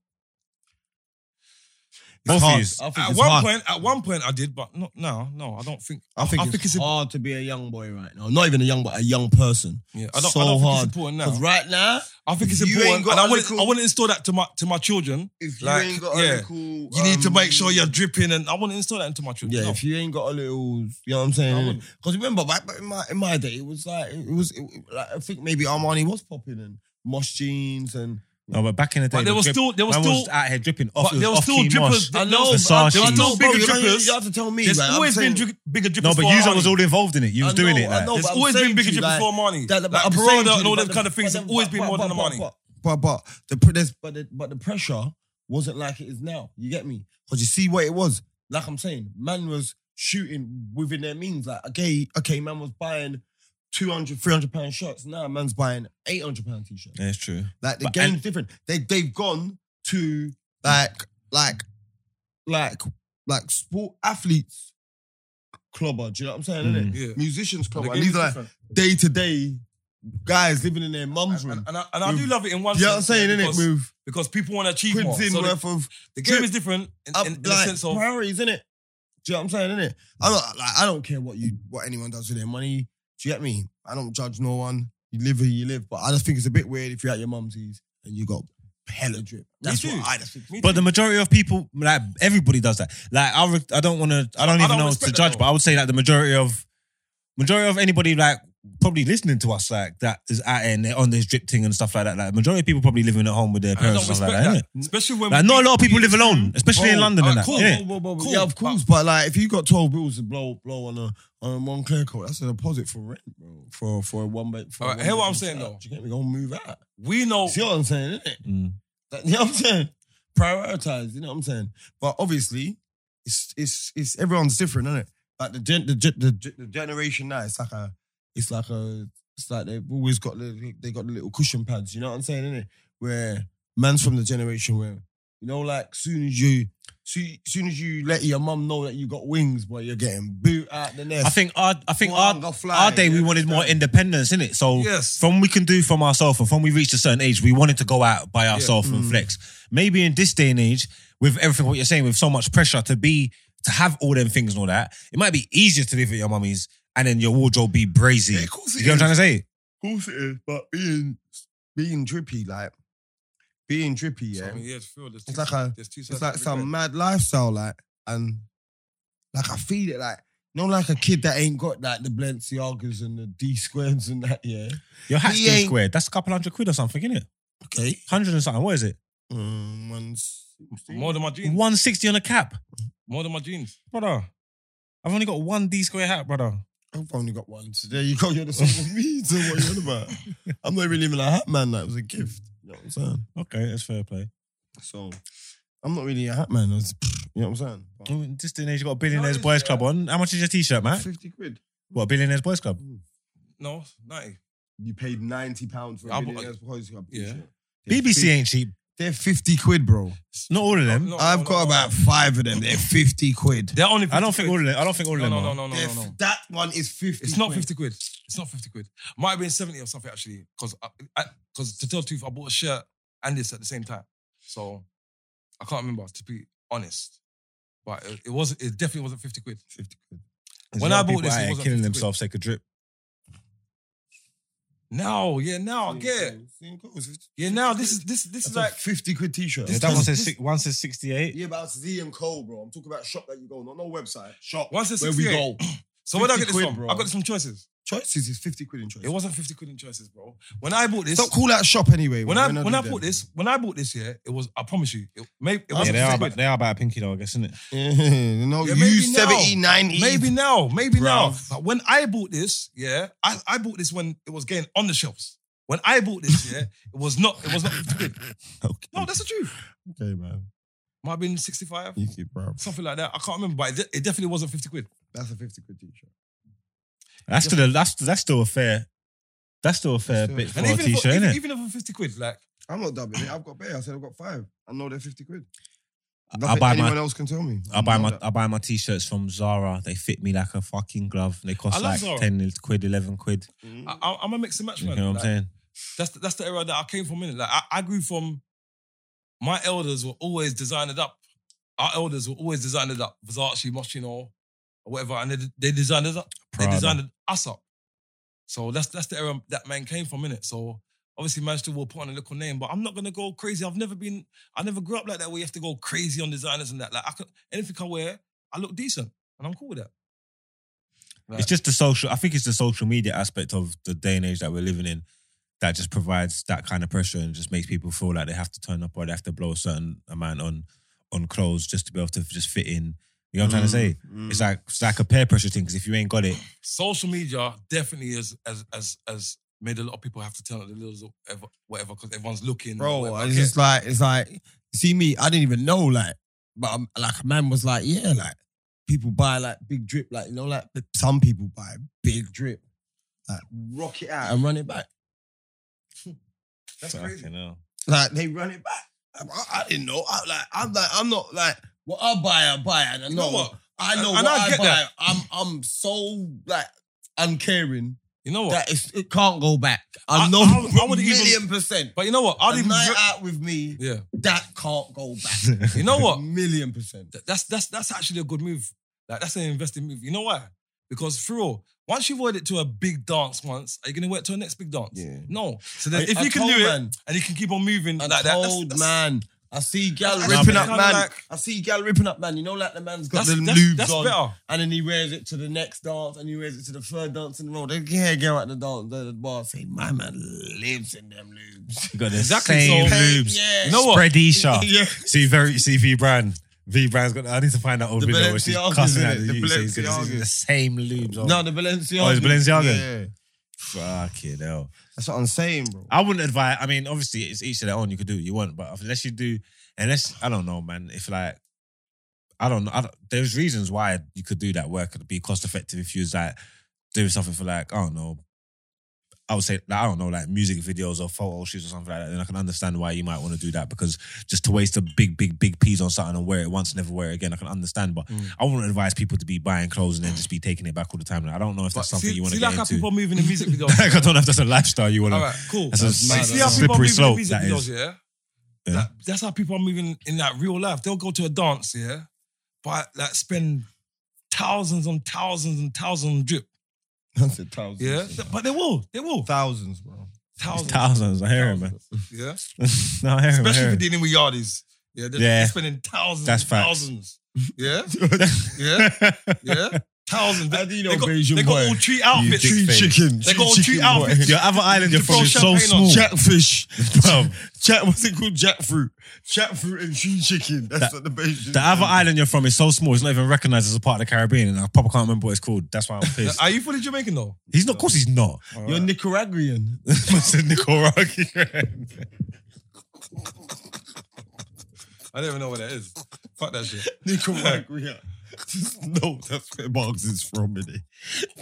S1: Both of
S2: hard.
S1: you.
S2: I think
S3: at
S2: it's
S3: one
S2: hard.
S3: point, at one point, I did, but not now. No, I don't think.
S2: I think
S3: I
S2: it's
S3: think it's a-
S2: hard to be a young boy right now. Not even a young, but a young person.
S3: Yeah, I don't.
S2: So
S3: I don't
S2: hard.
S3: think it's important
S2: Because
S3: now.
S2: right now,
S3: I think it's
S2: if you ain't
S3: important,
S2: got
S3: and I
S2: a
S3: wouldn't.
S2: little-
S3: I wouldn't install that to my to my children.
S2: if you
S3: Like,
S2: ain't got um, a
S3: yeah.
S2: little, you
S3: You need to make sure you're dripping, and I wouldn't install that into my children.
S2: Yeah,
S3: No.
S2: if you ain't got a little, you know what I'm
S3: I
S2: saying?
S3: wouldn't.
S2: Because remember, back back in my in my day, it was like it was it, like I think maybe Armani was popping and Mosh jeans and
S1: No, but back in the day,
S3: But there
S1: the
S3: was
S1: drip-
S3: still there was
S1: man
S3: still
S1: was out here dripping off. it
S3: but
S1: was
S3: there was
S1: off
S3: still
S1: key
S3: drippers.
S1: mosh.
S3: I
S2: know,
S3: know,
S1: Versace.
S3: there was
S2: no
S3: no bigger drippers.
S2: You have to tell me.
S3: There's
S2: like, I'm
S3: always been
S2: saying-
S3: dri- bigger drippers.
S1: No, but
S3: for
S1: you lot
S3: Armani.
S1: was all involved in it. You was
S2: I
S1: doing
S2: know,
S1: it.
S2: I
S1: Like.
S2: know,
S3: There's
S2: but I'm
S3: always been
S2: saying
S3: bigger
S2: to you, like,
S3: drippers for Armani.
S2: That, that-
S3: like
S2: I'm saying
S3: Peroda
S2: to
S3: and
S2: you,
S3: all
S2: but
S3: them
S2: the-
S3: kind of things
S2: but
S3: have
S2: the-
S3: always
S2: but-
S3: been more
S2: but-
S3: than
S2: but-
S3: Armani.
S2: But, but, but, the, pr- there's- but, the, but the pressure wasn't like it is now. You get me? Because you see what it was. Like I'm saying, man was shooting within their means. Like, okay, okay, man was buying 200, 300 pound shirts. Now man's buying 800 pound t-shirts.
S1: That's true.
S2: Like the
S1: But-
S2: game's different. They, they've gone to like, like, like, like sport athletes clubber. Do you know what I'm saying? innit?
S3: Yeah.
S2: Musicians clubber.
S3: Mm. The
S2: And
S3: game
S2: these
S3: is
S2: are like,
S3: different.
S2: day to day guys living in their mum's
S3: and,
S2: room.
S3: and I, and I do
S2: With-
S3: love it in one
S2: You know what I'm
S3: sense.
S2: saying,
S3: yeah,
S2: innit?
S3: because,
S2: With
S3: because people want to achieve more.
S2: quids in
S3: So the,
S2: worth of
S3: the game is different in,
S2: up,
S3: in, in the
S2: like,
S3: sense of
S2: priorities, innit? Do you know what I'm saying, innit? I don't like I don't care what you what anyone does with their money. Do you get me? I don't judge no one. You live where you live, but I just think it's a bit weird if you're at your mum's and you got hella drip. That's
S3: too.
S2: what I just think.
S3: Me
S1: But
S3: too.
S1: the majority of people, like everybody, does that. Like I, re- I don't want to. I don't even
S3: don't
S1: know
S3: respect
S1: to
S3: that
S1: judge,
S3: though.
S1: but I would say like the majority of, majority of anybody like probably listening to us like that is out here and they're on this drip thing and stuff like that. Like majority of people probably living at home with their
S3: and I
S1: parents
S3: don't
S1: and
S3: respect
S1: stuff like that.
S3: that,
S1: innit?
S3: especially when
S1: Like
S3: we-
S1: not a lot of people
S3: we-
S1: live alone, especially in
S2: Bro,
S1: London
S3: alright,
S1: and that.
S3: cool.
S1: innit?
S2: yeah, of course. But, like, if you got twelve bills to blow blow on a on a Moncler coat, that's a deposit for rent, bro. For for a one bed. For a
S3: Alright, hear
S2: one
S3: what I'm
S2: bedroom
S3: saying,
S2: flat.
S3: though. Oh.
S2: Do you get me? Gonna move out.
S3: We know.
S2: See what I'm saying, innit?
S1: Mm.
S2: That- You know what I'm saying? Prioritize, you know what I'm saying? But obviously, it's it's it's everyone's different, isn't it? Like the gen, the, gen- the, gen- the generation now, it's like a it's like a it's like they've always got the they got the little cushion pads, you know what I'm saying, innit? Where man's from the generation where, you know, like soon as you soon, soon as you let your mum know that you got wings, boy, you're getting boot out the nest.
S1: I think our, I think
S2: One
S1: our,
S2: go fly,
S1: our day we
S2: you
S1: wanted more
S2: understand?
S1: independence in it. So
S3: Yes.
S1: from we can do from ourselves and from we reached a certain age, we wanted to go out by ourselves and
S2: Mm.
S1: flex. Maybe in this day and age, with everything what you're saying, with so much pressure to be to have all them things and all that, it might be easier to live at your mummy's and then your wardrobe be brazy.
S2: Yeah, of course it
S1: you know what I'm trying to say?
S2: of course it is, but being being drippy, like being drippy,
S3: So,
S2: yeah.
S3: I mean, yeah, it's real. There's
S2: It's
S3: two-
S2: like a-
S3: there's two sides
S2: It's
S3: to
S2: like
S3: every
S2: some
S3: coin.
S2: mad lifestyle, like, and like I feel it, like, not like a kid that ain't got like the Balenciagas and the D squares and that, yeah.
S1: Your hat's
S2: He
S1: getting
S2: ain't-
S1: squared. That's a couple hundred quid or something, isn't it?
S2: Okay.
S1: Hundred and something. What is it?
S2: Um, one's
S3: more than my jeans.
S1: One sixty on a cap,
S3: More than my jeans.
S1: brother. I've only got one D square hat, brother.
S2: I've only got one. So there you go. You're the same as me. So what you on about? I'm not really even a hat man. That was a gift. You know what I'm saying?
S1: Okay, that's fair play.
S2: So I'm not really a hat man. I was- you know what I'm saying? But-
S1: Mm, This day and age, you got a billionaires
S3: is
S1: boys
S3: fair.
S2: uh,
S1: club on. How much is your t-shirt, man?
S2: 50 quid.
S1: What billionaires boys club?
S3: No, ninety.
S2: You paid 90 pounds for a
S3: I'm-
S2: Billionaires Boys Club
S3: Yeah.
S2: t-shirt. They're
S1: BBC
S2: 50
S1: ain't cheap.
S2: They're 50 quid, bro.
S1: Not all of them.
S3: No, no,
S2: I've
S3: no,
S2: got
S3: no.
S2: about five of them. They're 50 quid.
S3: They're only.
S1: I don't
S3: 50
S1: think
S3: quid.
S1: all of them. I don't think all of
S3: No,
S1: them.
S3: no,
S1: are.
S3: no, no, no,
S2: They're
S3: no, no.
S2: f- That one is 50
S3: It's not
S2: quid.
S3: 50 quid. It's not 50 quid. Might have been 70 or something actually. Because because to tell the truth, I bought a shirt and this at the same time. So I can't remember to be honest, but it, it was it definitely wasn't fifty quid.
S2: Fifty quid.
S1: There's
S3: When
S1: a lot
S3: I
S1: of
S3: bought
S1: people
S3: this,
S1: out
S3: it
S1: here
S3: wasn't
S1: killing
S3: 50 quid.
S1: themselves, take a drip.
S3: Now, yeah, now I get it. Yeah, now this is this this is like
S2: fifty quid t-shirt.
S3: This-
S1: that one
S3: this-
S1: says
S3: this-
S1: six, one says sixty-eight.
S2: yeah, but it's Z and Co, bro. I'm talking about shop that you go, not no website. Shop.
S3: once it's
S2: Where we
S3: 68.
S2: go.
S3: So where did I
S2: 50
S3: get this
S2: quid,
S3: from?
S2: bro.
S3: I got this from Choices.
S2: Choices is fifty quid in choices.
S3: It wasn't fifty quid in Choices, bro. When I bought this,
S2: Don't call that shop anyway.
S3: when
S2: bro.
S3: I
S2: We're not
S3: when I
S2: doing
S3: bought
S2: that.
S3: this, when I bought this, yeah, it was. I promise you, it, maybe it
S1: Yeah,
S3: wasn't
S1: they are,
S3: 50
S1: about,
S3: quid.
S1: they are about a pinky though, I guess, isn't it?
S2: Yeah, no,
S3: Yeah,
S2: you
S3: maybe now.
S2: 70, 90.
S3: Maybe now, maybe now.
S2: Bruv.
S3: But when I bought this, yeah, I, I bought this when it was getting on the shelves. When I bought this, yeah, it was not. It was not fifty quid.
S2: Okay,
S3: No, that's the truth.
S2: okay, man.
S3: Might have been sixty-five,
S2: You keep, bro.
S3: something like that. I can't remember, but it, de- it definitely wasn't fifty quid.
S2: That's a 50 quid t-shirt.
S1: That's still a, that's that's still a fair, that's still a fair
S2: still-
S1: bit for
S3: And
S1: a
S3: even, if,
S1: t-shirt,
S3: even,
S1: isn't it?
S3: even if it was fifty quid, like
S2: I'm not dubbing it. I've got better. I said I've got five. I know they're 50 quid.
S1: I
S2: Nothing
S1: buy
S2: anyone
S1: my
S2: else can tell me.
S1: I buy
S2: know
S1: my
S2: that.
S1: I buy my t-shirts from Zara. They fit me like a fucking glove. They
S3: I
S1: cost
S3: love
S1: like
S3: Zara.
S1: ten quid, eleven quid.
S2: Mm.
S3: I, I, I'm a mix and match
S1: You
S3: man.
S1: know what I'm
S3: Like,
S1: saying?
S3: That's the, that's the era that I came from. In like I, I grew from. My elders were always designed it up. Our elders were always designed it up. Versace, Moschino, or whatever, and they, they designed it up.
S1: Prada.
S3: They designed us up. So that's that's the era that man came from, innit? So obviously man still will put on a little name, but I'm not gonna go crazy. I've never been, I never grew up like that where you have to go crazy on designers and that. Like I could anything I wear, I look decent and I'm cool with that.
S1: It's just the social. I think it's the social media aspect of the day and age that we're living in that just provides that kind of pressure and just makes people feel like they have to turn up or they have to blow a certain amount on on clothes just to be able to just fit in. You know what I'm trying to say?
S2: Mm.
S1: It's like it's like a peer pressure thing because if you ain't got it,
S3: social media definitely has has has, has made a lot of people have to turn up the little ever- whatever because everyone's looking. or
S2: Bro,
S3: whatever.
S2: it's just like, it's like, you see me, I didn't even know, like, but um, like a man was like, yeah, like, people buy like big drip, like, you know, like, some people buy big drip, like, rock it out and run it back.
S3: that's crazy.
S1: Fucking hell.
S2: Like they run it back. I, I didn't know. I, like I'm like I'm not like what I buy, I buy, and I
S3: You
S2: know,
S3: know what?
S2: I know
S3: And- and
S2: what
S3: I
S2: I,
S3: get
S2: buy.
S3: that.
S2: I'm I'm so like uncaring
S3: You know what?
S2: that it's, it can't go back. I,
S3: I-
S2: know
S3: I would- I wouldn't
S2: million
S3: even-
S2: percent.
S3: but you know what?
S2: i
S3: I'd even
S2: night
S3: dri-
S2: out with me
S3: yeah.
S2: that can't go back.
S3: You know what?
S2: million percent.
S3: Th- That's that's that's actually a good move. Like that's an investing move. You know why? Because for real, once you've worked it to a big dance once, are you gonna work to a next big dance?
S2: Yeah.
S3: No. So then,
S2: I-
S3: if
S2: I
S3: you can
S2: told
S3: do it
S2: man,
S3: and you can keep on moving
S2: I
S3: like that, that's-
S2: told
S3: that's-
S2: man. I see gal
S3: that's
S2: ripping
S1: kinda
S2: up man.
S3: like-
S2: I see gal ripping up man. You know, like the man's got
S3: that's,
S2: the
S3: that's-
S2: lubes
S3: that's
S2: on.
S3: better.
S2: And then he wears it to the next dance, and he wears it to the third dance in the row. They yeah, go at the dance, at the bar, say, "My man lives in them lubes."
S1: You got the
S3: Exactly,
S1: same
S3: so-
S1: lubes.
S2: Yeah.
S3: You know what?
S1: Spready sharp.
S2: yeah,
S1: See very see V brand. V brand's got. I need to find that old
S2: The
S1: video where she's
S2: Balenciagas,
S1: cussing
S2: innit?
S1: at the,
S2: The
S1: youth, so he's gonna- he's
S2: Balenciagas.
S1: the same lubes. On.
S2: no, the Balenciaga.
S1: Oh, it's Balenciaga?
S2: Yeah,
S1: fucking hell.
S2: that's what I'm saying, bro.
S1: I wouldn't advise. I mean, obviously, it's each of their own. You could do what you want, but unless you do, unless I don't know, man. If like, I don't know. I don't, there's reasons why you could do that work and be cost effective if you was like doing something for like I don't know. I would say like, I don't know, like music videos or photo shoots or something like that. Then I can understand why you might want to do that because just to waste a big, big, big piece on something and wear it once, never wear it again. I can understand, but
S3: Mm.
S1: I wouldn't advise people to be buying clothes and then just be taking it back all the time. Like, I don't know if
S3: But
S1: that's something
S3: see,
S1: you want
S3: see
S1: to
S3: like
S1: get
S3: how
S1: into.
S3: people are moving in music videos.
S1: like, I don't know if that's a lifestyle you want to
S3: All right, cool.
S1: That's a
S2: That's mad,
S3: See
S2: that's
S3: how
S2: a
S3: people are
S1: slippery
S3: moving
S1: slope,
S3: in music
S1: that
S3: videos,
S1: is.
S3: yeah?
S1: Yeah.
S3: Like, that's how people are moving in like real life. They'll go to a dance, yeah, but like spend thousands on thousands and thousands on drip,
S2: That's a thousand.
S3: yeah. But they will, they will,
S2: thousands, bro.
S3: thousands,
S1: Thousands, I hear him, man.
S3: yeah.
S1: no, I hear him. I hear
S3: Especially if you're
S1: him.
S3: dealing with yardies, yeah. They're
S1: Yeah.
S3: they're spending thousands,
S1: That's
S3: and
S1: facts.
S3: thousands, yeah, yeah, yeah, thousands. They,
S2: do you
S3: they got,
S2: Beijing
S3: they got all three outfits.
S1: dick face.
S2: chicken.
S3: They got all three
S2: chicken, boy.
S3: outfits.
S1: Your other island, you're
S3: Throw
S1: from is so
S3: champagne
S1: small.
S3: on.
S2: Jackfish.
S1: Bro,
S2: Jack, what's it called? Jackfruit. Jackfruit and tree chicken. That's what the Beijing.
S1: the other island you're from is so small, it's not even recognized as a part of the Caribbean, and I probably can't remember what it's called. That's why I'm pissed.
S3: Are you fully Jamaican though?
S1: he's not, of course, he's not.
S2: You're Nicaraguan.
S1: It's a Nicaraguan.
S3: I don't even know what that is. Fuck that shit.
S2: Nicaragua. Just know that's where Marx is from, innit?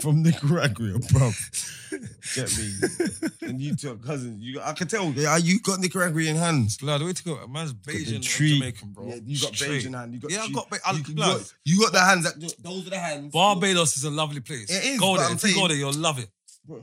S2: From Nicaragua, bro. Get me. And you two are cousins. You, I can tell. Yeah, you got Nicaraguan hands.
S3: Blood, way to go. Man's
S2: the
S3: Bayesian and
S2: tree.
S3: Jamaican, bro.
S2: Yeah, you got
S3: Straight.
S2: Beijing hand. You got
S3: Yeah, I
S2: tree-
S3: got. Ba- I,
S2: you,
S3: blood.
S2: you got, you got the hands. That, those are the hands.
S3: Barbados is a lovely place.
S2: It is,
S3: Go
S2: but
S3: there.
S2: I'm
S3: If you go
S2: saying-
S3: there, you'll love it.
S2: Bro,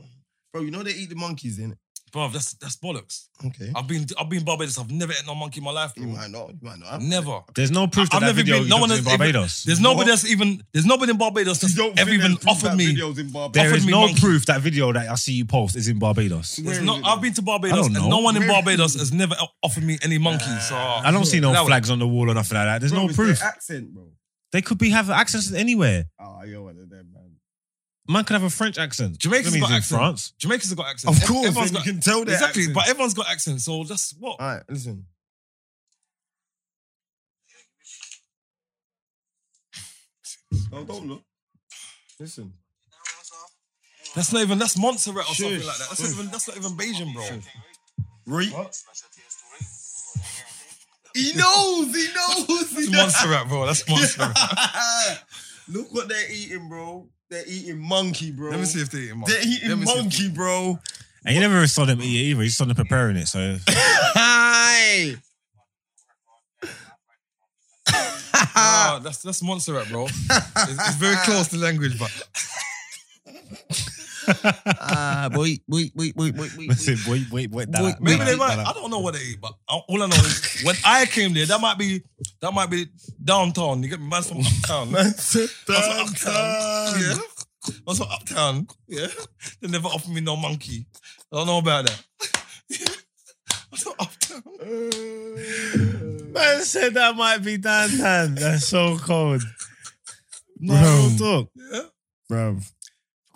S2: bro, you know they eat the monkeys, innit?
S3: Bro, that's that's bollocks.
S2: Okay.
S3: I've been I've been Barbados. I've never eaten no monkey in my life,
S2: Hmm? You
S3: bro.
S2: might not. You might not.
S3: Never.
S1: There's no proof that
S3: I've
S1: that
S3: never
S1: video
S3: been- no
S1: was
S3: one
S1: in
S3: has even-
S1: Barbados.
S3: There's nobody that's even there's nobody in Barbados that's ever even offered me.
S2: Videos in Barbados.
S1: There
S3: offered
S1: is
S3: me
S1: no
S3: monkey.
S1: proof that video that I see you post is in Barbados.
S3: There's
S2: Where
S3: no-
S2: is it
S3: I've
S2: then?
S3: been to
S1: I
S3: Barbados
S1: don't
S3: and
S1: know.
S3: no one in
S2: Where-
S3: Barbados has never offered me any monkey. So
S1: I don't see no
S3: That was-
S1: flags on the wall or nothing like that. There's
S2: Bro,
S1: no
S2: it's
S1: proof.
S2: their accent, bro.
S1: They could be have accents anywhere.
S2: Oh, you're one of them, man.
S1: Man could have a French accent.
S3: Jamaica's
S1: That means
S3: got
S1: in
S3: accent.
S1: France.
S3: Jamaicans have got accents.
S2: Of course,
S3: everyone's
S2: and you
S3: got
S2: can tell that.
S3: exactly, but everyone's got accents. So that's what.
S2: all right, listen. No, don't look. Listen.
S3: That's not even that's Montserrat or something
S2: Shush.
S3: like that. That's not even that's not even Bayesian, bro.
S2: Right. He knows. He knows.
S3: That's
S2: He
S3: Montserrat, bro. That's Montserrat.
S2: knows. Look what they're eating, bro. They're eating monkey, bro.
S3: Let me see if they eat monkey.
S2: They're eating
S3: Let me see if-
S2: monkey, bro.
S1: And you never saw them eat it either. You saw them preparing it. So
S2: Hi.
S3: Nah, that's that's Montserrat, bro. It's, it's very close to language, but
S2: Ah, boy, boy, boy, boy, boy, boy.
S1: that's it. Wait, wait, wait. That, that,
S3: maybe
S1: that,
S3: they might.
S1: that.
S3: I don't know what they eat, but I- all I know is when I came there, that might be that might be downtown. You get me? Man's from uptown. That's what uptown. Yeah. That's what uptown. Yeah. They never offered me no monkey. I don't know about that. That's what uptown. Uh.
S1: Man said that might be downtown. That's so cold. No
S2: Bro.
S1: real talk.
S3: Yeah.
S1: Bro.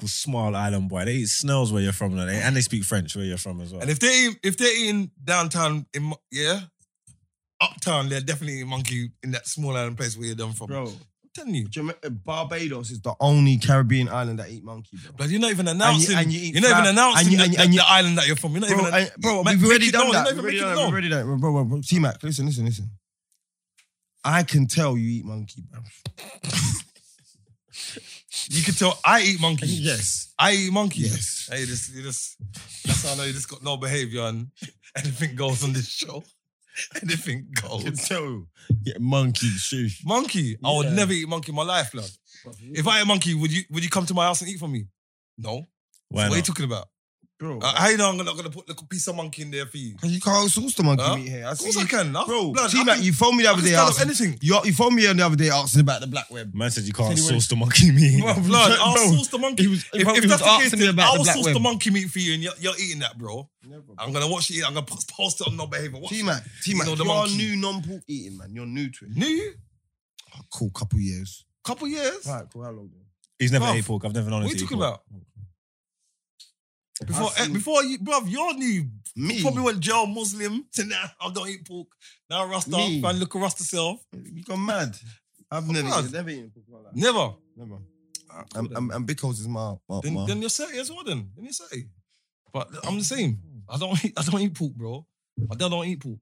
S1: Small island boy. They eat snails where you're from, and they, and they speak French where you're from as well.
S3: And if they eat- if they're eating downtown in Mo- yeah, uptown, they're definitely eating monkey in that small island place where you're done from.
S2: Bro,
S3: I'm telling you.
S2: Jama- uh, Barbados is the only Caribbean island that eat monkey, bro.
S3: But you're not even announcing.
S2: and you
S3: you
S2: eat
S3: are not
S2: crab,
S3: even announcing
S2: and you-
S3: the-
S2: and you-
S3: the,
S2: and you-
S3: the island that you're from. You're not
S2: Bro,
S3: even.
S2: I- bro
S3: Ma-
S2: we've
S3: make
S2: already
S3: it
S2: done
S3: known,
S2: that.
S3: you're not even
S2: We've
S3: making it
S2: already done
S3: known.
S2: that. We've already done that. Bro, bro, bro, T-Mac, listen, listen, listen. I can tell you eat monkey, bro.
S3: You can tell I eat monkey.
S2: Yes.
S3: I eat monkey.
S2: Yes.
S3: Hey, this, you just, that's how I know you just got no behavior and anything goes on this show. Anything
S2: I can
S3: goes.
S2: tell you. Yeah, monkey, shush.
S3: Monkey. I would
S2: Yeah.
S3: never eat monkey in my life, love. If I ate monkey, would you would you come to my house and eat for me? No.
S1: Why
S3: what are you
S1: not?
S3: talking about?
S2: Bro,
S3: Uh, how you know I'm not gonna put the piece of monkey in there for you?
S2: you can't source the monkey
S3: Huh?
S2: meat here. I
S3: Of course
S2: see
S3: I
S2: you-
S3: can. I've-
S2: Bro,
S3: blood, I
S2: T-Mac,
S3: can-
S2: you phoned me the
S3: I
S2: other
S3: can
S2: day
S3: stand up
S2: asking.
S3: anything.
S2: You, you phoned me the other day asking about the black web.
S1: Man said you can't
S2: Said he
S1: source the monkey meat.
S3: Bro, blood, I'll
S2: bro,
S3: source the monkey.
S2: He was, he
S3: If,
S2: probably
S3: if
S2: was
S3: that's the case,
S2: asking me
S3: then
S2: about
S3: I'll
S2: the black
S3: source
S2: web.
S3: the monkey meat for you, and you're, you're eating that, bro.
S2: Never, bro.
S3: I'm gonna watch it. I'm gonna post, post it on no behavior. Watch it.
S2: T-Mac, T-Mac,
S3: know
S2: you're
S3: the monkey.
S2: new non-pork eating, man. You're new to it.
S3: New
S2: Cool, couple years.
S3: couple years.
S2: Right, cool, how long? then?
S1: He's never
S3: Bruv,
S1: ate pork. I've never known him
S3: What are
S1: to
S3: you
S1: eat
S3: talking
S1: pork.
S3: about? Before, eh,
S2: I've seen-
S3: before you, bruv, you're new.
S2: Me?
S3: Probably went jail Muslim to now. I don't eat pork. Now Rasta,
S2: Me?
S3: man, look at Rasta self.
S2: You gone mad. I've never,
S3: mad.
S2: eaten- never eaten pork like that.
S3: Never.
S2: Never. And, and, and Bickles is my, my,
S3: Then,
S2: my-
S3: then you're thirty as well. Then, then you're thirty. But I'm the same. I don't eat. I don't eat pork, bro. My dad don't eat pork.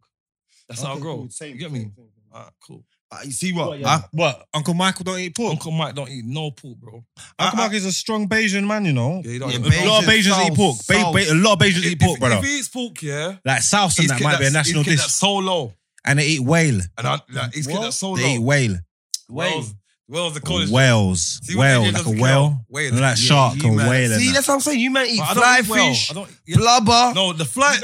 S3: That's how I
S2: Okay,
S3: grow.
S2: cool, same,
S3: you get
S2: same,
S3: me?
S2: same, same.
S3: Alright, cool.
S2: Uh, you see what?
S1: Ah, what? Uncle Michael don't eat pork.
S3: Uncle Mike don't eat no pork, bro.
S1: Uncle Michael is a strong Bayesian man, you know.
S3: Yeah, he don't
S2: Yeah,
S3: eat
S2: Bayesian-
S1: A lot of Bayesians
S2: South,
S1: eat pork. Ba-
S2: South.
S1: Ba- a lot of Bayesians
S3: If-
S1: eat pork,
S3: if,
S1: brother.
S3: If he eats pork, yeah,
S1: Like sauce and
S3: he's
S1: that
S3: kid
S1: might be a
S3: that's-
S1: national
S3: he's kid
S1: dish.
S3: that's so low,
S1: And they eat whale.
S3: and I, like, he's kid
S2: What?
S3: that's so
S1: They eat
S3: low.
S1: whale.
S3: Wales, Wales, the college.
S1: Whales.
S3: See what they
S1: Whale,
S3: did
S1: like a
S3: doesn't
S1: whale.
S3: count. Whale.
S1: And that shark
S2: you
S1: and
S2: man.
S1: whale.
S2: See,
S1: and that.
S2: that's what I'm saying. You might eat
S3: But I don't
S2: fly
S3: eat whale.
S2: fish,
S3: I don't. Yeah,
S2: blubber.
S3: no, the fly.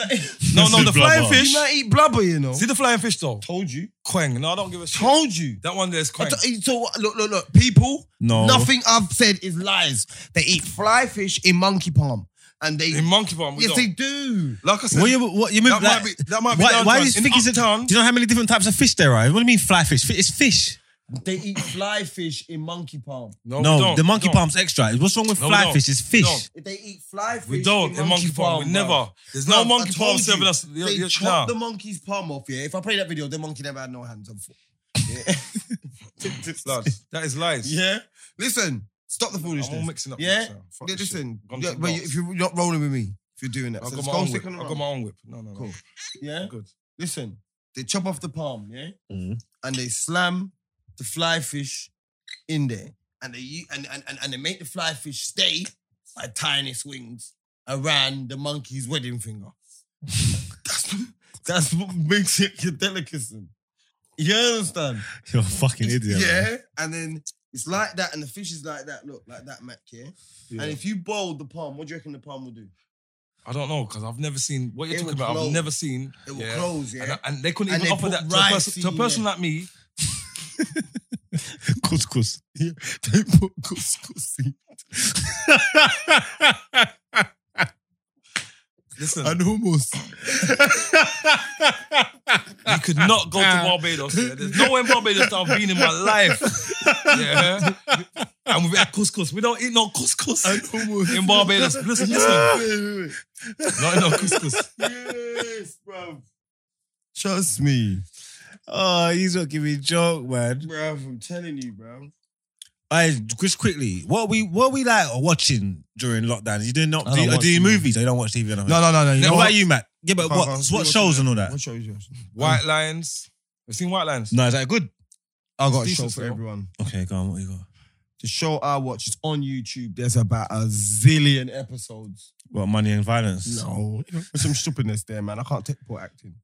S3: No, no, the flying
S1: Blubber.
S3: fish.
S2: You might eat blubber, you know.
S3: See the flying fish though.
S2: told you.
S3: Quang. No, I don't give a shit.
S2: Told you.
S3: That one there's
S2: I
S3: quang.
S2: t- eh, so what- look, look, look, people.
S1: No.
S2: Nothing I've said is lies. They eat fly fish in monkey palm, and they
S3: In monkey palm, we
S2: yes,
S3: don't.
S2: they do.
S3: Like I said,
S1: What you, what you mean?
S3: that
S1: like-
S3: might be. That might be.
S1: why, why do
S3: downtown.
S1: you
S3: In
S1: think it's a
S3: uptown?
S1: Do you know how many different types of fish there are? What do you mean fly fish? Fi- It's fish.
S2: They eat fly fish in monkey palm.
S3: No,
S1: no,
S3: we don't,
S1: the monkey
S3: we don't.
S1: palm's extra. What's wrong with
S3: No, we
S1: fly
S3: don't.
S1: fish? It's
S3: We
S1: fish.
S3: don't.
S2: They eat fly fish.
S3: We don't. In monkey palm, we
S2: bruv.
S3: never. There's no
S2: Bruv, I
S3: monkey
S2: told
S3: palm serving
S2: you,
S3: us.
S2: They
S3: Yeah,
S2: chopped
S3: yeah, nah.
S2: the monkey's palm off. Yeah, if I play that video, the monkey never had no hands and foot.
S3: Lad, that is lies.
S2: Yeah. Listen, stop the
S3: I'm all
S2: foolishness.
S3: mixing up.
S2: Yeah?
S3: so fuck
S2: Yeah,
S3: this shit.
S2: listen,
S3: Gone
S2: yeah,
S3: to
S2: but
S3: nuts.
S2: if you're not rolling with me, if you're doing that,
S3: I
S2: so
S3: got
S2: just
S3: my
S2: go
S3: own
S2: stick
S3: whip.
S2: on the
S3: I
S2: road.
S3: got my own whip. No, no, no.
S2: Cool.
S3: I'm
S2: Yeah.
S3: Good.
S2: Listen, they chop off the palm, yeah,
S1: Mhm.
S2: and they slam the fly fish in there, and they u- and and, and, and they make the fly fish stay by tying its wings around the monkey's wedding finger. that's that's what makes it your delicacy. You understand?
S1: You're a fucking idiot.
S2: yeah.
S1: man.
S2: And then it's like that, and the fish is like that. Look, like that, Mac. Yeah.
S3: Yeah.
S2: And if you boiled the palm, what do you reckon the palm will do?
S3: I don't know because I've never seen what you're
S2: It
S3: talking
S2: will
S3: about. I've
S2: close.
S3: never seen.
S2: It will
S3: yeah.
S2: close, yeah.
S3: And, I- and they couldn't
S2: And
S3: even
S2: they
S3: offer
S2: put
S3: that to a
S2: rice
S3: person, to a
S2: in
S3: person
S2: there.
S3: like me.
S1: Couscous.
S2: Yeah, they put couscous in.
S3: Listen,
S2: and hummus.
S3: you could not go to Barbados. Yeah. There's nowhere in Barbados that I've been in my life. Yeah, and we've had couscous. We don't eat no couscous
S2: And hummus.
S3: in Barbados. Listen, listen, not no couscous.
S2: yes, bruv. Trust me.
S1: Oh, he's not giving me a joke, man.
S2: Bruv, I'm telling you, bro.
S1: I just quickly, what we what we like watching during lockdown? You do not
S2: I
S1: do,
S2: don't
S1: you,
S2: watch
S1: do you
S2: TV.
S1: movies? I don't watch TV. or nothing?
S2: No, no, no, no.
S1: Then
S2: You know
S1: what
S2: what?
S1: about you, Matt? Yeah, but
S2: Can't-
S1: what
S2: can't-
S1: what shows and all that?
S2: What show is yours?
S3: White lines. You seen white lines?
S1: No, is that good?
S2: I got a
S3: Decent
S2: show
S3: still.
S2: for everyone.
S1: Okay, go on. What you got?
S2: The show I watch is on YouTube. There's about a zillion episodes.
S1: What money and violence?
S2: No, there's some stupidness there, man. I can't take poor acting.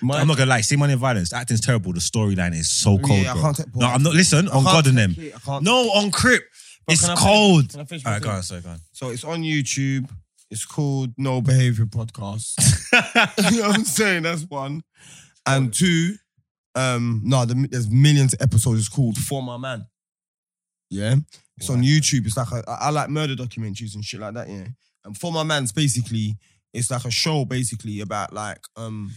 S2: My- Oh,
S1: I'm not gonna lie. See, money and violence. Acting's terrible. The storyline is so cold,
S2: yeah, I
S1: bro.
S2: can't take poor
S1: no, I'm not. Listen, on God and them. No, on Crip. It's cold.
S2: Can I finish my
S1: Alright, go
S2: thing?
S1: on. Sorry, go on.
S2: So it's on YouTube. It's called No Behavior Podcast. you know what I'm saying? That's one. And two, um, no, the, there's millions of episodes. It's called For My Man. Yeah. It's on YouTube. It's like a, I, I like murder documentaries and shit like that. Yeah. And For My Man's basically, it's like a show basically about like um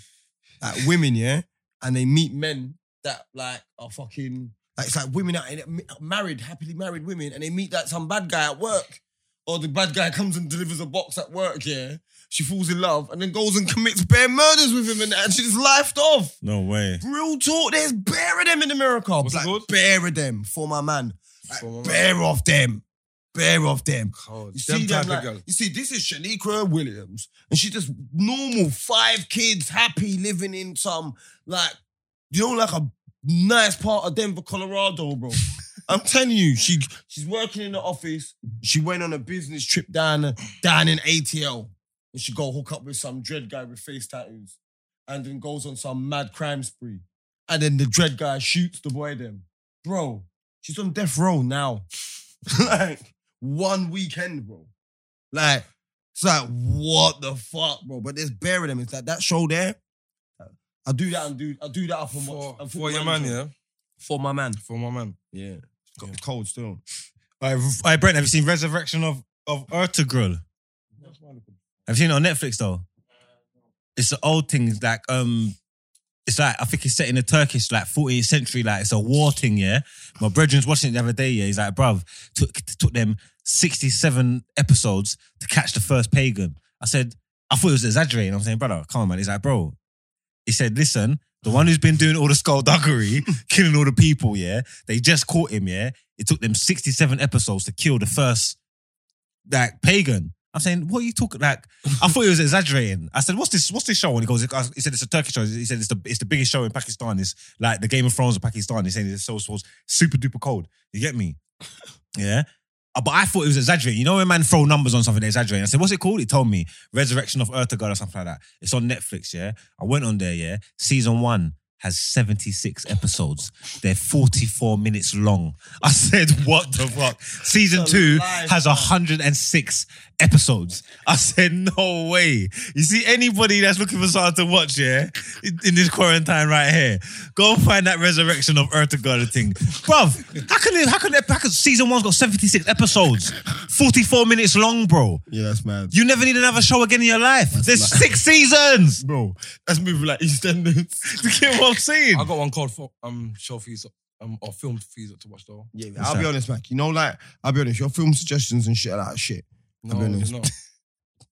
S2: like women, yeah, and they meet men that like are fucking like it's like women out and married, happily married women, and they meet that some bad guy at work, or the bad guy comes and delivers a box at work, yeah. She falls in love and then goes and commits bare murders with him and, and she's lifed off.
S1: No way.
S2: Real talk, there's bare of them in America.
S3: What's it
S2: like,
S3: called?
S2: Bare of them for my man. Like,
S3: For My Man.
S2: bare of them. Bare of them.
S3: God,
S2: You
S3: them
S2: see, them,
S3: type
S2: like,
S3: of girl.
S2: you see, this is Shaniqua Williams, and she just normal, five kids, happy, living in some like, you know, like a nice part of Denver, Colorado, bro. I'm telling you, she she's working in the office. She went on a business trip down down in ATL, and she go hook up with some dread guy with face tattoos, and then goes on some mad crime spree, and then the dread guy shoots the boy. Them, bro, she's on death row now. like one weekend, bro. Like, it's like, what the fuck, bro? But there's bare of them. It's like that show there. I do that and do I do that up and watch.
S3: For,
S2: and
S3: for your man, yeah.
S2: For my man.
S3: For my man.
S2: Yeah. It's got cold still.
S1: I, I Brent, have you seen Resurrection of of Ertugrul? Have you seen it on Netflix though? It's the old thing, it's like um, it's like I think it's set in the Turkish like 14th century, like it's a war thing, yeah. My brethren's watching it the other day, yeah. He's like, bruv, took took them 67 episodes to catch the first pagan. I said, I thought it was exaggerating. I'm saying, brother, come on, man. He's like, bro. He said, listen, the one who's been doing all the skullduggery, killing all the people, yeah. They just caught him, yeah. It took them 67 episodes to kill the first like pagan. I'm saying, what are you talking like? I thought he was exaggerating. I said, what's this? What's this show? And he goes, he said it's a Turkish show. He said it's the it's the biggest show in Pakistan. It's like the Game of Thrones of Pakistan. He's saying it's so so super duper cold. You get me? Yeah. Uh, But I thought it was exaggerating. You know when man throw numbers on something, they exaggerate. I said, what's it called? He told me Resurrection of Earth God or something like that. It's on Netflix, yeah? I went on there, yeah? Season one has 76 episodes. They're 44 minutes long. I said, what the fuck? Season
S2: It's a
S1: two
S2: life,
S1: has 106 episodes. I said, no way. You see, anybody that's looking for something to watch, yeah, in in this quarantine right here, go and find that Resurrection of Earth of God thing. Bruv, how can, it, how, can it, how can season one's got 76 episodes? 44 minutes long, bro.
S2: Yeah, that's mad.
S1: You never need another show again in your life. There's six seasons.
S2: bro, that's moving like EastEnders.
S1: You get what I'm saying?
S3: I got one called for um show fees um or film fees to watch though.
S2: yeah,
S1: What's
S2: I'll be
S1: that?
S2: honest, Mac. You know, like, I'll be honest, your film suggestions and shit are like shit.
S3: No,
S2: be honest.
S3: no.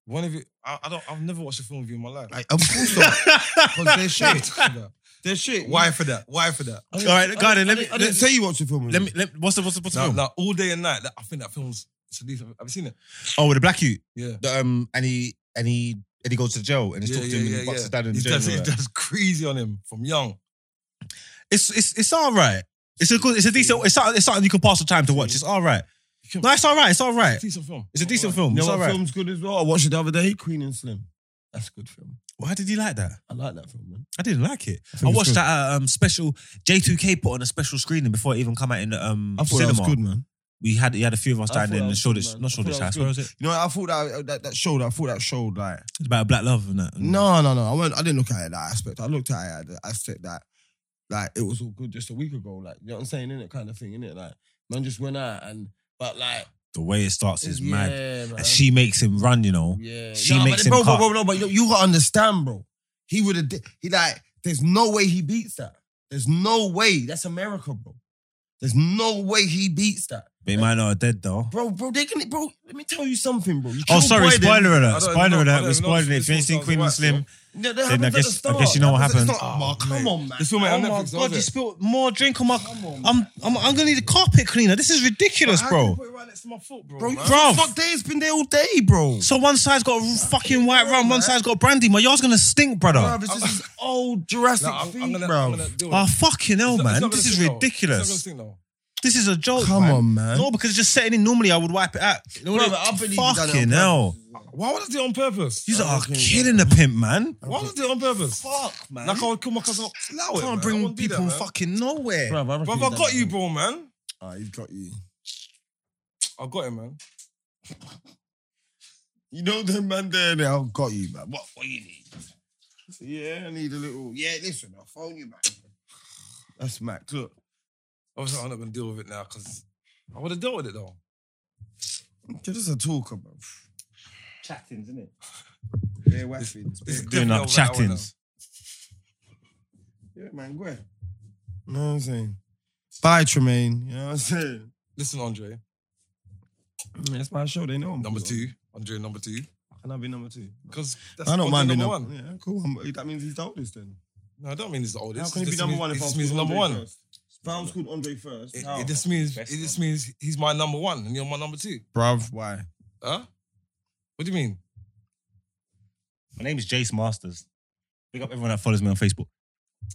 S3: One of you, I, I don't. I've never watched a film with you in my life.
S2: Like, of course not. Because they're shit. They're shit.
S3: Why for that? Why for that?
S1: All right, go on then. Let me,
S2: I didn't
S1: let,
S2: say you watched the film. with
S1: let
S2: me.
S1: me, let, what's the, what's the, what's the
S3: Now,
S1: film?
S3: now, all day and night. That, I think that film's. It's a decent. Have you seen it?
S1: Oh, with the black youth.
S3: Yeah.
S1: The, um, and he, and he, and he goes to jail and he's
S3: yeah,
S1: talking to him and bucks his dad in
S3: He
S1: the jail.
S3: does,
S1: and all
S3: he
S1: that.
S3: does crazy on him from young.
S1: It's it's it's all right. It's a good. It's a decent. It's something, it's something you can pass the time to watch. It's all right. No, it's all right. It's all right.
S3: It's a decent film.
S1: It's a decent
S3: Alright.
S1: film.
S2: You know
S1: It's all
S2: what
S1: right.
S2: film's good as well? I watched it the other day, Queen and Slim. That's a good film.
S1: Why did you like that?
S2: I like that film, man.
S1: I didn't like it. I,
S2: think it's
S1: watched
S2: good.
S1: that uh, um, special. J2K put on a special screening before it even come out in the um,
S2: I thought
S1: cinema.
S2: that was good, man.
S1: we had he had a few of us
S2: I
S1: down
S2: thought
S1: in
S2: that
S1: the
S2: was
S1: Shoreditch,
S2: good, man.
S1: not
S2: I thought
S1: Shoreditch
S2: that was
S1: House.
S2: good.
S1: Where was it?
S2: You know, I thought that uh, that, that showed. I thought that showed like
S1: It's about black love and that. and-
S2: no, no, no. I went. I didn't look at it that aspect. I looked at it at the aspect that like it was all good just a week ago. Like you know what I'm saying, in it kind of thing, in it. Like man just went out and but like
S1: the way it starts is
S2: yeah,
S1: mad,
S2: man.
S1: and she makes him run. You know,
S2: Yeah,
S1: She
S2: Nah,
S1: makes
S2: but, bro,
S1: him
S2: bro,
S1: cut.
S2: bro, no, but you, you gotta understand, bro. He would have. He like. There's no way he beats that. There's no way. That's America, bro. There's no way he beats that,
S1: but he might not have dead though.
S2: bro. Bro, they can. Bro, let me tell you something, bro. You
S1: Oh,
S2: killed
S1: sorry,
S2: Boyden.
S1: spoiler alert!
S3: I don't
S1: Spoiler
S3: know, I
S1: alert!
S3: don't
S1: We're
S3: know,
S1: spoiling it. If you ain't
S3: this
S1: seen
S3: one
S1: Queen and
S3: sounds like
S1: Slim,
S2: No,
S1: Then
S2: that
S1: I
S2: happens at the
S1: guess- I
S2: start.
S1: guess you know what
S2: That happens at the
S1: happened.
S2: start.
S3: Oh,
S2: Oh, come
S3: mate.
S2: on, man.
S3: This woman
S2: oh
S3: on
S2: my
S3: Netflix,
S2: God,
S3: was
S2: you
S3: it?
S1: spilled more drink on my.
S2: Come on,
S1: I'm I'm I'm gonna need a carpet cleaner. This is ridiculous,
S3: How can
S1: bro.
S3: you put it right next to my foot, bro.
S2: Bro, you
S3: man?
S1: Bruv.
S2: fuck day. It's been there all day, bro.
S1: So one side's got a fucking white rum, one
S2: man.
S1: side's got brandy. My yard's gonna stink, brother.
S2: Bruv, it's just this old Jurassic
S3: Nah, I'm,
S2: feed,
S3: I'm gonna,
S2: bro.
S3: I'm gonna deal with it.
S1: Oh fucking hell,
S3: It's not-
S1: man!
S3: it's not gonna
S1: This is
S3: sink, though. It's not gonna
S1: ridiculous.
S3: sink, though.
S1: This is a joke.
S2: Come on, man.
S1: No, because it's just setting in. Normally, I would wipe it out. You know what
S2: Bro,
S1: I mean?
S2: I believe you done it on
S1: fucking
S2: purpose.
S1: hell.
S3: Why would I do it on purpose?
S1: You are
S2: okay,
S1: killing the pimp, man.
S3: Why would I do it on purpose?
S1: Fuck, man.
S3: Like I would kill my cousin. Allow it,
S1: can't
S3: man. I
S1: bring
S3: wouldn't do
S1: people
S3: that, man.
S1: fucking nowhere.
S2: Bruv, reckon
S3: Bruv,
S2: he's
S3: I
S2: done
S3: got
S2: it.
S3: you, bro, man.
S2: Ah, he's got you.
S3: I got him, man.
S2: You know the man there now I've got you, man. What what you need? Yeah, I need a little. Yeah, listen, I'll phone you, man. That's Mac. Look,
S3: Obviously, I'm not gonna deal with it now because I would have dealt with it though.
S2: you're just a talker, bro.
S4: Chattings, isn't it?
S2: Yeah, waffy.
S3: This is
S1: Doing
S3: definitely
S1: up
S3: over that one
S1: chattings.
S2: Yeah, man, go ahead. You know what I'm saying? Bye, Tremaine. You know what I'm saying?
S3: now. Listen, Andre,
S2: It's my show. They know I'm
S3: number two. Andre, number two.
S2: Can I be number two?
S3: Because that's
S2: I don't mind being
S3: number
S2: number
S3: one.
S2: Yeah, cool. I'm- that means he's the oldest then.
S3: No, I don't mean he's the oldest.
S2: How can he
S3: It
S2: be
S3: just
S2: number
S3: means-
S2: one if
S3: it
S2: I
S3: just
S2: was
S3: means
S2: called
S3: number
S2: Andre
S3: one?
S2: first? If I was called Andre first,
S3: It,
S2: how?
S3: it just means it
S4: Best
S3: just means he's my number one and you're my number two.
S2: Bruv, why?
S3: Huh? What do you mean?
S1: My name is Jace Masters. Pick up everyone that follows me on Facebook.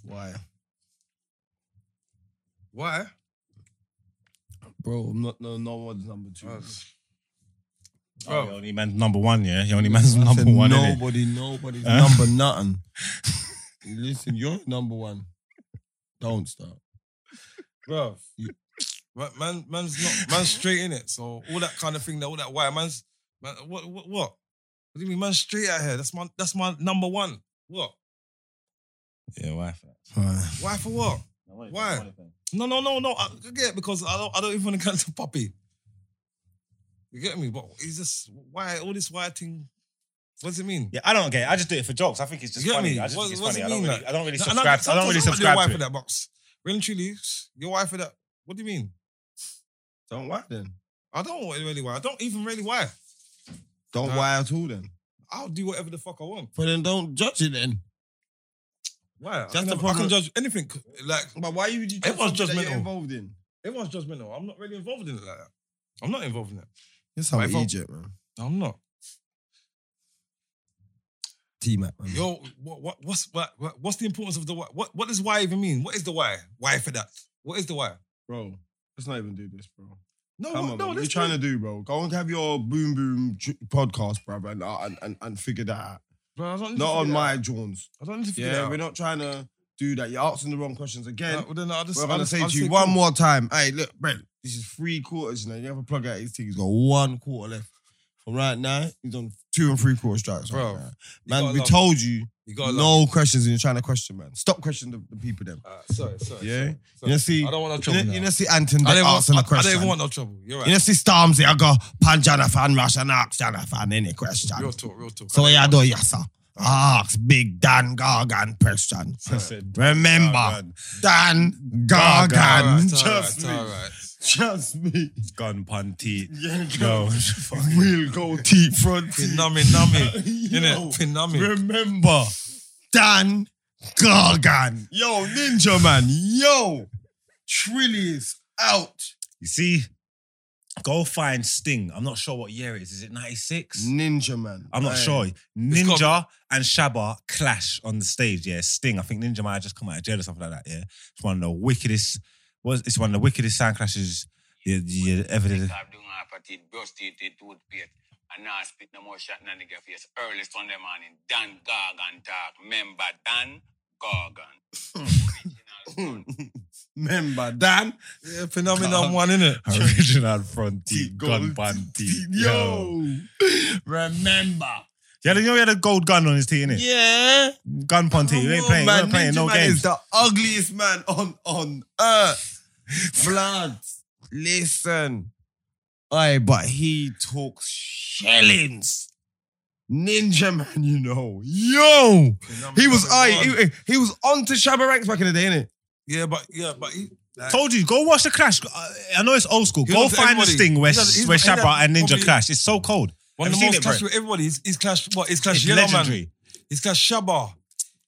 S2: Why?
S3: Why?
S2: Bro, I'm not no no one's number two.
S3: Bro,
S1: Oh, your only man's number one, yeah. Your only man's
S2: I
S1: number
S2: said
S1: one. innit?
S2: Nobody, nobody's
S1: Huh?
S2: number nothing. Listen, you're number one. Don't start.
S3: bro. Man, man, man's not man's straight in it. So all that kind of thing, that all that why man's man, what, what, what? What do you mean, man's straight out here? That's my that's my number one. What?
S1: Yeah, why?
S3: Why for what? Why? No, no, no, no. I I get it because I don't I don't even want to get into puppy. You get me? But it's just why all this why thing? What does it mean?
S1: Yeah, I don't get it. I just do it for jokes. I think it's just
S3: You get
S1: funny.
S3: me?
S1: I just
S3: What-
S1: think it's
S3: what's
S1: funny.
S3: it
S1: I don't,
S3: mean,
S1: really,
S3: like-
S1: I don't really
S3: No, no,
S1: subscribe. to, I don't
S3: sometimes
S1: really
S3: somebody will
S1: subscribe
S3: wife
S1: to
S3: for
S1: it.
S3: that box. Really, and truly, your wife for that. What do you mean?
S2: Don't why then.
S3: I don't really why. I don't even really why.
S2: Don't
S3: Nah.
S2: why at all then.
S3: I'll do whatever the fuck I want.
S2: But then don't judge it then.
S3: Why?
S2: That's
S3: I, can
S2: the
S3: never- I
S2: problem.
S3: can judge anything. Like
S2: But why would you judge
S3: Everyone's
S2: something that
S3: judgmental.
S2: you're involved in?
S3: everyone's judgmental. I'm not really involved in it like that. I'm not involved in it.
S2: That's how
S3: Like, if I'm-
S2: Egypt, man.
S3: I'm not.
S2: T Mac, man.
S3: Yo, what, what, what's what, what- what's the importance of the why? What, what does why even mean? What is the why? Why for that? What is the why?
S2: Bro, let's not even do this, bro.
S3: No,
S2: Come
S3: what,
S2: on,
S3: no.
S2: man. what are you
S3: let's
S2: trying
S3: do-
S2: to do, bro? Go and have your boom boom j- podcast, brother, and, uh, and, and, and figure that out.
S3: Bro, I don't need to
S2: Not on
S3: figure that
S2: my
S3: out.
S2: Johns.
S3: I don't need to figure
S2: Yeah,
S3: that
S2: we're
S3: out.
S2: not trying to do that. You're asking the wrong questions again.
S3: Uh, well, then I'll just,
S2: We're
S3: I'll
S2: gonna
S3: just-
S2: say
S3: I'll
S2: to you
S3: say
S2: one
S3: cool.
S2: more time. Hey, look, Brent, this is three quarters. You know, you have a plug out his team. He's got one quarter left. From right now, he's on two and three quarter strikes. right
S3: Bro,
S2: now.
S3: You
S2: man,
S3: gotta
S2: we
S3: love-
S2: told you
S3: You gotta love-
S2: no questions, and you're trying to question, man. Stop questioning the, the people. Them,
S3: Alright, sorry, sorry.
S2: Yeah?
S3: sorry,
S2: you
S3: sorry.
S2: know, see,
S3: I don't want no
S2: you
S3: trouble.
S2: know,
S3: now.
S2: you know, see, Anton,
S3: I
S2: they
S3: don't want-
S2: asking
S3: I-
S2: the question.
S3: I don't even want no trouble. You're right.
S2: You know, see, Stormzy, I go Panjana fan, Russian ask, Jana fan, any question.
S3: real talk, real talk.
S2: So yeah, do yasa. Ask Big Dan Gargan question. Remember, Dan Gargan. just
S3: all
S2: me.
S3: right, all right.
S2: Just me.
S1: Gun pun tea.
S2: Yeah,
S1: No.
S2: We'll go deep front. teeth.
S3: Pinami, nami,
S2: Yo,
S3: innit? Pinami.
S2: Remember, Dan Gargan. Yo, Ninja Man. Yo, Trilly is out.
S1: You see, go find Sting. I'm not sure what year it is. Is it 96?
S2: Ninja Man.
S1: I'm not
S2: Hey.
S1: sure.
S3: It's
S1: Ninja and Shabba clash on the stage. Yeah, Sting. I think Ninja might have just come out of jail or something like that. Yeah, it's one of the wickedest. Was it's one of the wickedest sound clashes you, you ever did.
S5: Stop doing half a teeth, brush teeth, teeth, toothpaste. And now spit no more shot in the nigga face. Early Sunday morning, Dan Gargan talk. Remember Dan Gargan. Original son.
S2: Remember, Dan?
S3: Yeah, phenomenon one, innit?
S1: Original fronty, gun
S2: Gold
S1: bunty.
S2: Yo. Remember.
S1: Yeah, you know he had a gold gun on his tee, innit?
S2: Yeah.
S1: Gun punty. You ain't playing, you ain't playing no
S2: Ninja Man
S1: games.
S2: is the ugliest man on, on earth. Blood. Listen. Aye, but he talks shillings. Ninja man, you know. Yo! He was aye, he, he was on to Shabba Ranks back in the day, innit?
S3: yeah, but yeah, but he, like,
S1: Told you, go watch the clash. I- I know it's old school.
S3: He
S1: Go
S3: loves
S1: find this
S3: everybody.
S1: thing where,
S3: He's a- he's
S1: where
S3: a- he's a-
S1: Shabba and Ninja
S3: probably-
S1: clash. It's so cold.
S3: one of
S1: Have
S3: the
S1: you
S3: most
S1: seen it,
S3: clashed
S1: bro?
S3: with everybody. He's, he's clashed what? He's
S1: It's
S3: clashed Yellow Man.
S1: legendary.
S3: He's clashed Shabba.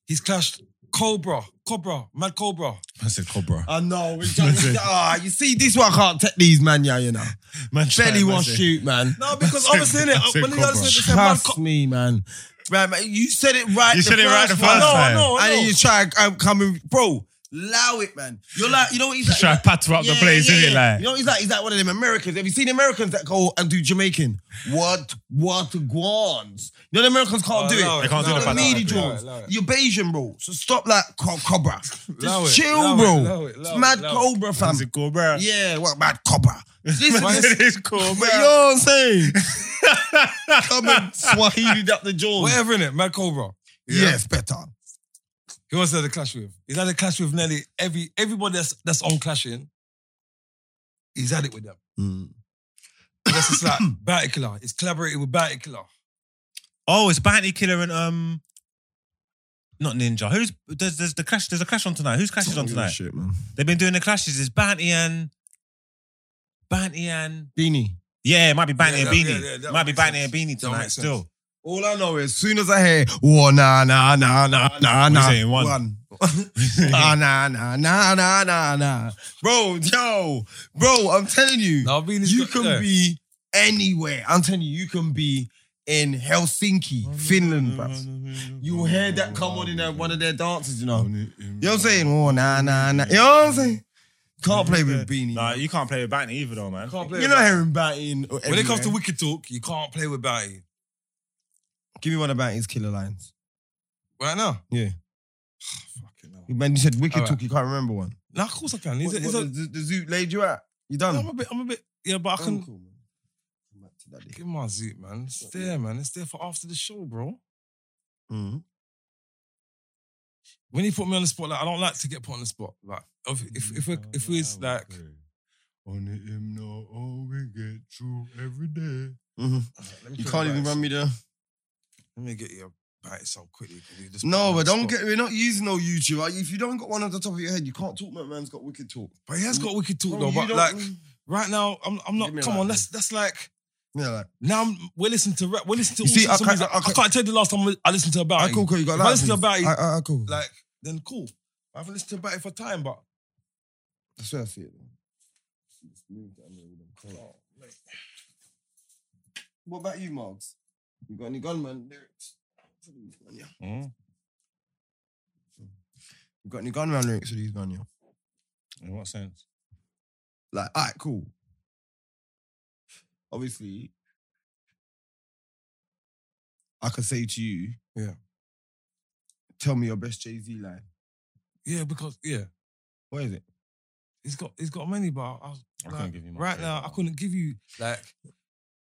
S3: He's clashed Cobra. Cobra. Mad Cobra.
S1: I said Cobra.
S2: I know. it's just- Ah, you see, this one can't take these man, yeah, you know.
S1: Man,
S2: Belly
S1: man,
S2: will
S1: said-
S2: shoot, man.
S3: No, because obviously,
S1: it, that's
S3: innit?
S1: it,
S3: When the guys
S1: Cobra.
S3: said, they said Mad
S2: Trust
S3: Co-
S2: me, man. Right, man. You said it right.
S1: You
S2: the
S1: said it right
S2: first
S1: the first
S2: one.
S1: time.
S3: No, no,
S2: And then
S3: no.
S2: you try um, coming, bro. Allow it, man. You're like, you know what he's like.
S1: Try to patter up the place, isn't
S2: yeah, yeah.
S1: it?
S2: you
S1: Like,
S2: know what he's like. He's like one of them Americans. Have you seen Americans that go and do Jamaican? What, what guans? You know the Americans can't
S3: Oh,
S2: do it.
S3: allow it, They can't
S2: you
S3: do
S2: know
S3: the
S2: the
S3: patter up,
S2: meaty
S3: yeah,
S2: jaws.
S3: allow it.
S2: You're Bayesian, bro. So stop that co- cobra.
S3: Allow it,
S2: Just chill,
S3: allow it, allow
S2: bro.
S3: it, allow
S2: It's
S3: it,
S2: mad
S3: allow it.
S2: cobra, fam.
S1: Is it Cobra?
S2: Yeah, what mad cobra? This
S1: Man
S2: is
S1: said it's Cobra.
S2: but you know what I'm saying? Come and Swahili up the jaws.
S3: whatever, innit? Mad Cobra.
S2: Yes, better.
S3: He wants to have a clash with. He's had a clash with nearly every everybody that's that's on clashing. He's had it with them.
S2: Mm.
S3: That's just like Bounty Killer. He's collaborated with Bounty Killer.
S1: Oh, it's Bounty Killer and um, not Ninja. Who's there's, there's the clash? There's a clash on tonight. Who's clashes on tonight?
S2: Shit, man.
S1: They've been doing the clashes. It's Bounty and Bounty and
S2: Beanie.
S1: yeah, it might be Bounty and
S3: Yeah, that-
S1: Beanie.
S3: yeah, yeah, that
S1: might be
S3: makes
S1: Bounty and
S3: sense.
S1: Beanie
S3: That
S1: tonight.
S3: makes
S1: Still,
S3: sense.
S2: All I know is, soon as I hear, oh, nah, nah, nah, nah, nah,
S1: you
S2: nah.
S1: saying, one?
S2: Ah, nah, nah, nah, nah, nah, nah. Bro, yo, bro, I'm telling you,
S3: Now, Beanie's
S2: you
S3: got-
S2: can
S3: yeah.
S2: be anywhere. I'm telling you, you can be in Helsinki, Finland, Mm, bruv. You hear that come on in uh, one of their dances, you know. You know what I'm saying? Oh, nah, nah, nah. You know what I'm saying? Can't play with Beanie.
S1: Nah, you can't play with Bounty either, though, man.
S3: Can't play
S2: You're
S3: with
S2: not
S3: Bounty.
S2: hearing batting.
S3: When it comes to wicked talk, you can't play with Bounty.
S2: give me one about his killer lines.
S3: Right now?
S2: Yeah.
S3: Fucking hell.
S2: Man, you said wicked
S3: Alright.
S2: talk. You can't remember one.
S3: Nah, of course I can.
S2: Is Oh,
S3: He's a- he's a-
S2: the, the zoo laid you out? You done?
S3: I'm a bit, I'm a bit, yeah, but I can
S2: Uncle, man. Come back to that day.
S3: give my zoot, man. It's there, man. It's there for after the show, bro.
S2: Mm-hmm.
S3: When he put me on the spot, like I don't like to get put on the spot. Like if if if we if we
S2: Mm-hmm.
S3: like
S1: on him, no, all we get through every day.
S3: Let me
S2: Mm-hmm. You
S3: try
S2: can't
S3: to
S2: even
S3: write
S2: run
S3: some-
S2: me the.
S3: Let me get you a bite so quickly. 'cause you just put
S2: No,
S3: me
S2: but
S3: on the
S2: don't
S3: spot.
S2: get. We're not using no YouTube. Like, if you don't got one on the top of your head, you can't talk. My man's got wicked talk.
S3: But he has got wicked talk
S2: Bro,
S3: though.
S2: you
S3: But
S2: don't-
S3: like right now, I'm I'm not.
S2: Give me
S3: Come
S2: that,
S3: on,
S2: man.
S3: that's that's like
S2: yeah, like
S3: now I'm, we're listening to rap. We're listening to.
S2: You
S3: all
S2: see,
S3: sorts
S2: I
S3: of
S2: can't-
S3: music.
S2: I can't-
S3: tell you the last time I listened to about.
S2: I cool, cool. You got
S3: If I
S2: that.
S3: listen to about it-
S2: I, I, I cool.
S3: Like then cool. I haven't listened to about it for time, but
S2: I swear I see it. What about you, Margs? You got any gunman lyrics? Yeah.
S1: Mm,
S2: You got any gunman lyrics for these man, yeah?
S1: In what sense?
S2: Like, alright, cool. Obviously, I could say to you,
S3: Yeah.
S2: Tell me your best Jay Z line.
S3: yeah, because yeah,
S2: What is it?
S3: he's got he's got many, but I, was
S1: I
S3: like,
S1: couldn't give you my
S3: right now.
S1: favourite
S3: I
S1: one.
S3: couldn't give you like.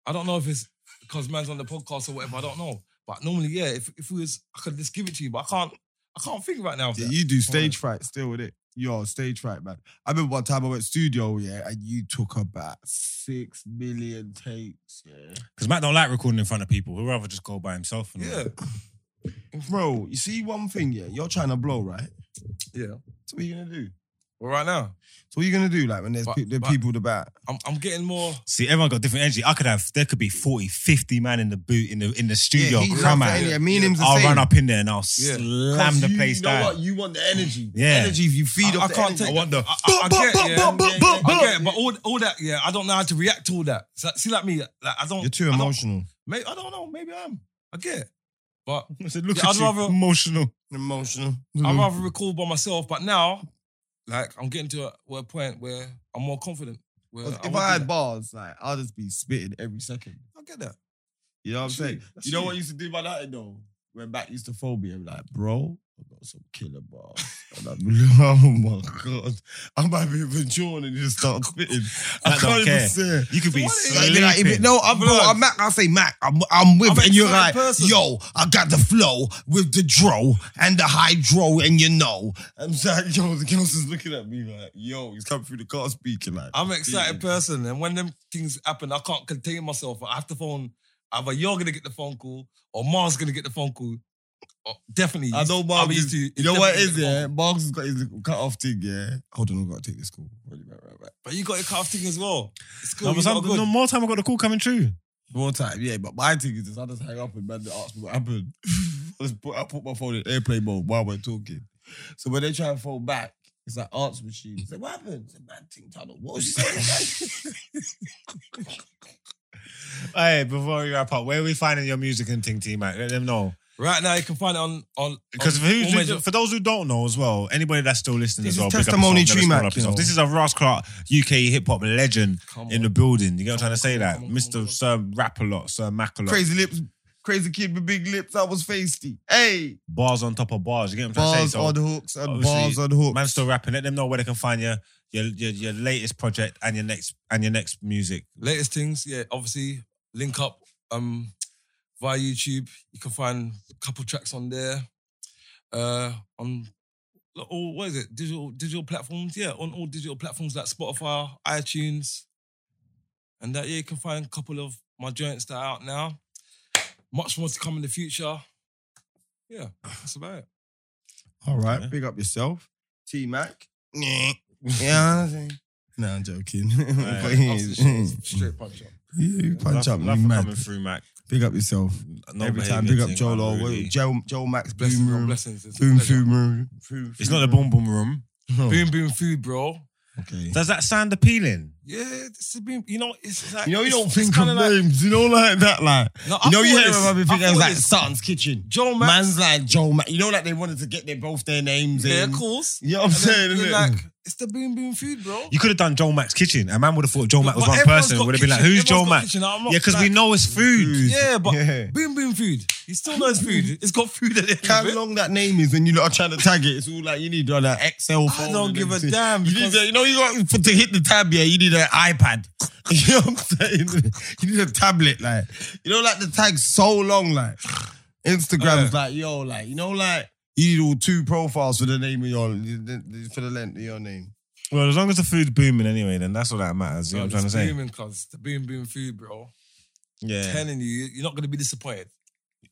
S3: I don't know if it's because man's on the podcast or whatever. I don't know. But normally, yeah, if if we was, I could just give it to you, but I can't. I can't think right now. of
S2: Yeah,
S3: that.
S2: you do stage fright still with it. Yo, stage fright, man. I remember one time I went studio, yeah, and you took about six million takes, yeah.
S1: Because Matt don't like recording in front of people. He'd rather just go by himself. And all
S3: Yeah,
S1: that.
S2: Bro, you see one thing, yeah, you're trying to blow, right?
S3: yeah.
S2: So what are you gonna do?
S3: Well, right now,
S2: So what are you gonna do, like, when there's
S3: But-
S2: pe- there are
S3: but-
S2: people about?
S3: I'm I'm getting more.
S1: See, everyone got different energy. I could have, there could be 40, 50 man in the boot, in the in the studio.
S2: he's
S1: come
S2: like
S1: at
S2: that,
S1: it.
S2: yeah, me and him's the
S1: I'll
S2: same.
S1: run up in there and I'll
S3: Yeah.
S1: slam the
S2: you,
S1: place
S2: you know
S1: down.
S2: what? You want the energy. The
S1: Yeah.
S2: Energy, if you feed
S3: I-
S2: off
S3: I
S2: the
S3: can't
S2: energy.
S3: take-
S1: I want the.
S3: I, I get, yeah. I get, it,
S2: but
S3: but all all that, yeah, I don't know how to react to all that. So, see, like me, like I don't.
S2: You're too
S3: I don't-
S2: emotional.
S3: Maybe I don't know. Maybe I am. I get, it. but
S1: I said, look at
S3: Yeah, I'd
S1: you,
S3: rather-
S1: emotional.
S2: Emotional.
S3: I'd rather record by myself. But now, like I'm getting to a, where a point where I'm more confident. Where
S2: Because
S3: won't
S2: if
S3: do
S2: I had
S3: that.
S2: bars, like, I'll just be spitting every second.
S3: I get that.
S2: You know what I'm
S3: That's
S2: saying?
S3: you. That's
S2: You know
S3: you.
S2: what used to do my night though? When back used to phone me, I'm like, bro, I've got some killer bars. And I'm like, oh my God. I might be even drawn and just start spitting. I,
S1: I
S2: can't
S1: don't
S2: even
S1: care.
S2: say.
S1: You could be
S2: What is-
S1: sleeping.
S2: Like, if it- no, I'm, no, I'm Mac. I'll say Mac. I'm, I'm with
S3: I'm
S2: it. And you're
S3: excited
S2: like,
S3: person.
S2: yo, I got the flow with the dro and the hydro, and you know. I'm like, yo, the girls is looking at me like, yo, he's coming through the car speaking like.
S3: I'm an excited person, and when them things happen, I can't contain myself. I have to phone. Either you're gonna get the phone call, or Mar's gonna get the phone call. Oh, definitely,
S2: I know Mark
S3: I'm used
S2: is,
S3: to.
S2: You
S3: it's
S2: know what it
S3: definitely
S2: is,
S3: gonna
S2: yeah? Mark's got his cut off thing, yeah? Hold on, I've got to take this call. Right, right, right, right.
S3: But you got your calf thing as well. It's good.
S1: No,
S3: you
S1: but
S3: got
S1: some,
S3: a good.
S1: no, more time I got the call coming through.
S2: More time, yeah, but my thing is this. I just hang up and man, they ask me what happened. I, just put, I put my phone in airplane mode while we're talking. So when they try and phone back, it's like answer machine. It's like, what happened? It's a bad thing, tunnel. What was you saying?
S1: Hey, before we wrap up, where are we finding your music and Ting T Mac? Let them know.
S3: Right now, you can find it on on
S1: Because
S3: on
S1: for, who's-
S3: all major-
S1: for those who don't know as well, anybody that's still listening
S2: This
S1: as
S2: is
S1: well, pick
S2: testimony
S1: up yourself, never
S2: Tree
S1: small
S2: Mac,
S1: up
S2: you
S1: yourself.
S2: know.
S1: This is a Ross Clark UK hip hop legend
S3: Come
S1: in
S3: on.
S1: the building. You get what I'm trying to say?
S3: Come on,
S1: That
S3: come on, come
S1: Mr.
S3: on.
S1: Sir Rap a lot, Sir Mac a lot,
S2: crazy lips, crazy kid with big lips. I was feisty. Hey,
S1: bars on top of bars. You get what I'm trying to
S2: bars
S1: say? So
S2: on hooks and
S1: obviously,
S2: bars on hooks.
S1: man still rapping. Let them know where they can find your your your, your latest project and your next and your next music.
S3: latest things, yeah, obviously link up um via YouTube. You can find a couple tracks on there. Uh on all what is it? Digital digital platforms, yeah, on all digital platforms like Spotify, iTunes. And that yeah, you can find a couple of my joints that are out now. Much more to come in the future. Yeah, that's about it.
S2: All right,
S1: Yeah.
S2: pick up yourself, T Mac. yeah, I'm saying. Nah, I'm joking. But he
S3: After the
S2: is.
S3: show, it's Straight punch up.
S2: You punch
S1: Love-
S2: up,
S1: love
S2: man.
S1: for coming through, Mac.
S2: Big up yourself.
S1: No
S2: Every time,
S1: behaviour
S2: big up
S1: thing,
S2: Joel
S1: man,
S2: or
S1: really.
S2: Joel, Joel Max
S3: Blessings
S2: Boom
S3: on
S2: Room.
S3: blessings. It's a
S2: Boom
S3: pleasure.
S2: Boom Room.
S1: It's not the boom boom room.
S3: Boom boom food, bro.
S2: Okay.
S1: Does that sound appealing?
S3: Yeah, this has been, you know, it's like.
S2: You know, you
S3: it's-
S2: don't
S3: it's
S2: think of
S3: kinda like,
S2: names. You don't like that, like.
S3: No, I
S2: You know, you
S3: thought
S2: hear
S3: this-
S2: about me
S3: I
S2: thinking it was
S3: thought
S2: like
S3: this-
S2: Sutton's Kitchen.
S3: Joe Max.
S2: Man's like Joel Max. You know, like they wanted to get their both their names
S3: yeah,
S2: in.
S3: of course.
S2: You know what I'm
S3: And
S2: saying?
S3: then
S2: innit?
S3: you're like, it's the boom boom food, bro.
S1: You could have done Joel Mac's kitchen. A man would have thought Joel Mac was
S3: But
S1: one
S3: everyone's
S1: person.
S3: got
S1: Would have been like,
S3: kitchen-
S1: "Who's Joel
S3: everyone's got
S1: Mac?"
S3: kitchen. I'm not
S1: Yeah, because we
S3: like-
S1: know it's food.
S3: Yeah, but
S2: Yeah.
S3: boom boom food. You still know it's food. It's got food at it.
S2: how long that name is when you lot are trying to tag it. It's all like you need on an Excel.
S3: I
S2: phone
S3: don't
S2: and
S3: give a
S2: everything.
S3: damn.
S2: You need,
S3: because
S2: a, you know, you got for, to hit the tab. Yeah, you need an iPad. You know what I'm saying? You need a tablet. Like, you know, like the tag's so long. Like, Instagram's like, yo, like, you know, like you need all two profiles for the name of your for the length of your name.
S1: Well, as long as the food's booming anyway, then that's all that matters. You know what I'm trying to
S3: it's
S1: say?
S3: booming, cuz. The boom boom food, bro.
S1: Yeah.
S3: Telling you, you're not going to be disappointed.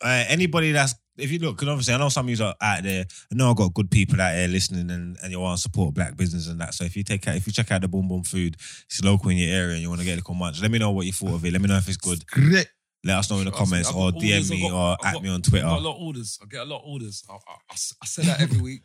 S1: Uh, anybody that's if you look, because obviously I know some of you are out there. I know I've got good people out there listening, and, and you want to support black business and that. So if you take out, if you check out the Boom Boom Food, it's local in your area, and you want to get a munch. Let me know what you thought of it. Let me know if it's good.
S2: Great.
S1: Let us know in the
S3: Trust me,
S1: comments
S3: I've
S1: or
S3: got orders,
S1: DM
S3: I've
S1: me
S3: got-
S1: or
S3: I've
S1: at
S3: got-
S1: me on
S3: I
S1: Twitter.
S3: got a lot of orders. I get a lot of orders. I, I, I s- I say that every week.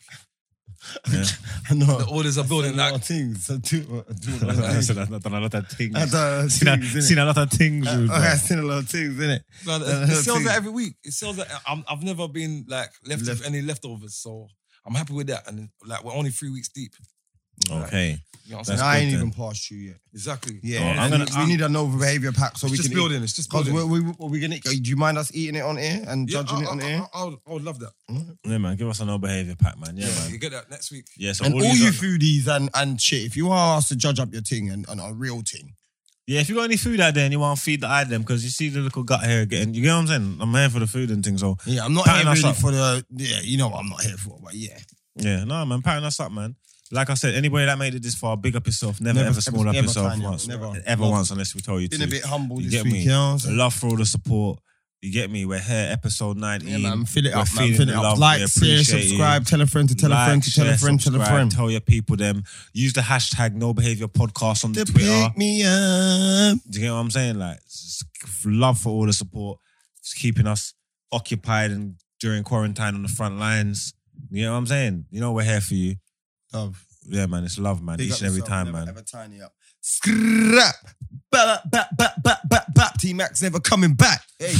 S2: I know.
S3: The orders are building.
S2: a lot
S3: Like,
S2: of things. I do. I do a lot
S1: I
S2: of
S1: said
S2: things.
S1: I've done a lot of things.
S2: I done
S1: Seen a-
S2: things, innit?
S1: seen a lot of things.
S2: Uh,
S1: Rude,
S2: okay,
S1: bro.
S2: I've seen a lot of things, innit?
S3: man,
S2: That's
S3: it it
S2: the
S3: sells
S2: thing.
S3: out every week. It sells out. I'm, I've never been like left,
S2: Left.
S3: with any leftovers. So I'm happy with that. And like, we're only three weeks deep.
S1: Okay.
S3: You know
S1: That's
S3: what I'm
S2: And I
S1: good
S2: ain't
S1: then.
S2: even passed you yet.
S3: Exactly.
S2: Yeah,
S1: Oh, I'm gonna-
S2: and we,
S1: I'm-
S2: need a no behavior pack so
S3: It's
S2: we
S3: just
S2: can eat.
S3: building. It's just
S2: Because
S3: building.
S2: we, we, we gonna. Do you mind us eating it on air and
S3: Yeah,
S2: judging
S3: I,
S2: it
S1: uh,
S2: on
S3: I,
S2: air?
S3: I, I, would, I would love that.
S1: Yeah, man. Give us a no behavior pack, man. Yeah, man.
S3: You get that next week.
S1: Yeah, so
S2: and all
S1: these
S2: you
S1: are-
S2: foodies and, and shit, if you are asked to judge up your thing and, and a real thing,
S1: yeah, if you got any food out there and you want to feed the eye them, because you see the little gut here getting, you get what I'm saying? I'm here for the food and things. So
S2: yeah, I'm not
S1: Pattern
S2: here
S1: us
S2: really
S1: up.
S2: for the yeah, you know what I'm not here for, but yeah,
S1: yeah, no, man, patting us up, man. Like I said, anybody that made it this far, big up yourself. Never,
S2: Never-
S1: ever small up
S2: never
S1: yourself
S2: tiny up,
S1: once.
S2: never.
S1: Ever
S2: Love.
S1: once, unless we tell you
S2: been a
S1: to.
S2: bit humble
S1: You
S2: this
S1: get
S2: week.
S1: me?
S2: You know what I'm saying?
S1: Love for all the support. You get me? We're here, episode 19.
S2: Yeah, man, fill
S1: We're
S2: it up, man.
S1: feeling
S2: Fill it
S1: the
S2: up.
S1: love. We
S2: Like, share,
S1: appreciate you.
S2: subscribe, tell a friend to tell a
S1: Like,
S2: friend to tell
S1: share,
S2: a friend, tell a
S1: subscribe,
S2: friend.
S1: Tell your people them. Use the hashtag no behavior podcast on the
S2: To
S1: Twitter.
S2: pick me up.
S1: Do you get what I'm saying? Like, s- s- love for all the support. It's keeping us occupied and during quarantine on the front lines. You know what I'm saying? You know we're here for you.
S2: Love.
S1: Yeah, man, it's love, man.
S2: Big
S1: Each
S2: up
S1: and every
S2: yourself,
S1: time,
S2: never
S1: man.
S2: Ever tiny up. Scrap. Bap, bap, bap, bap, bap, bap. T Max never coming back. Hey.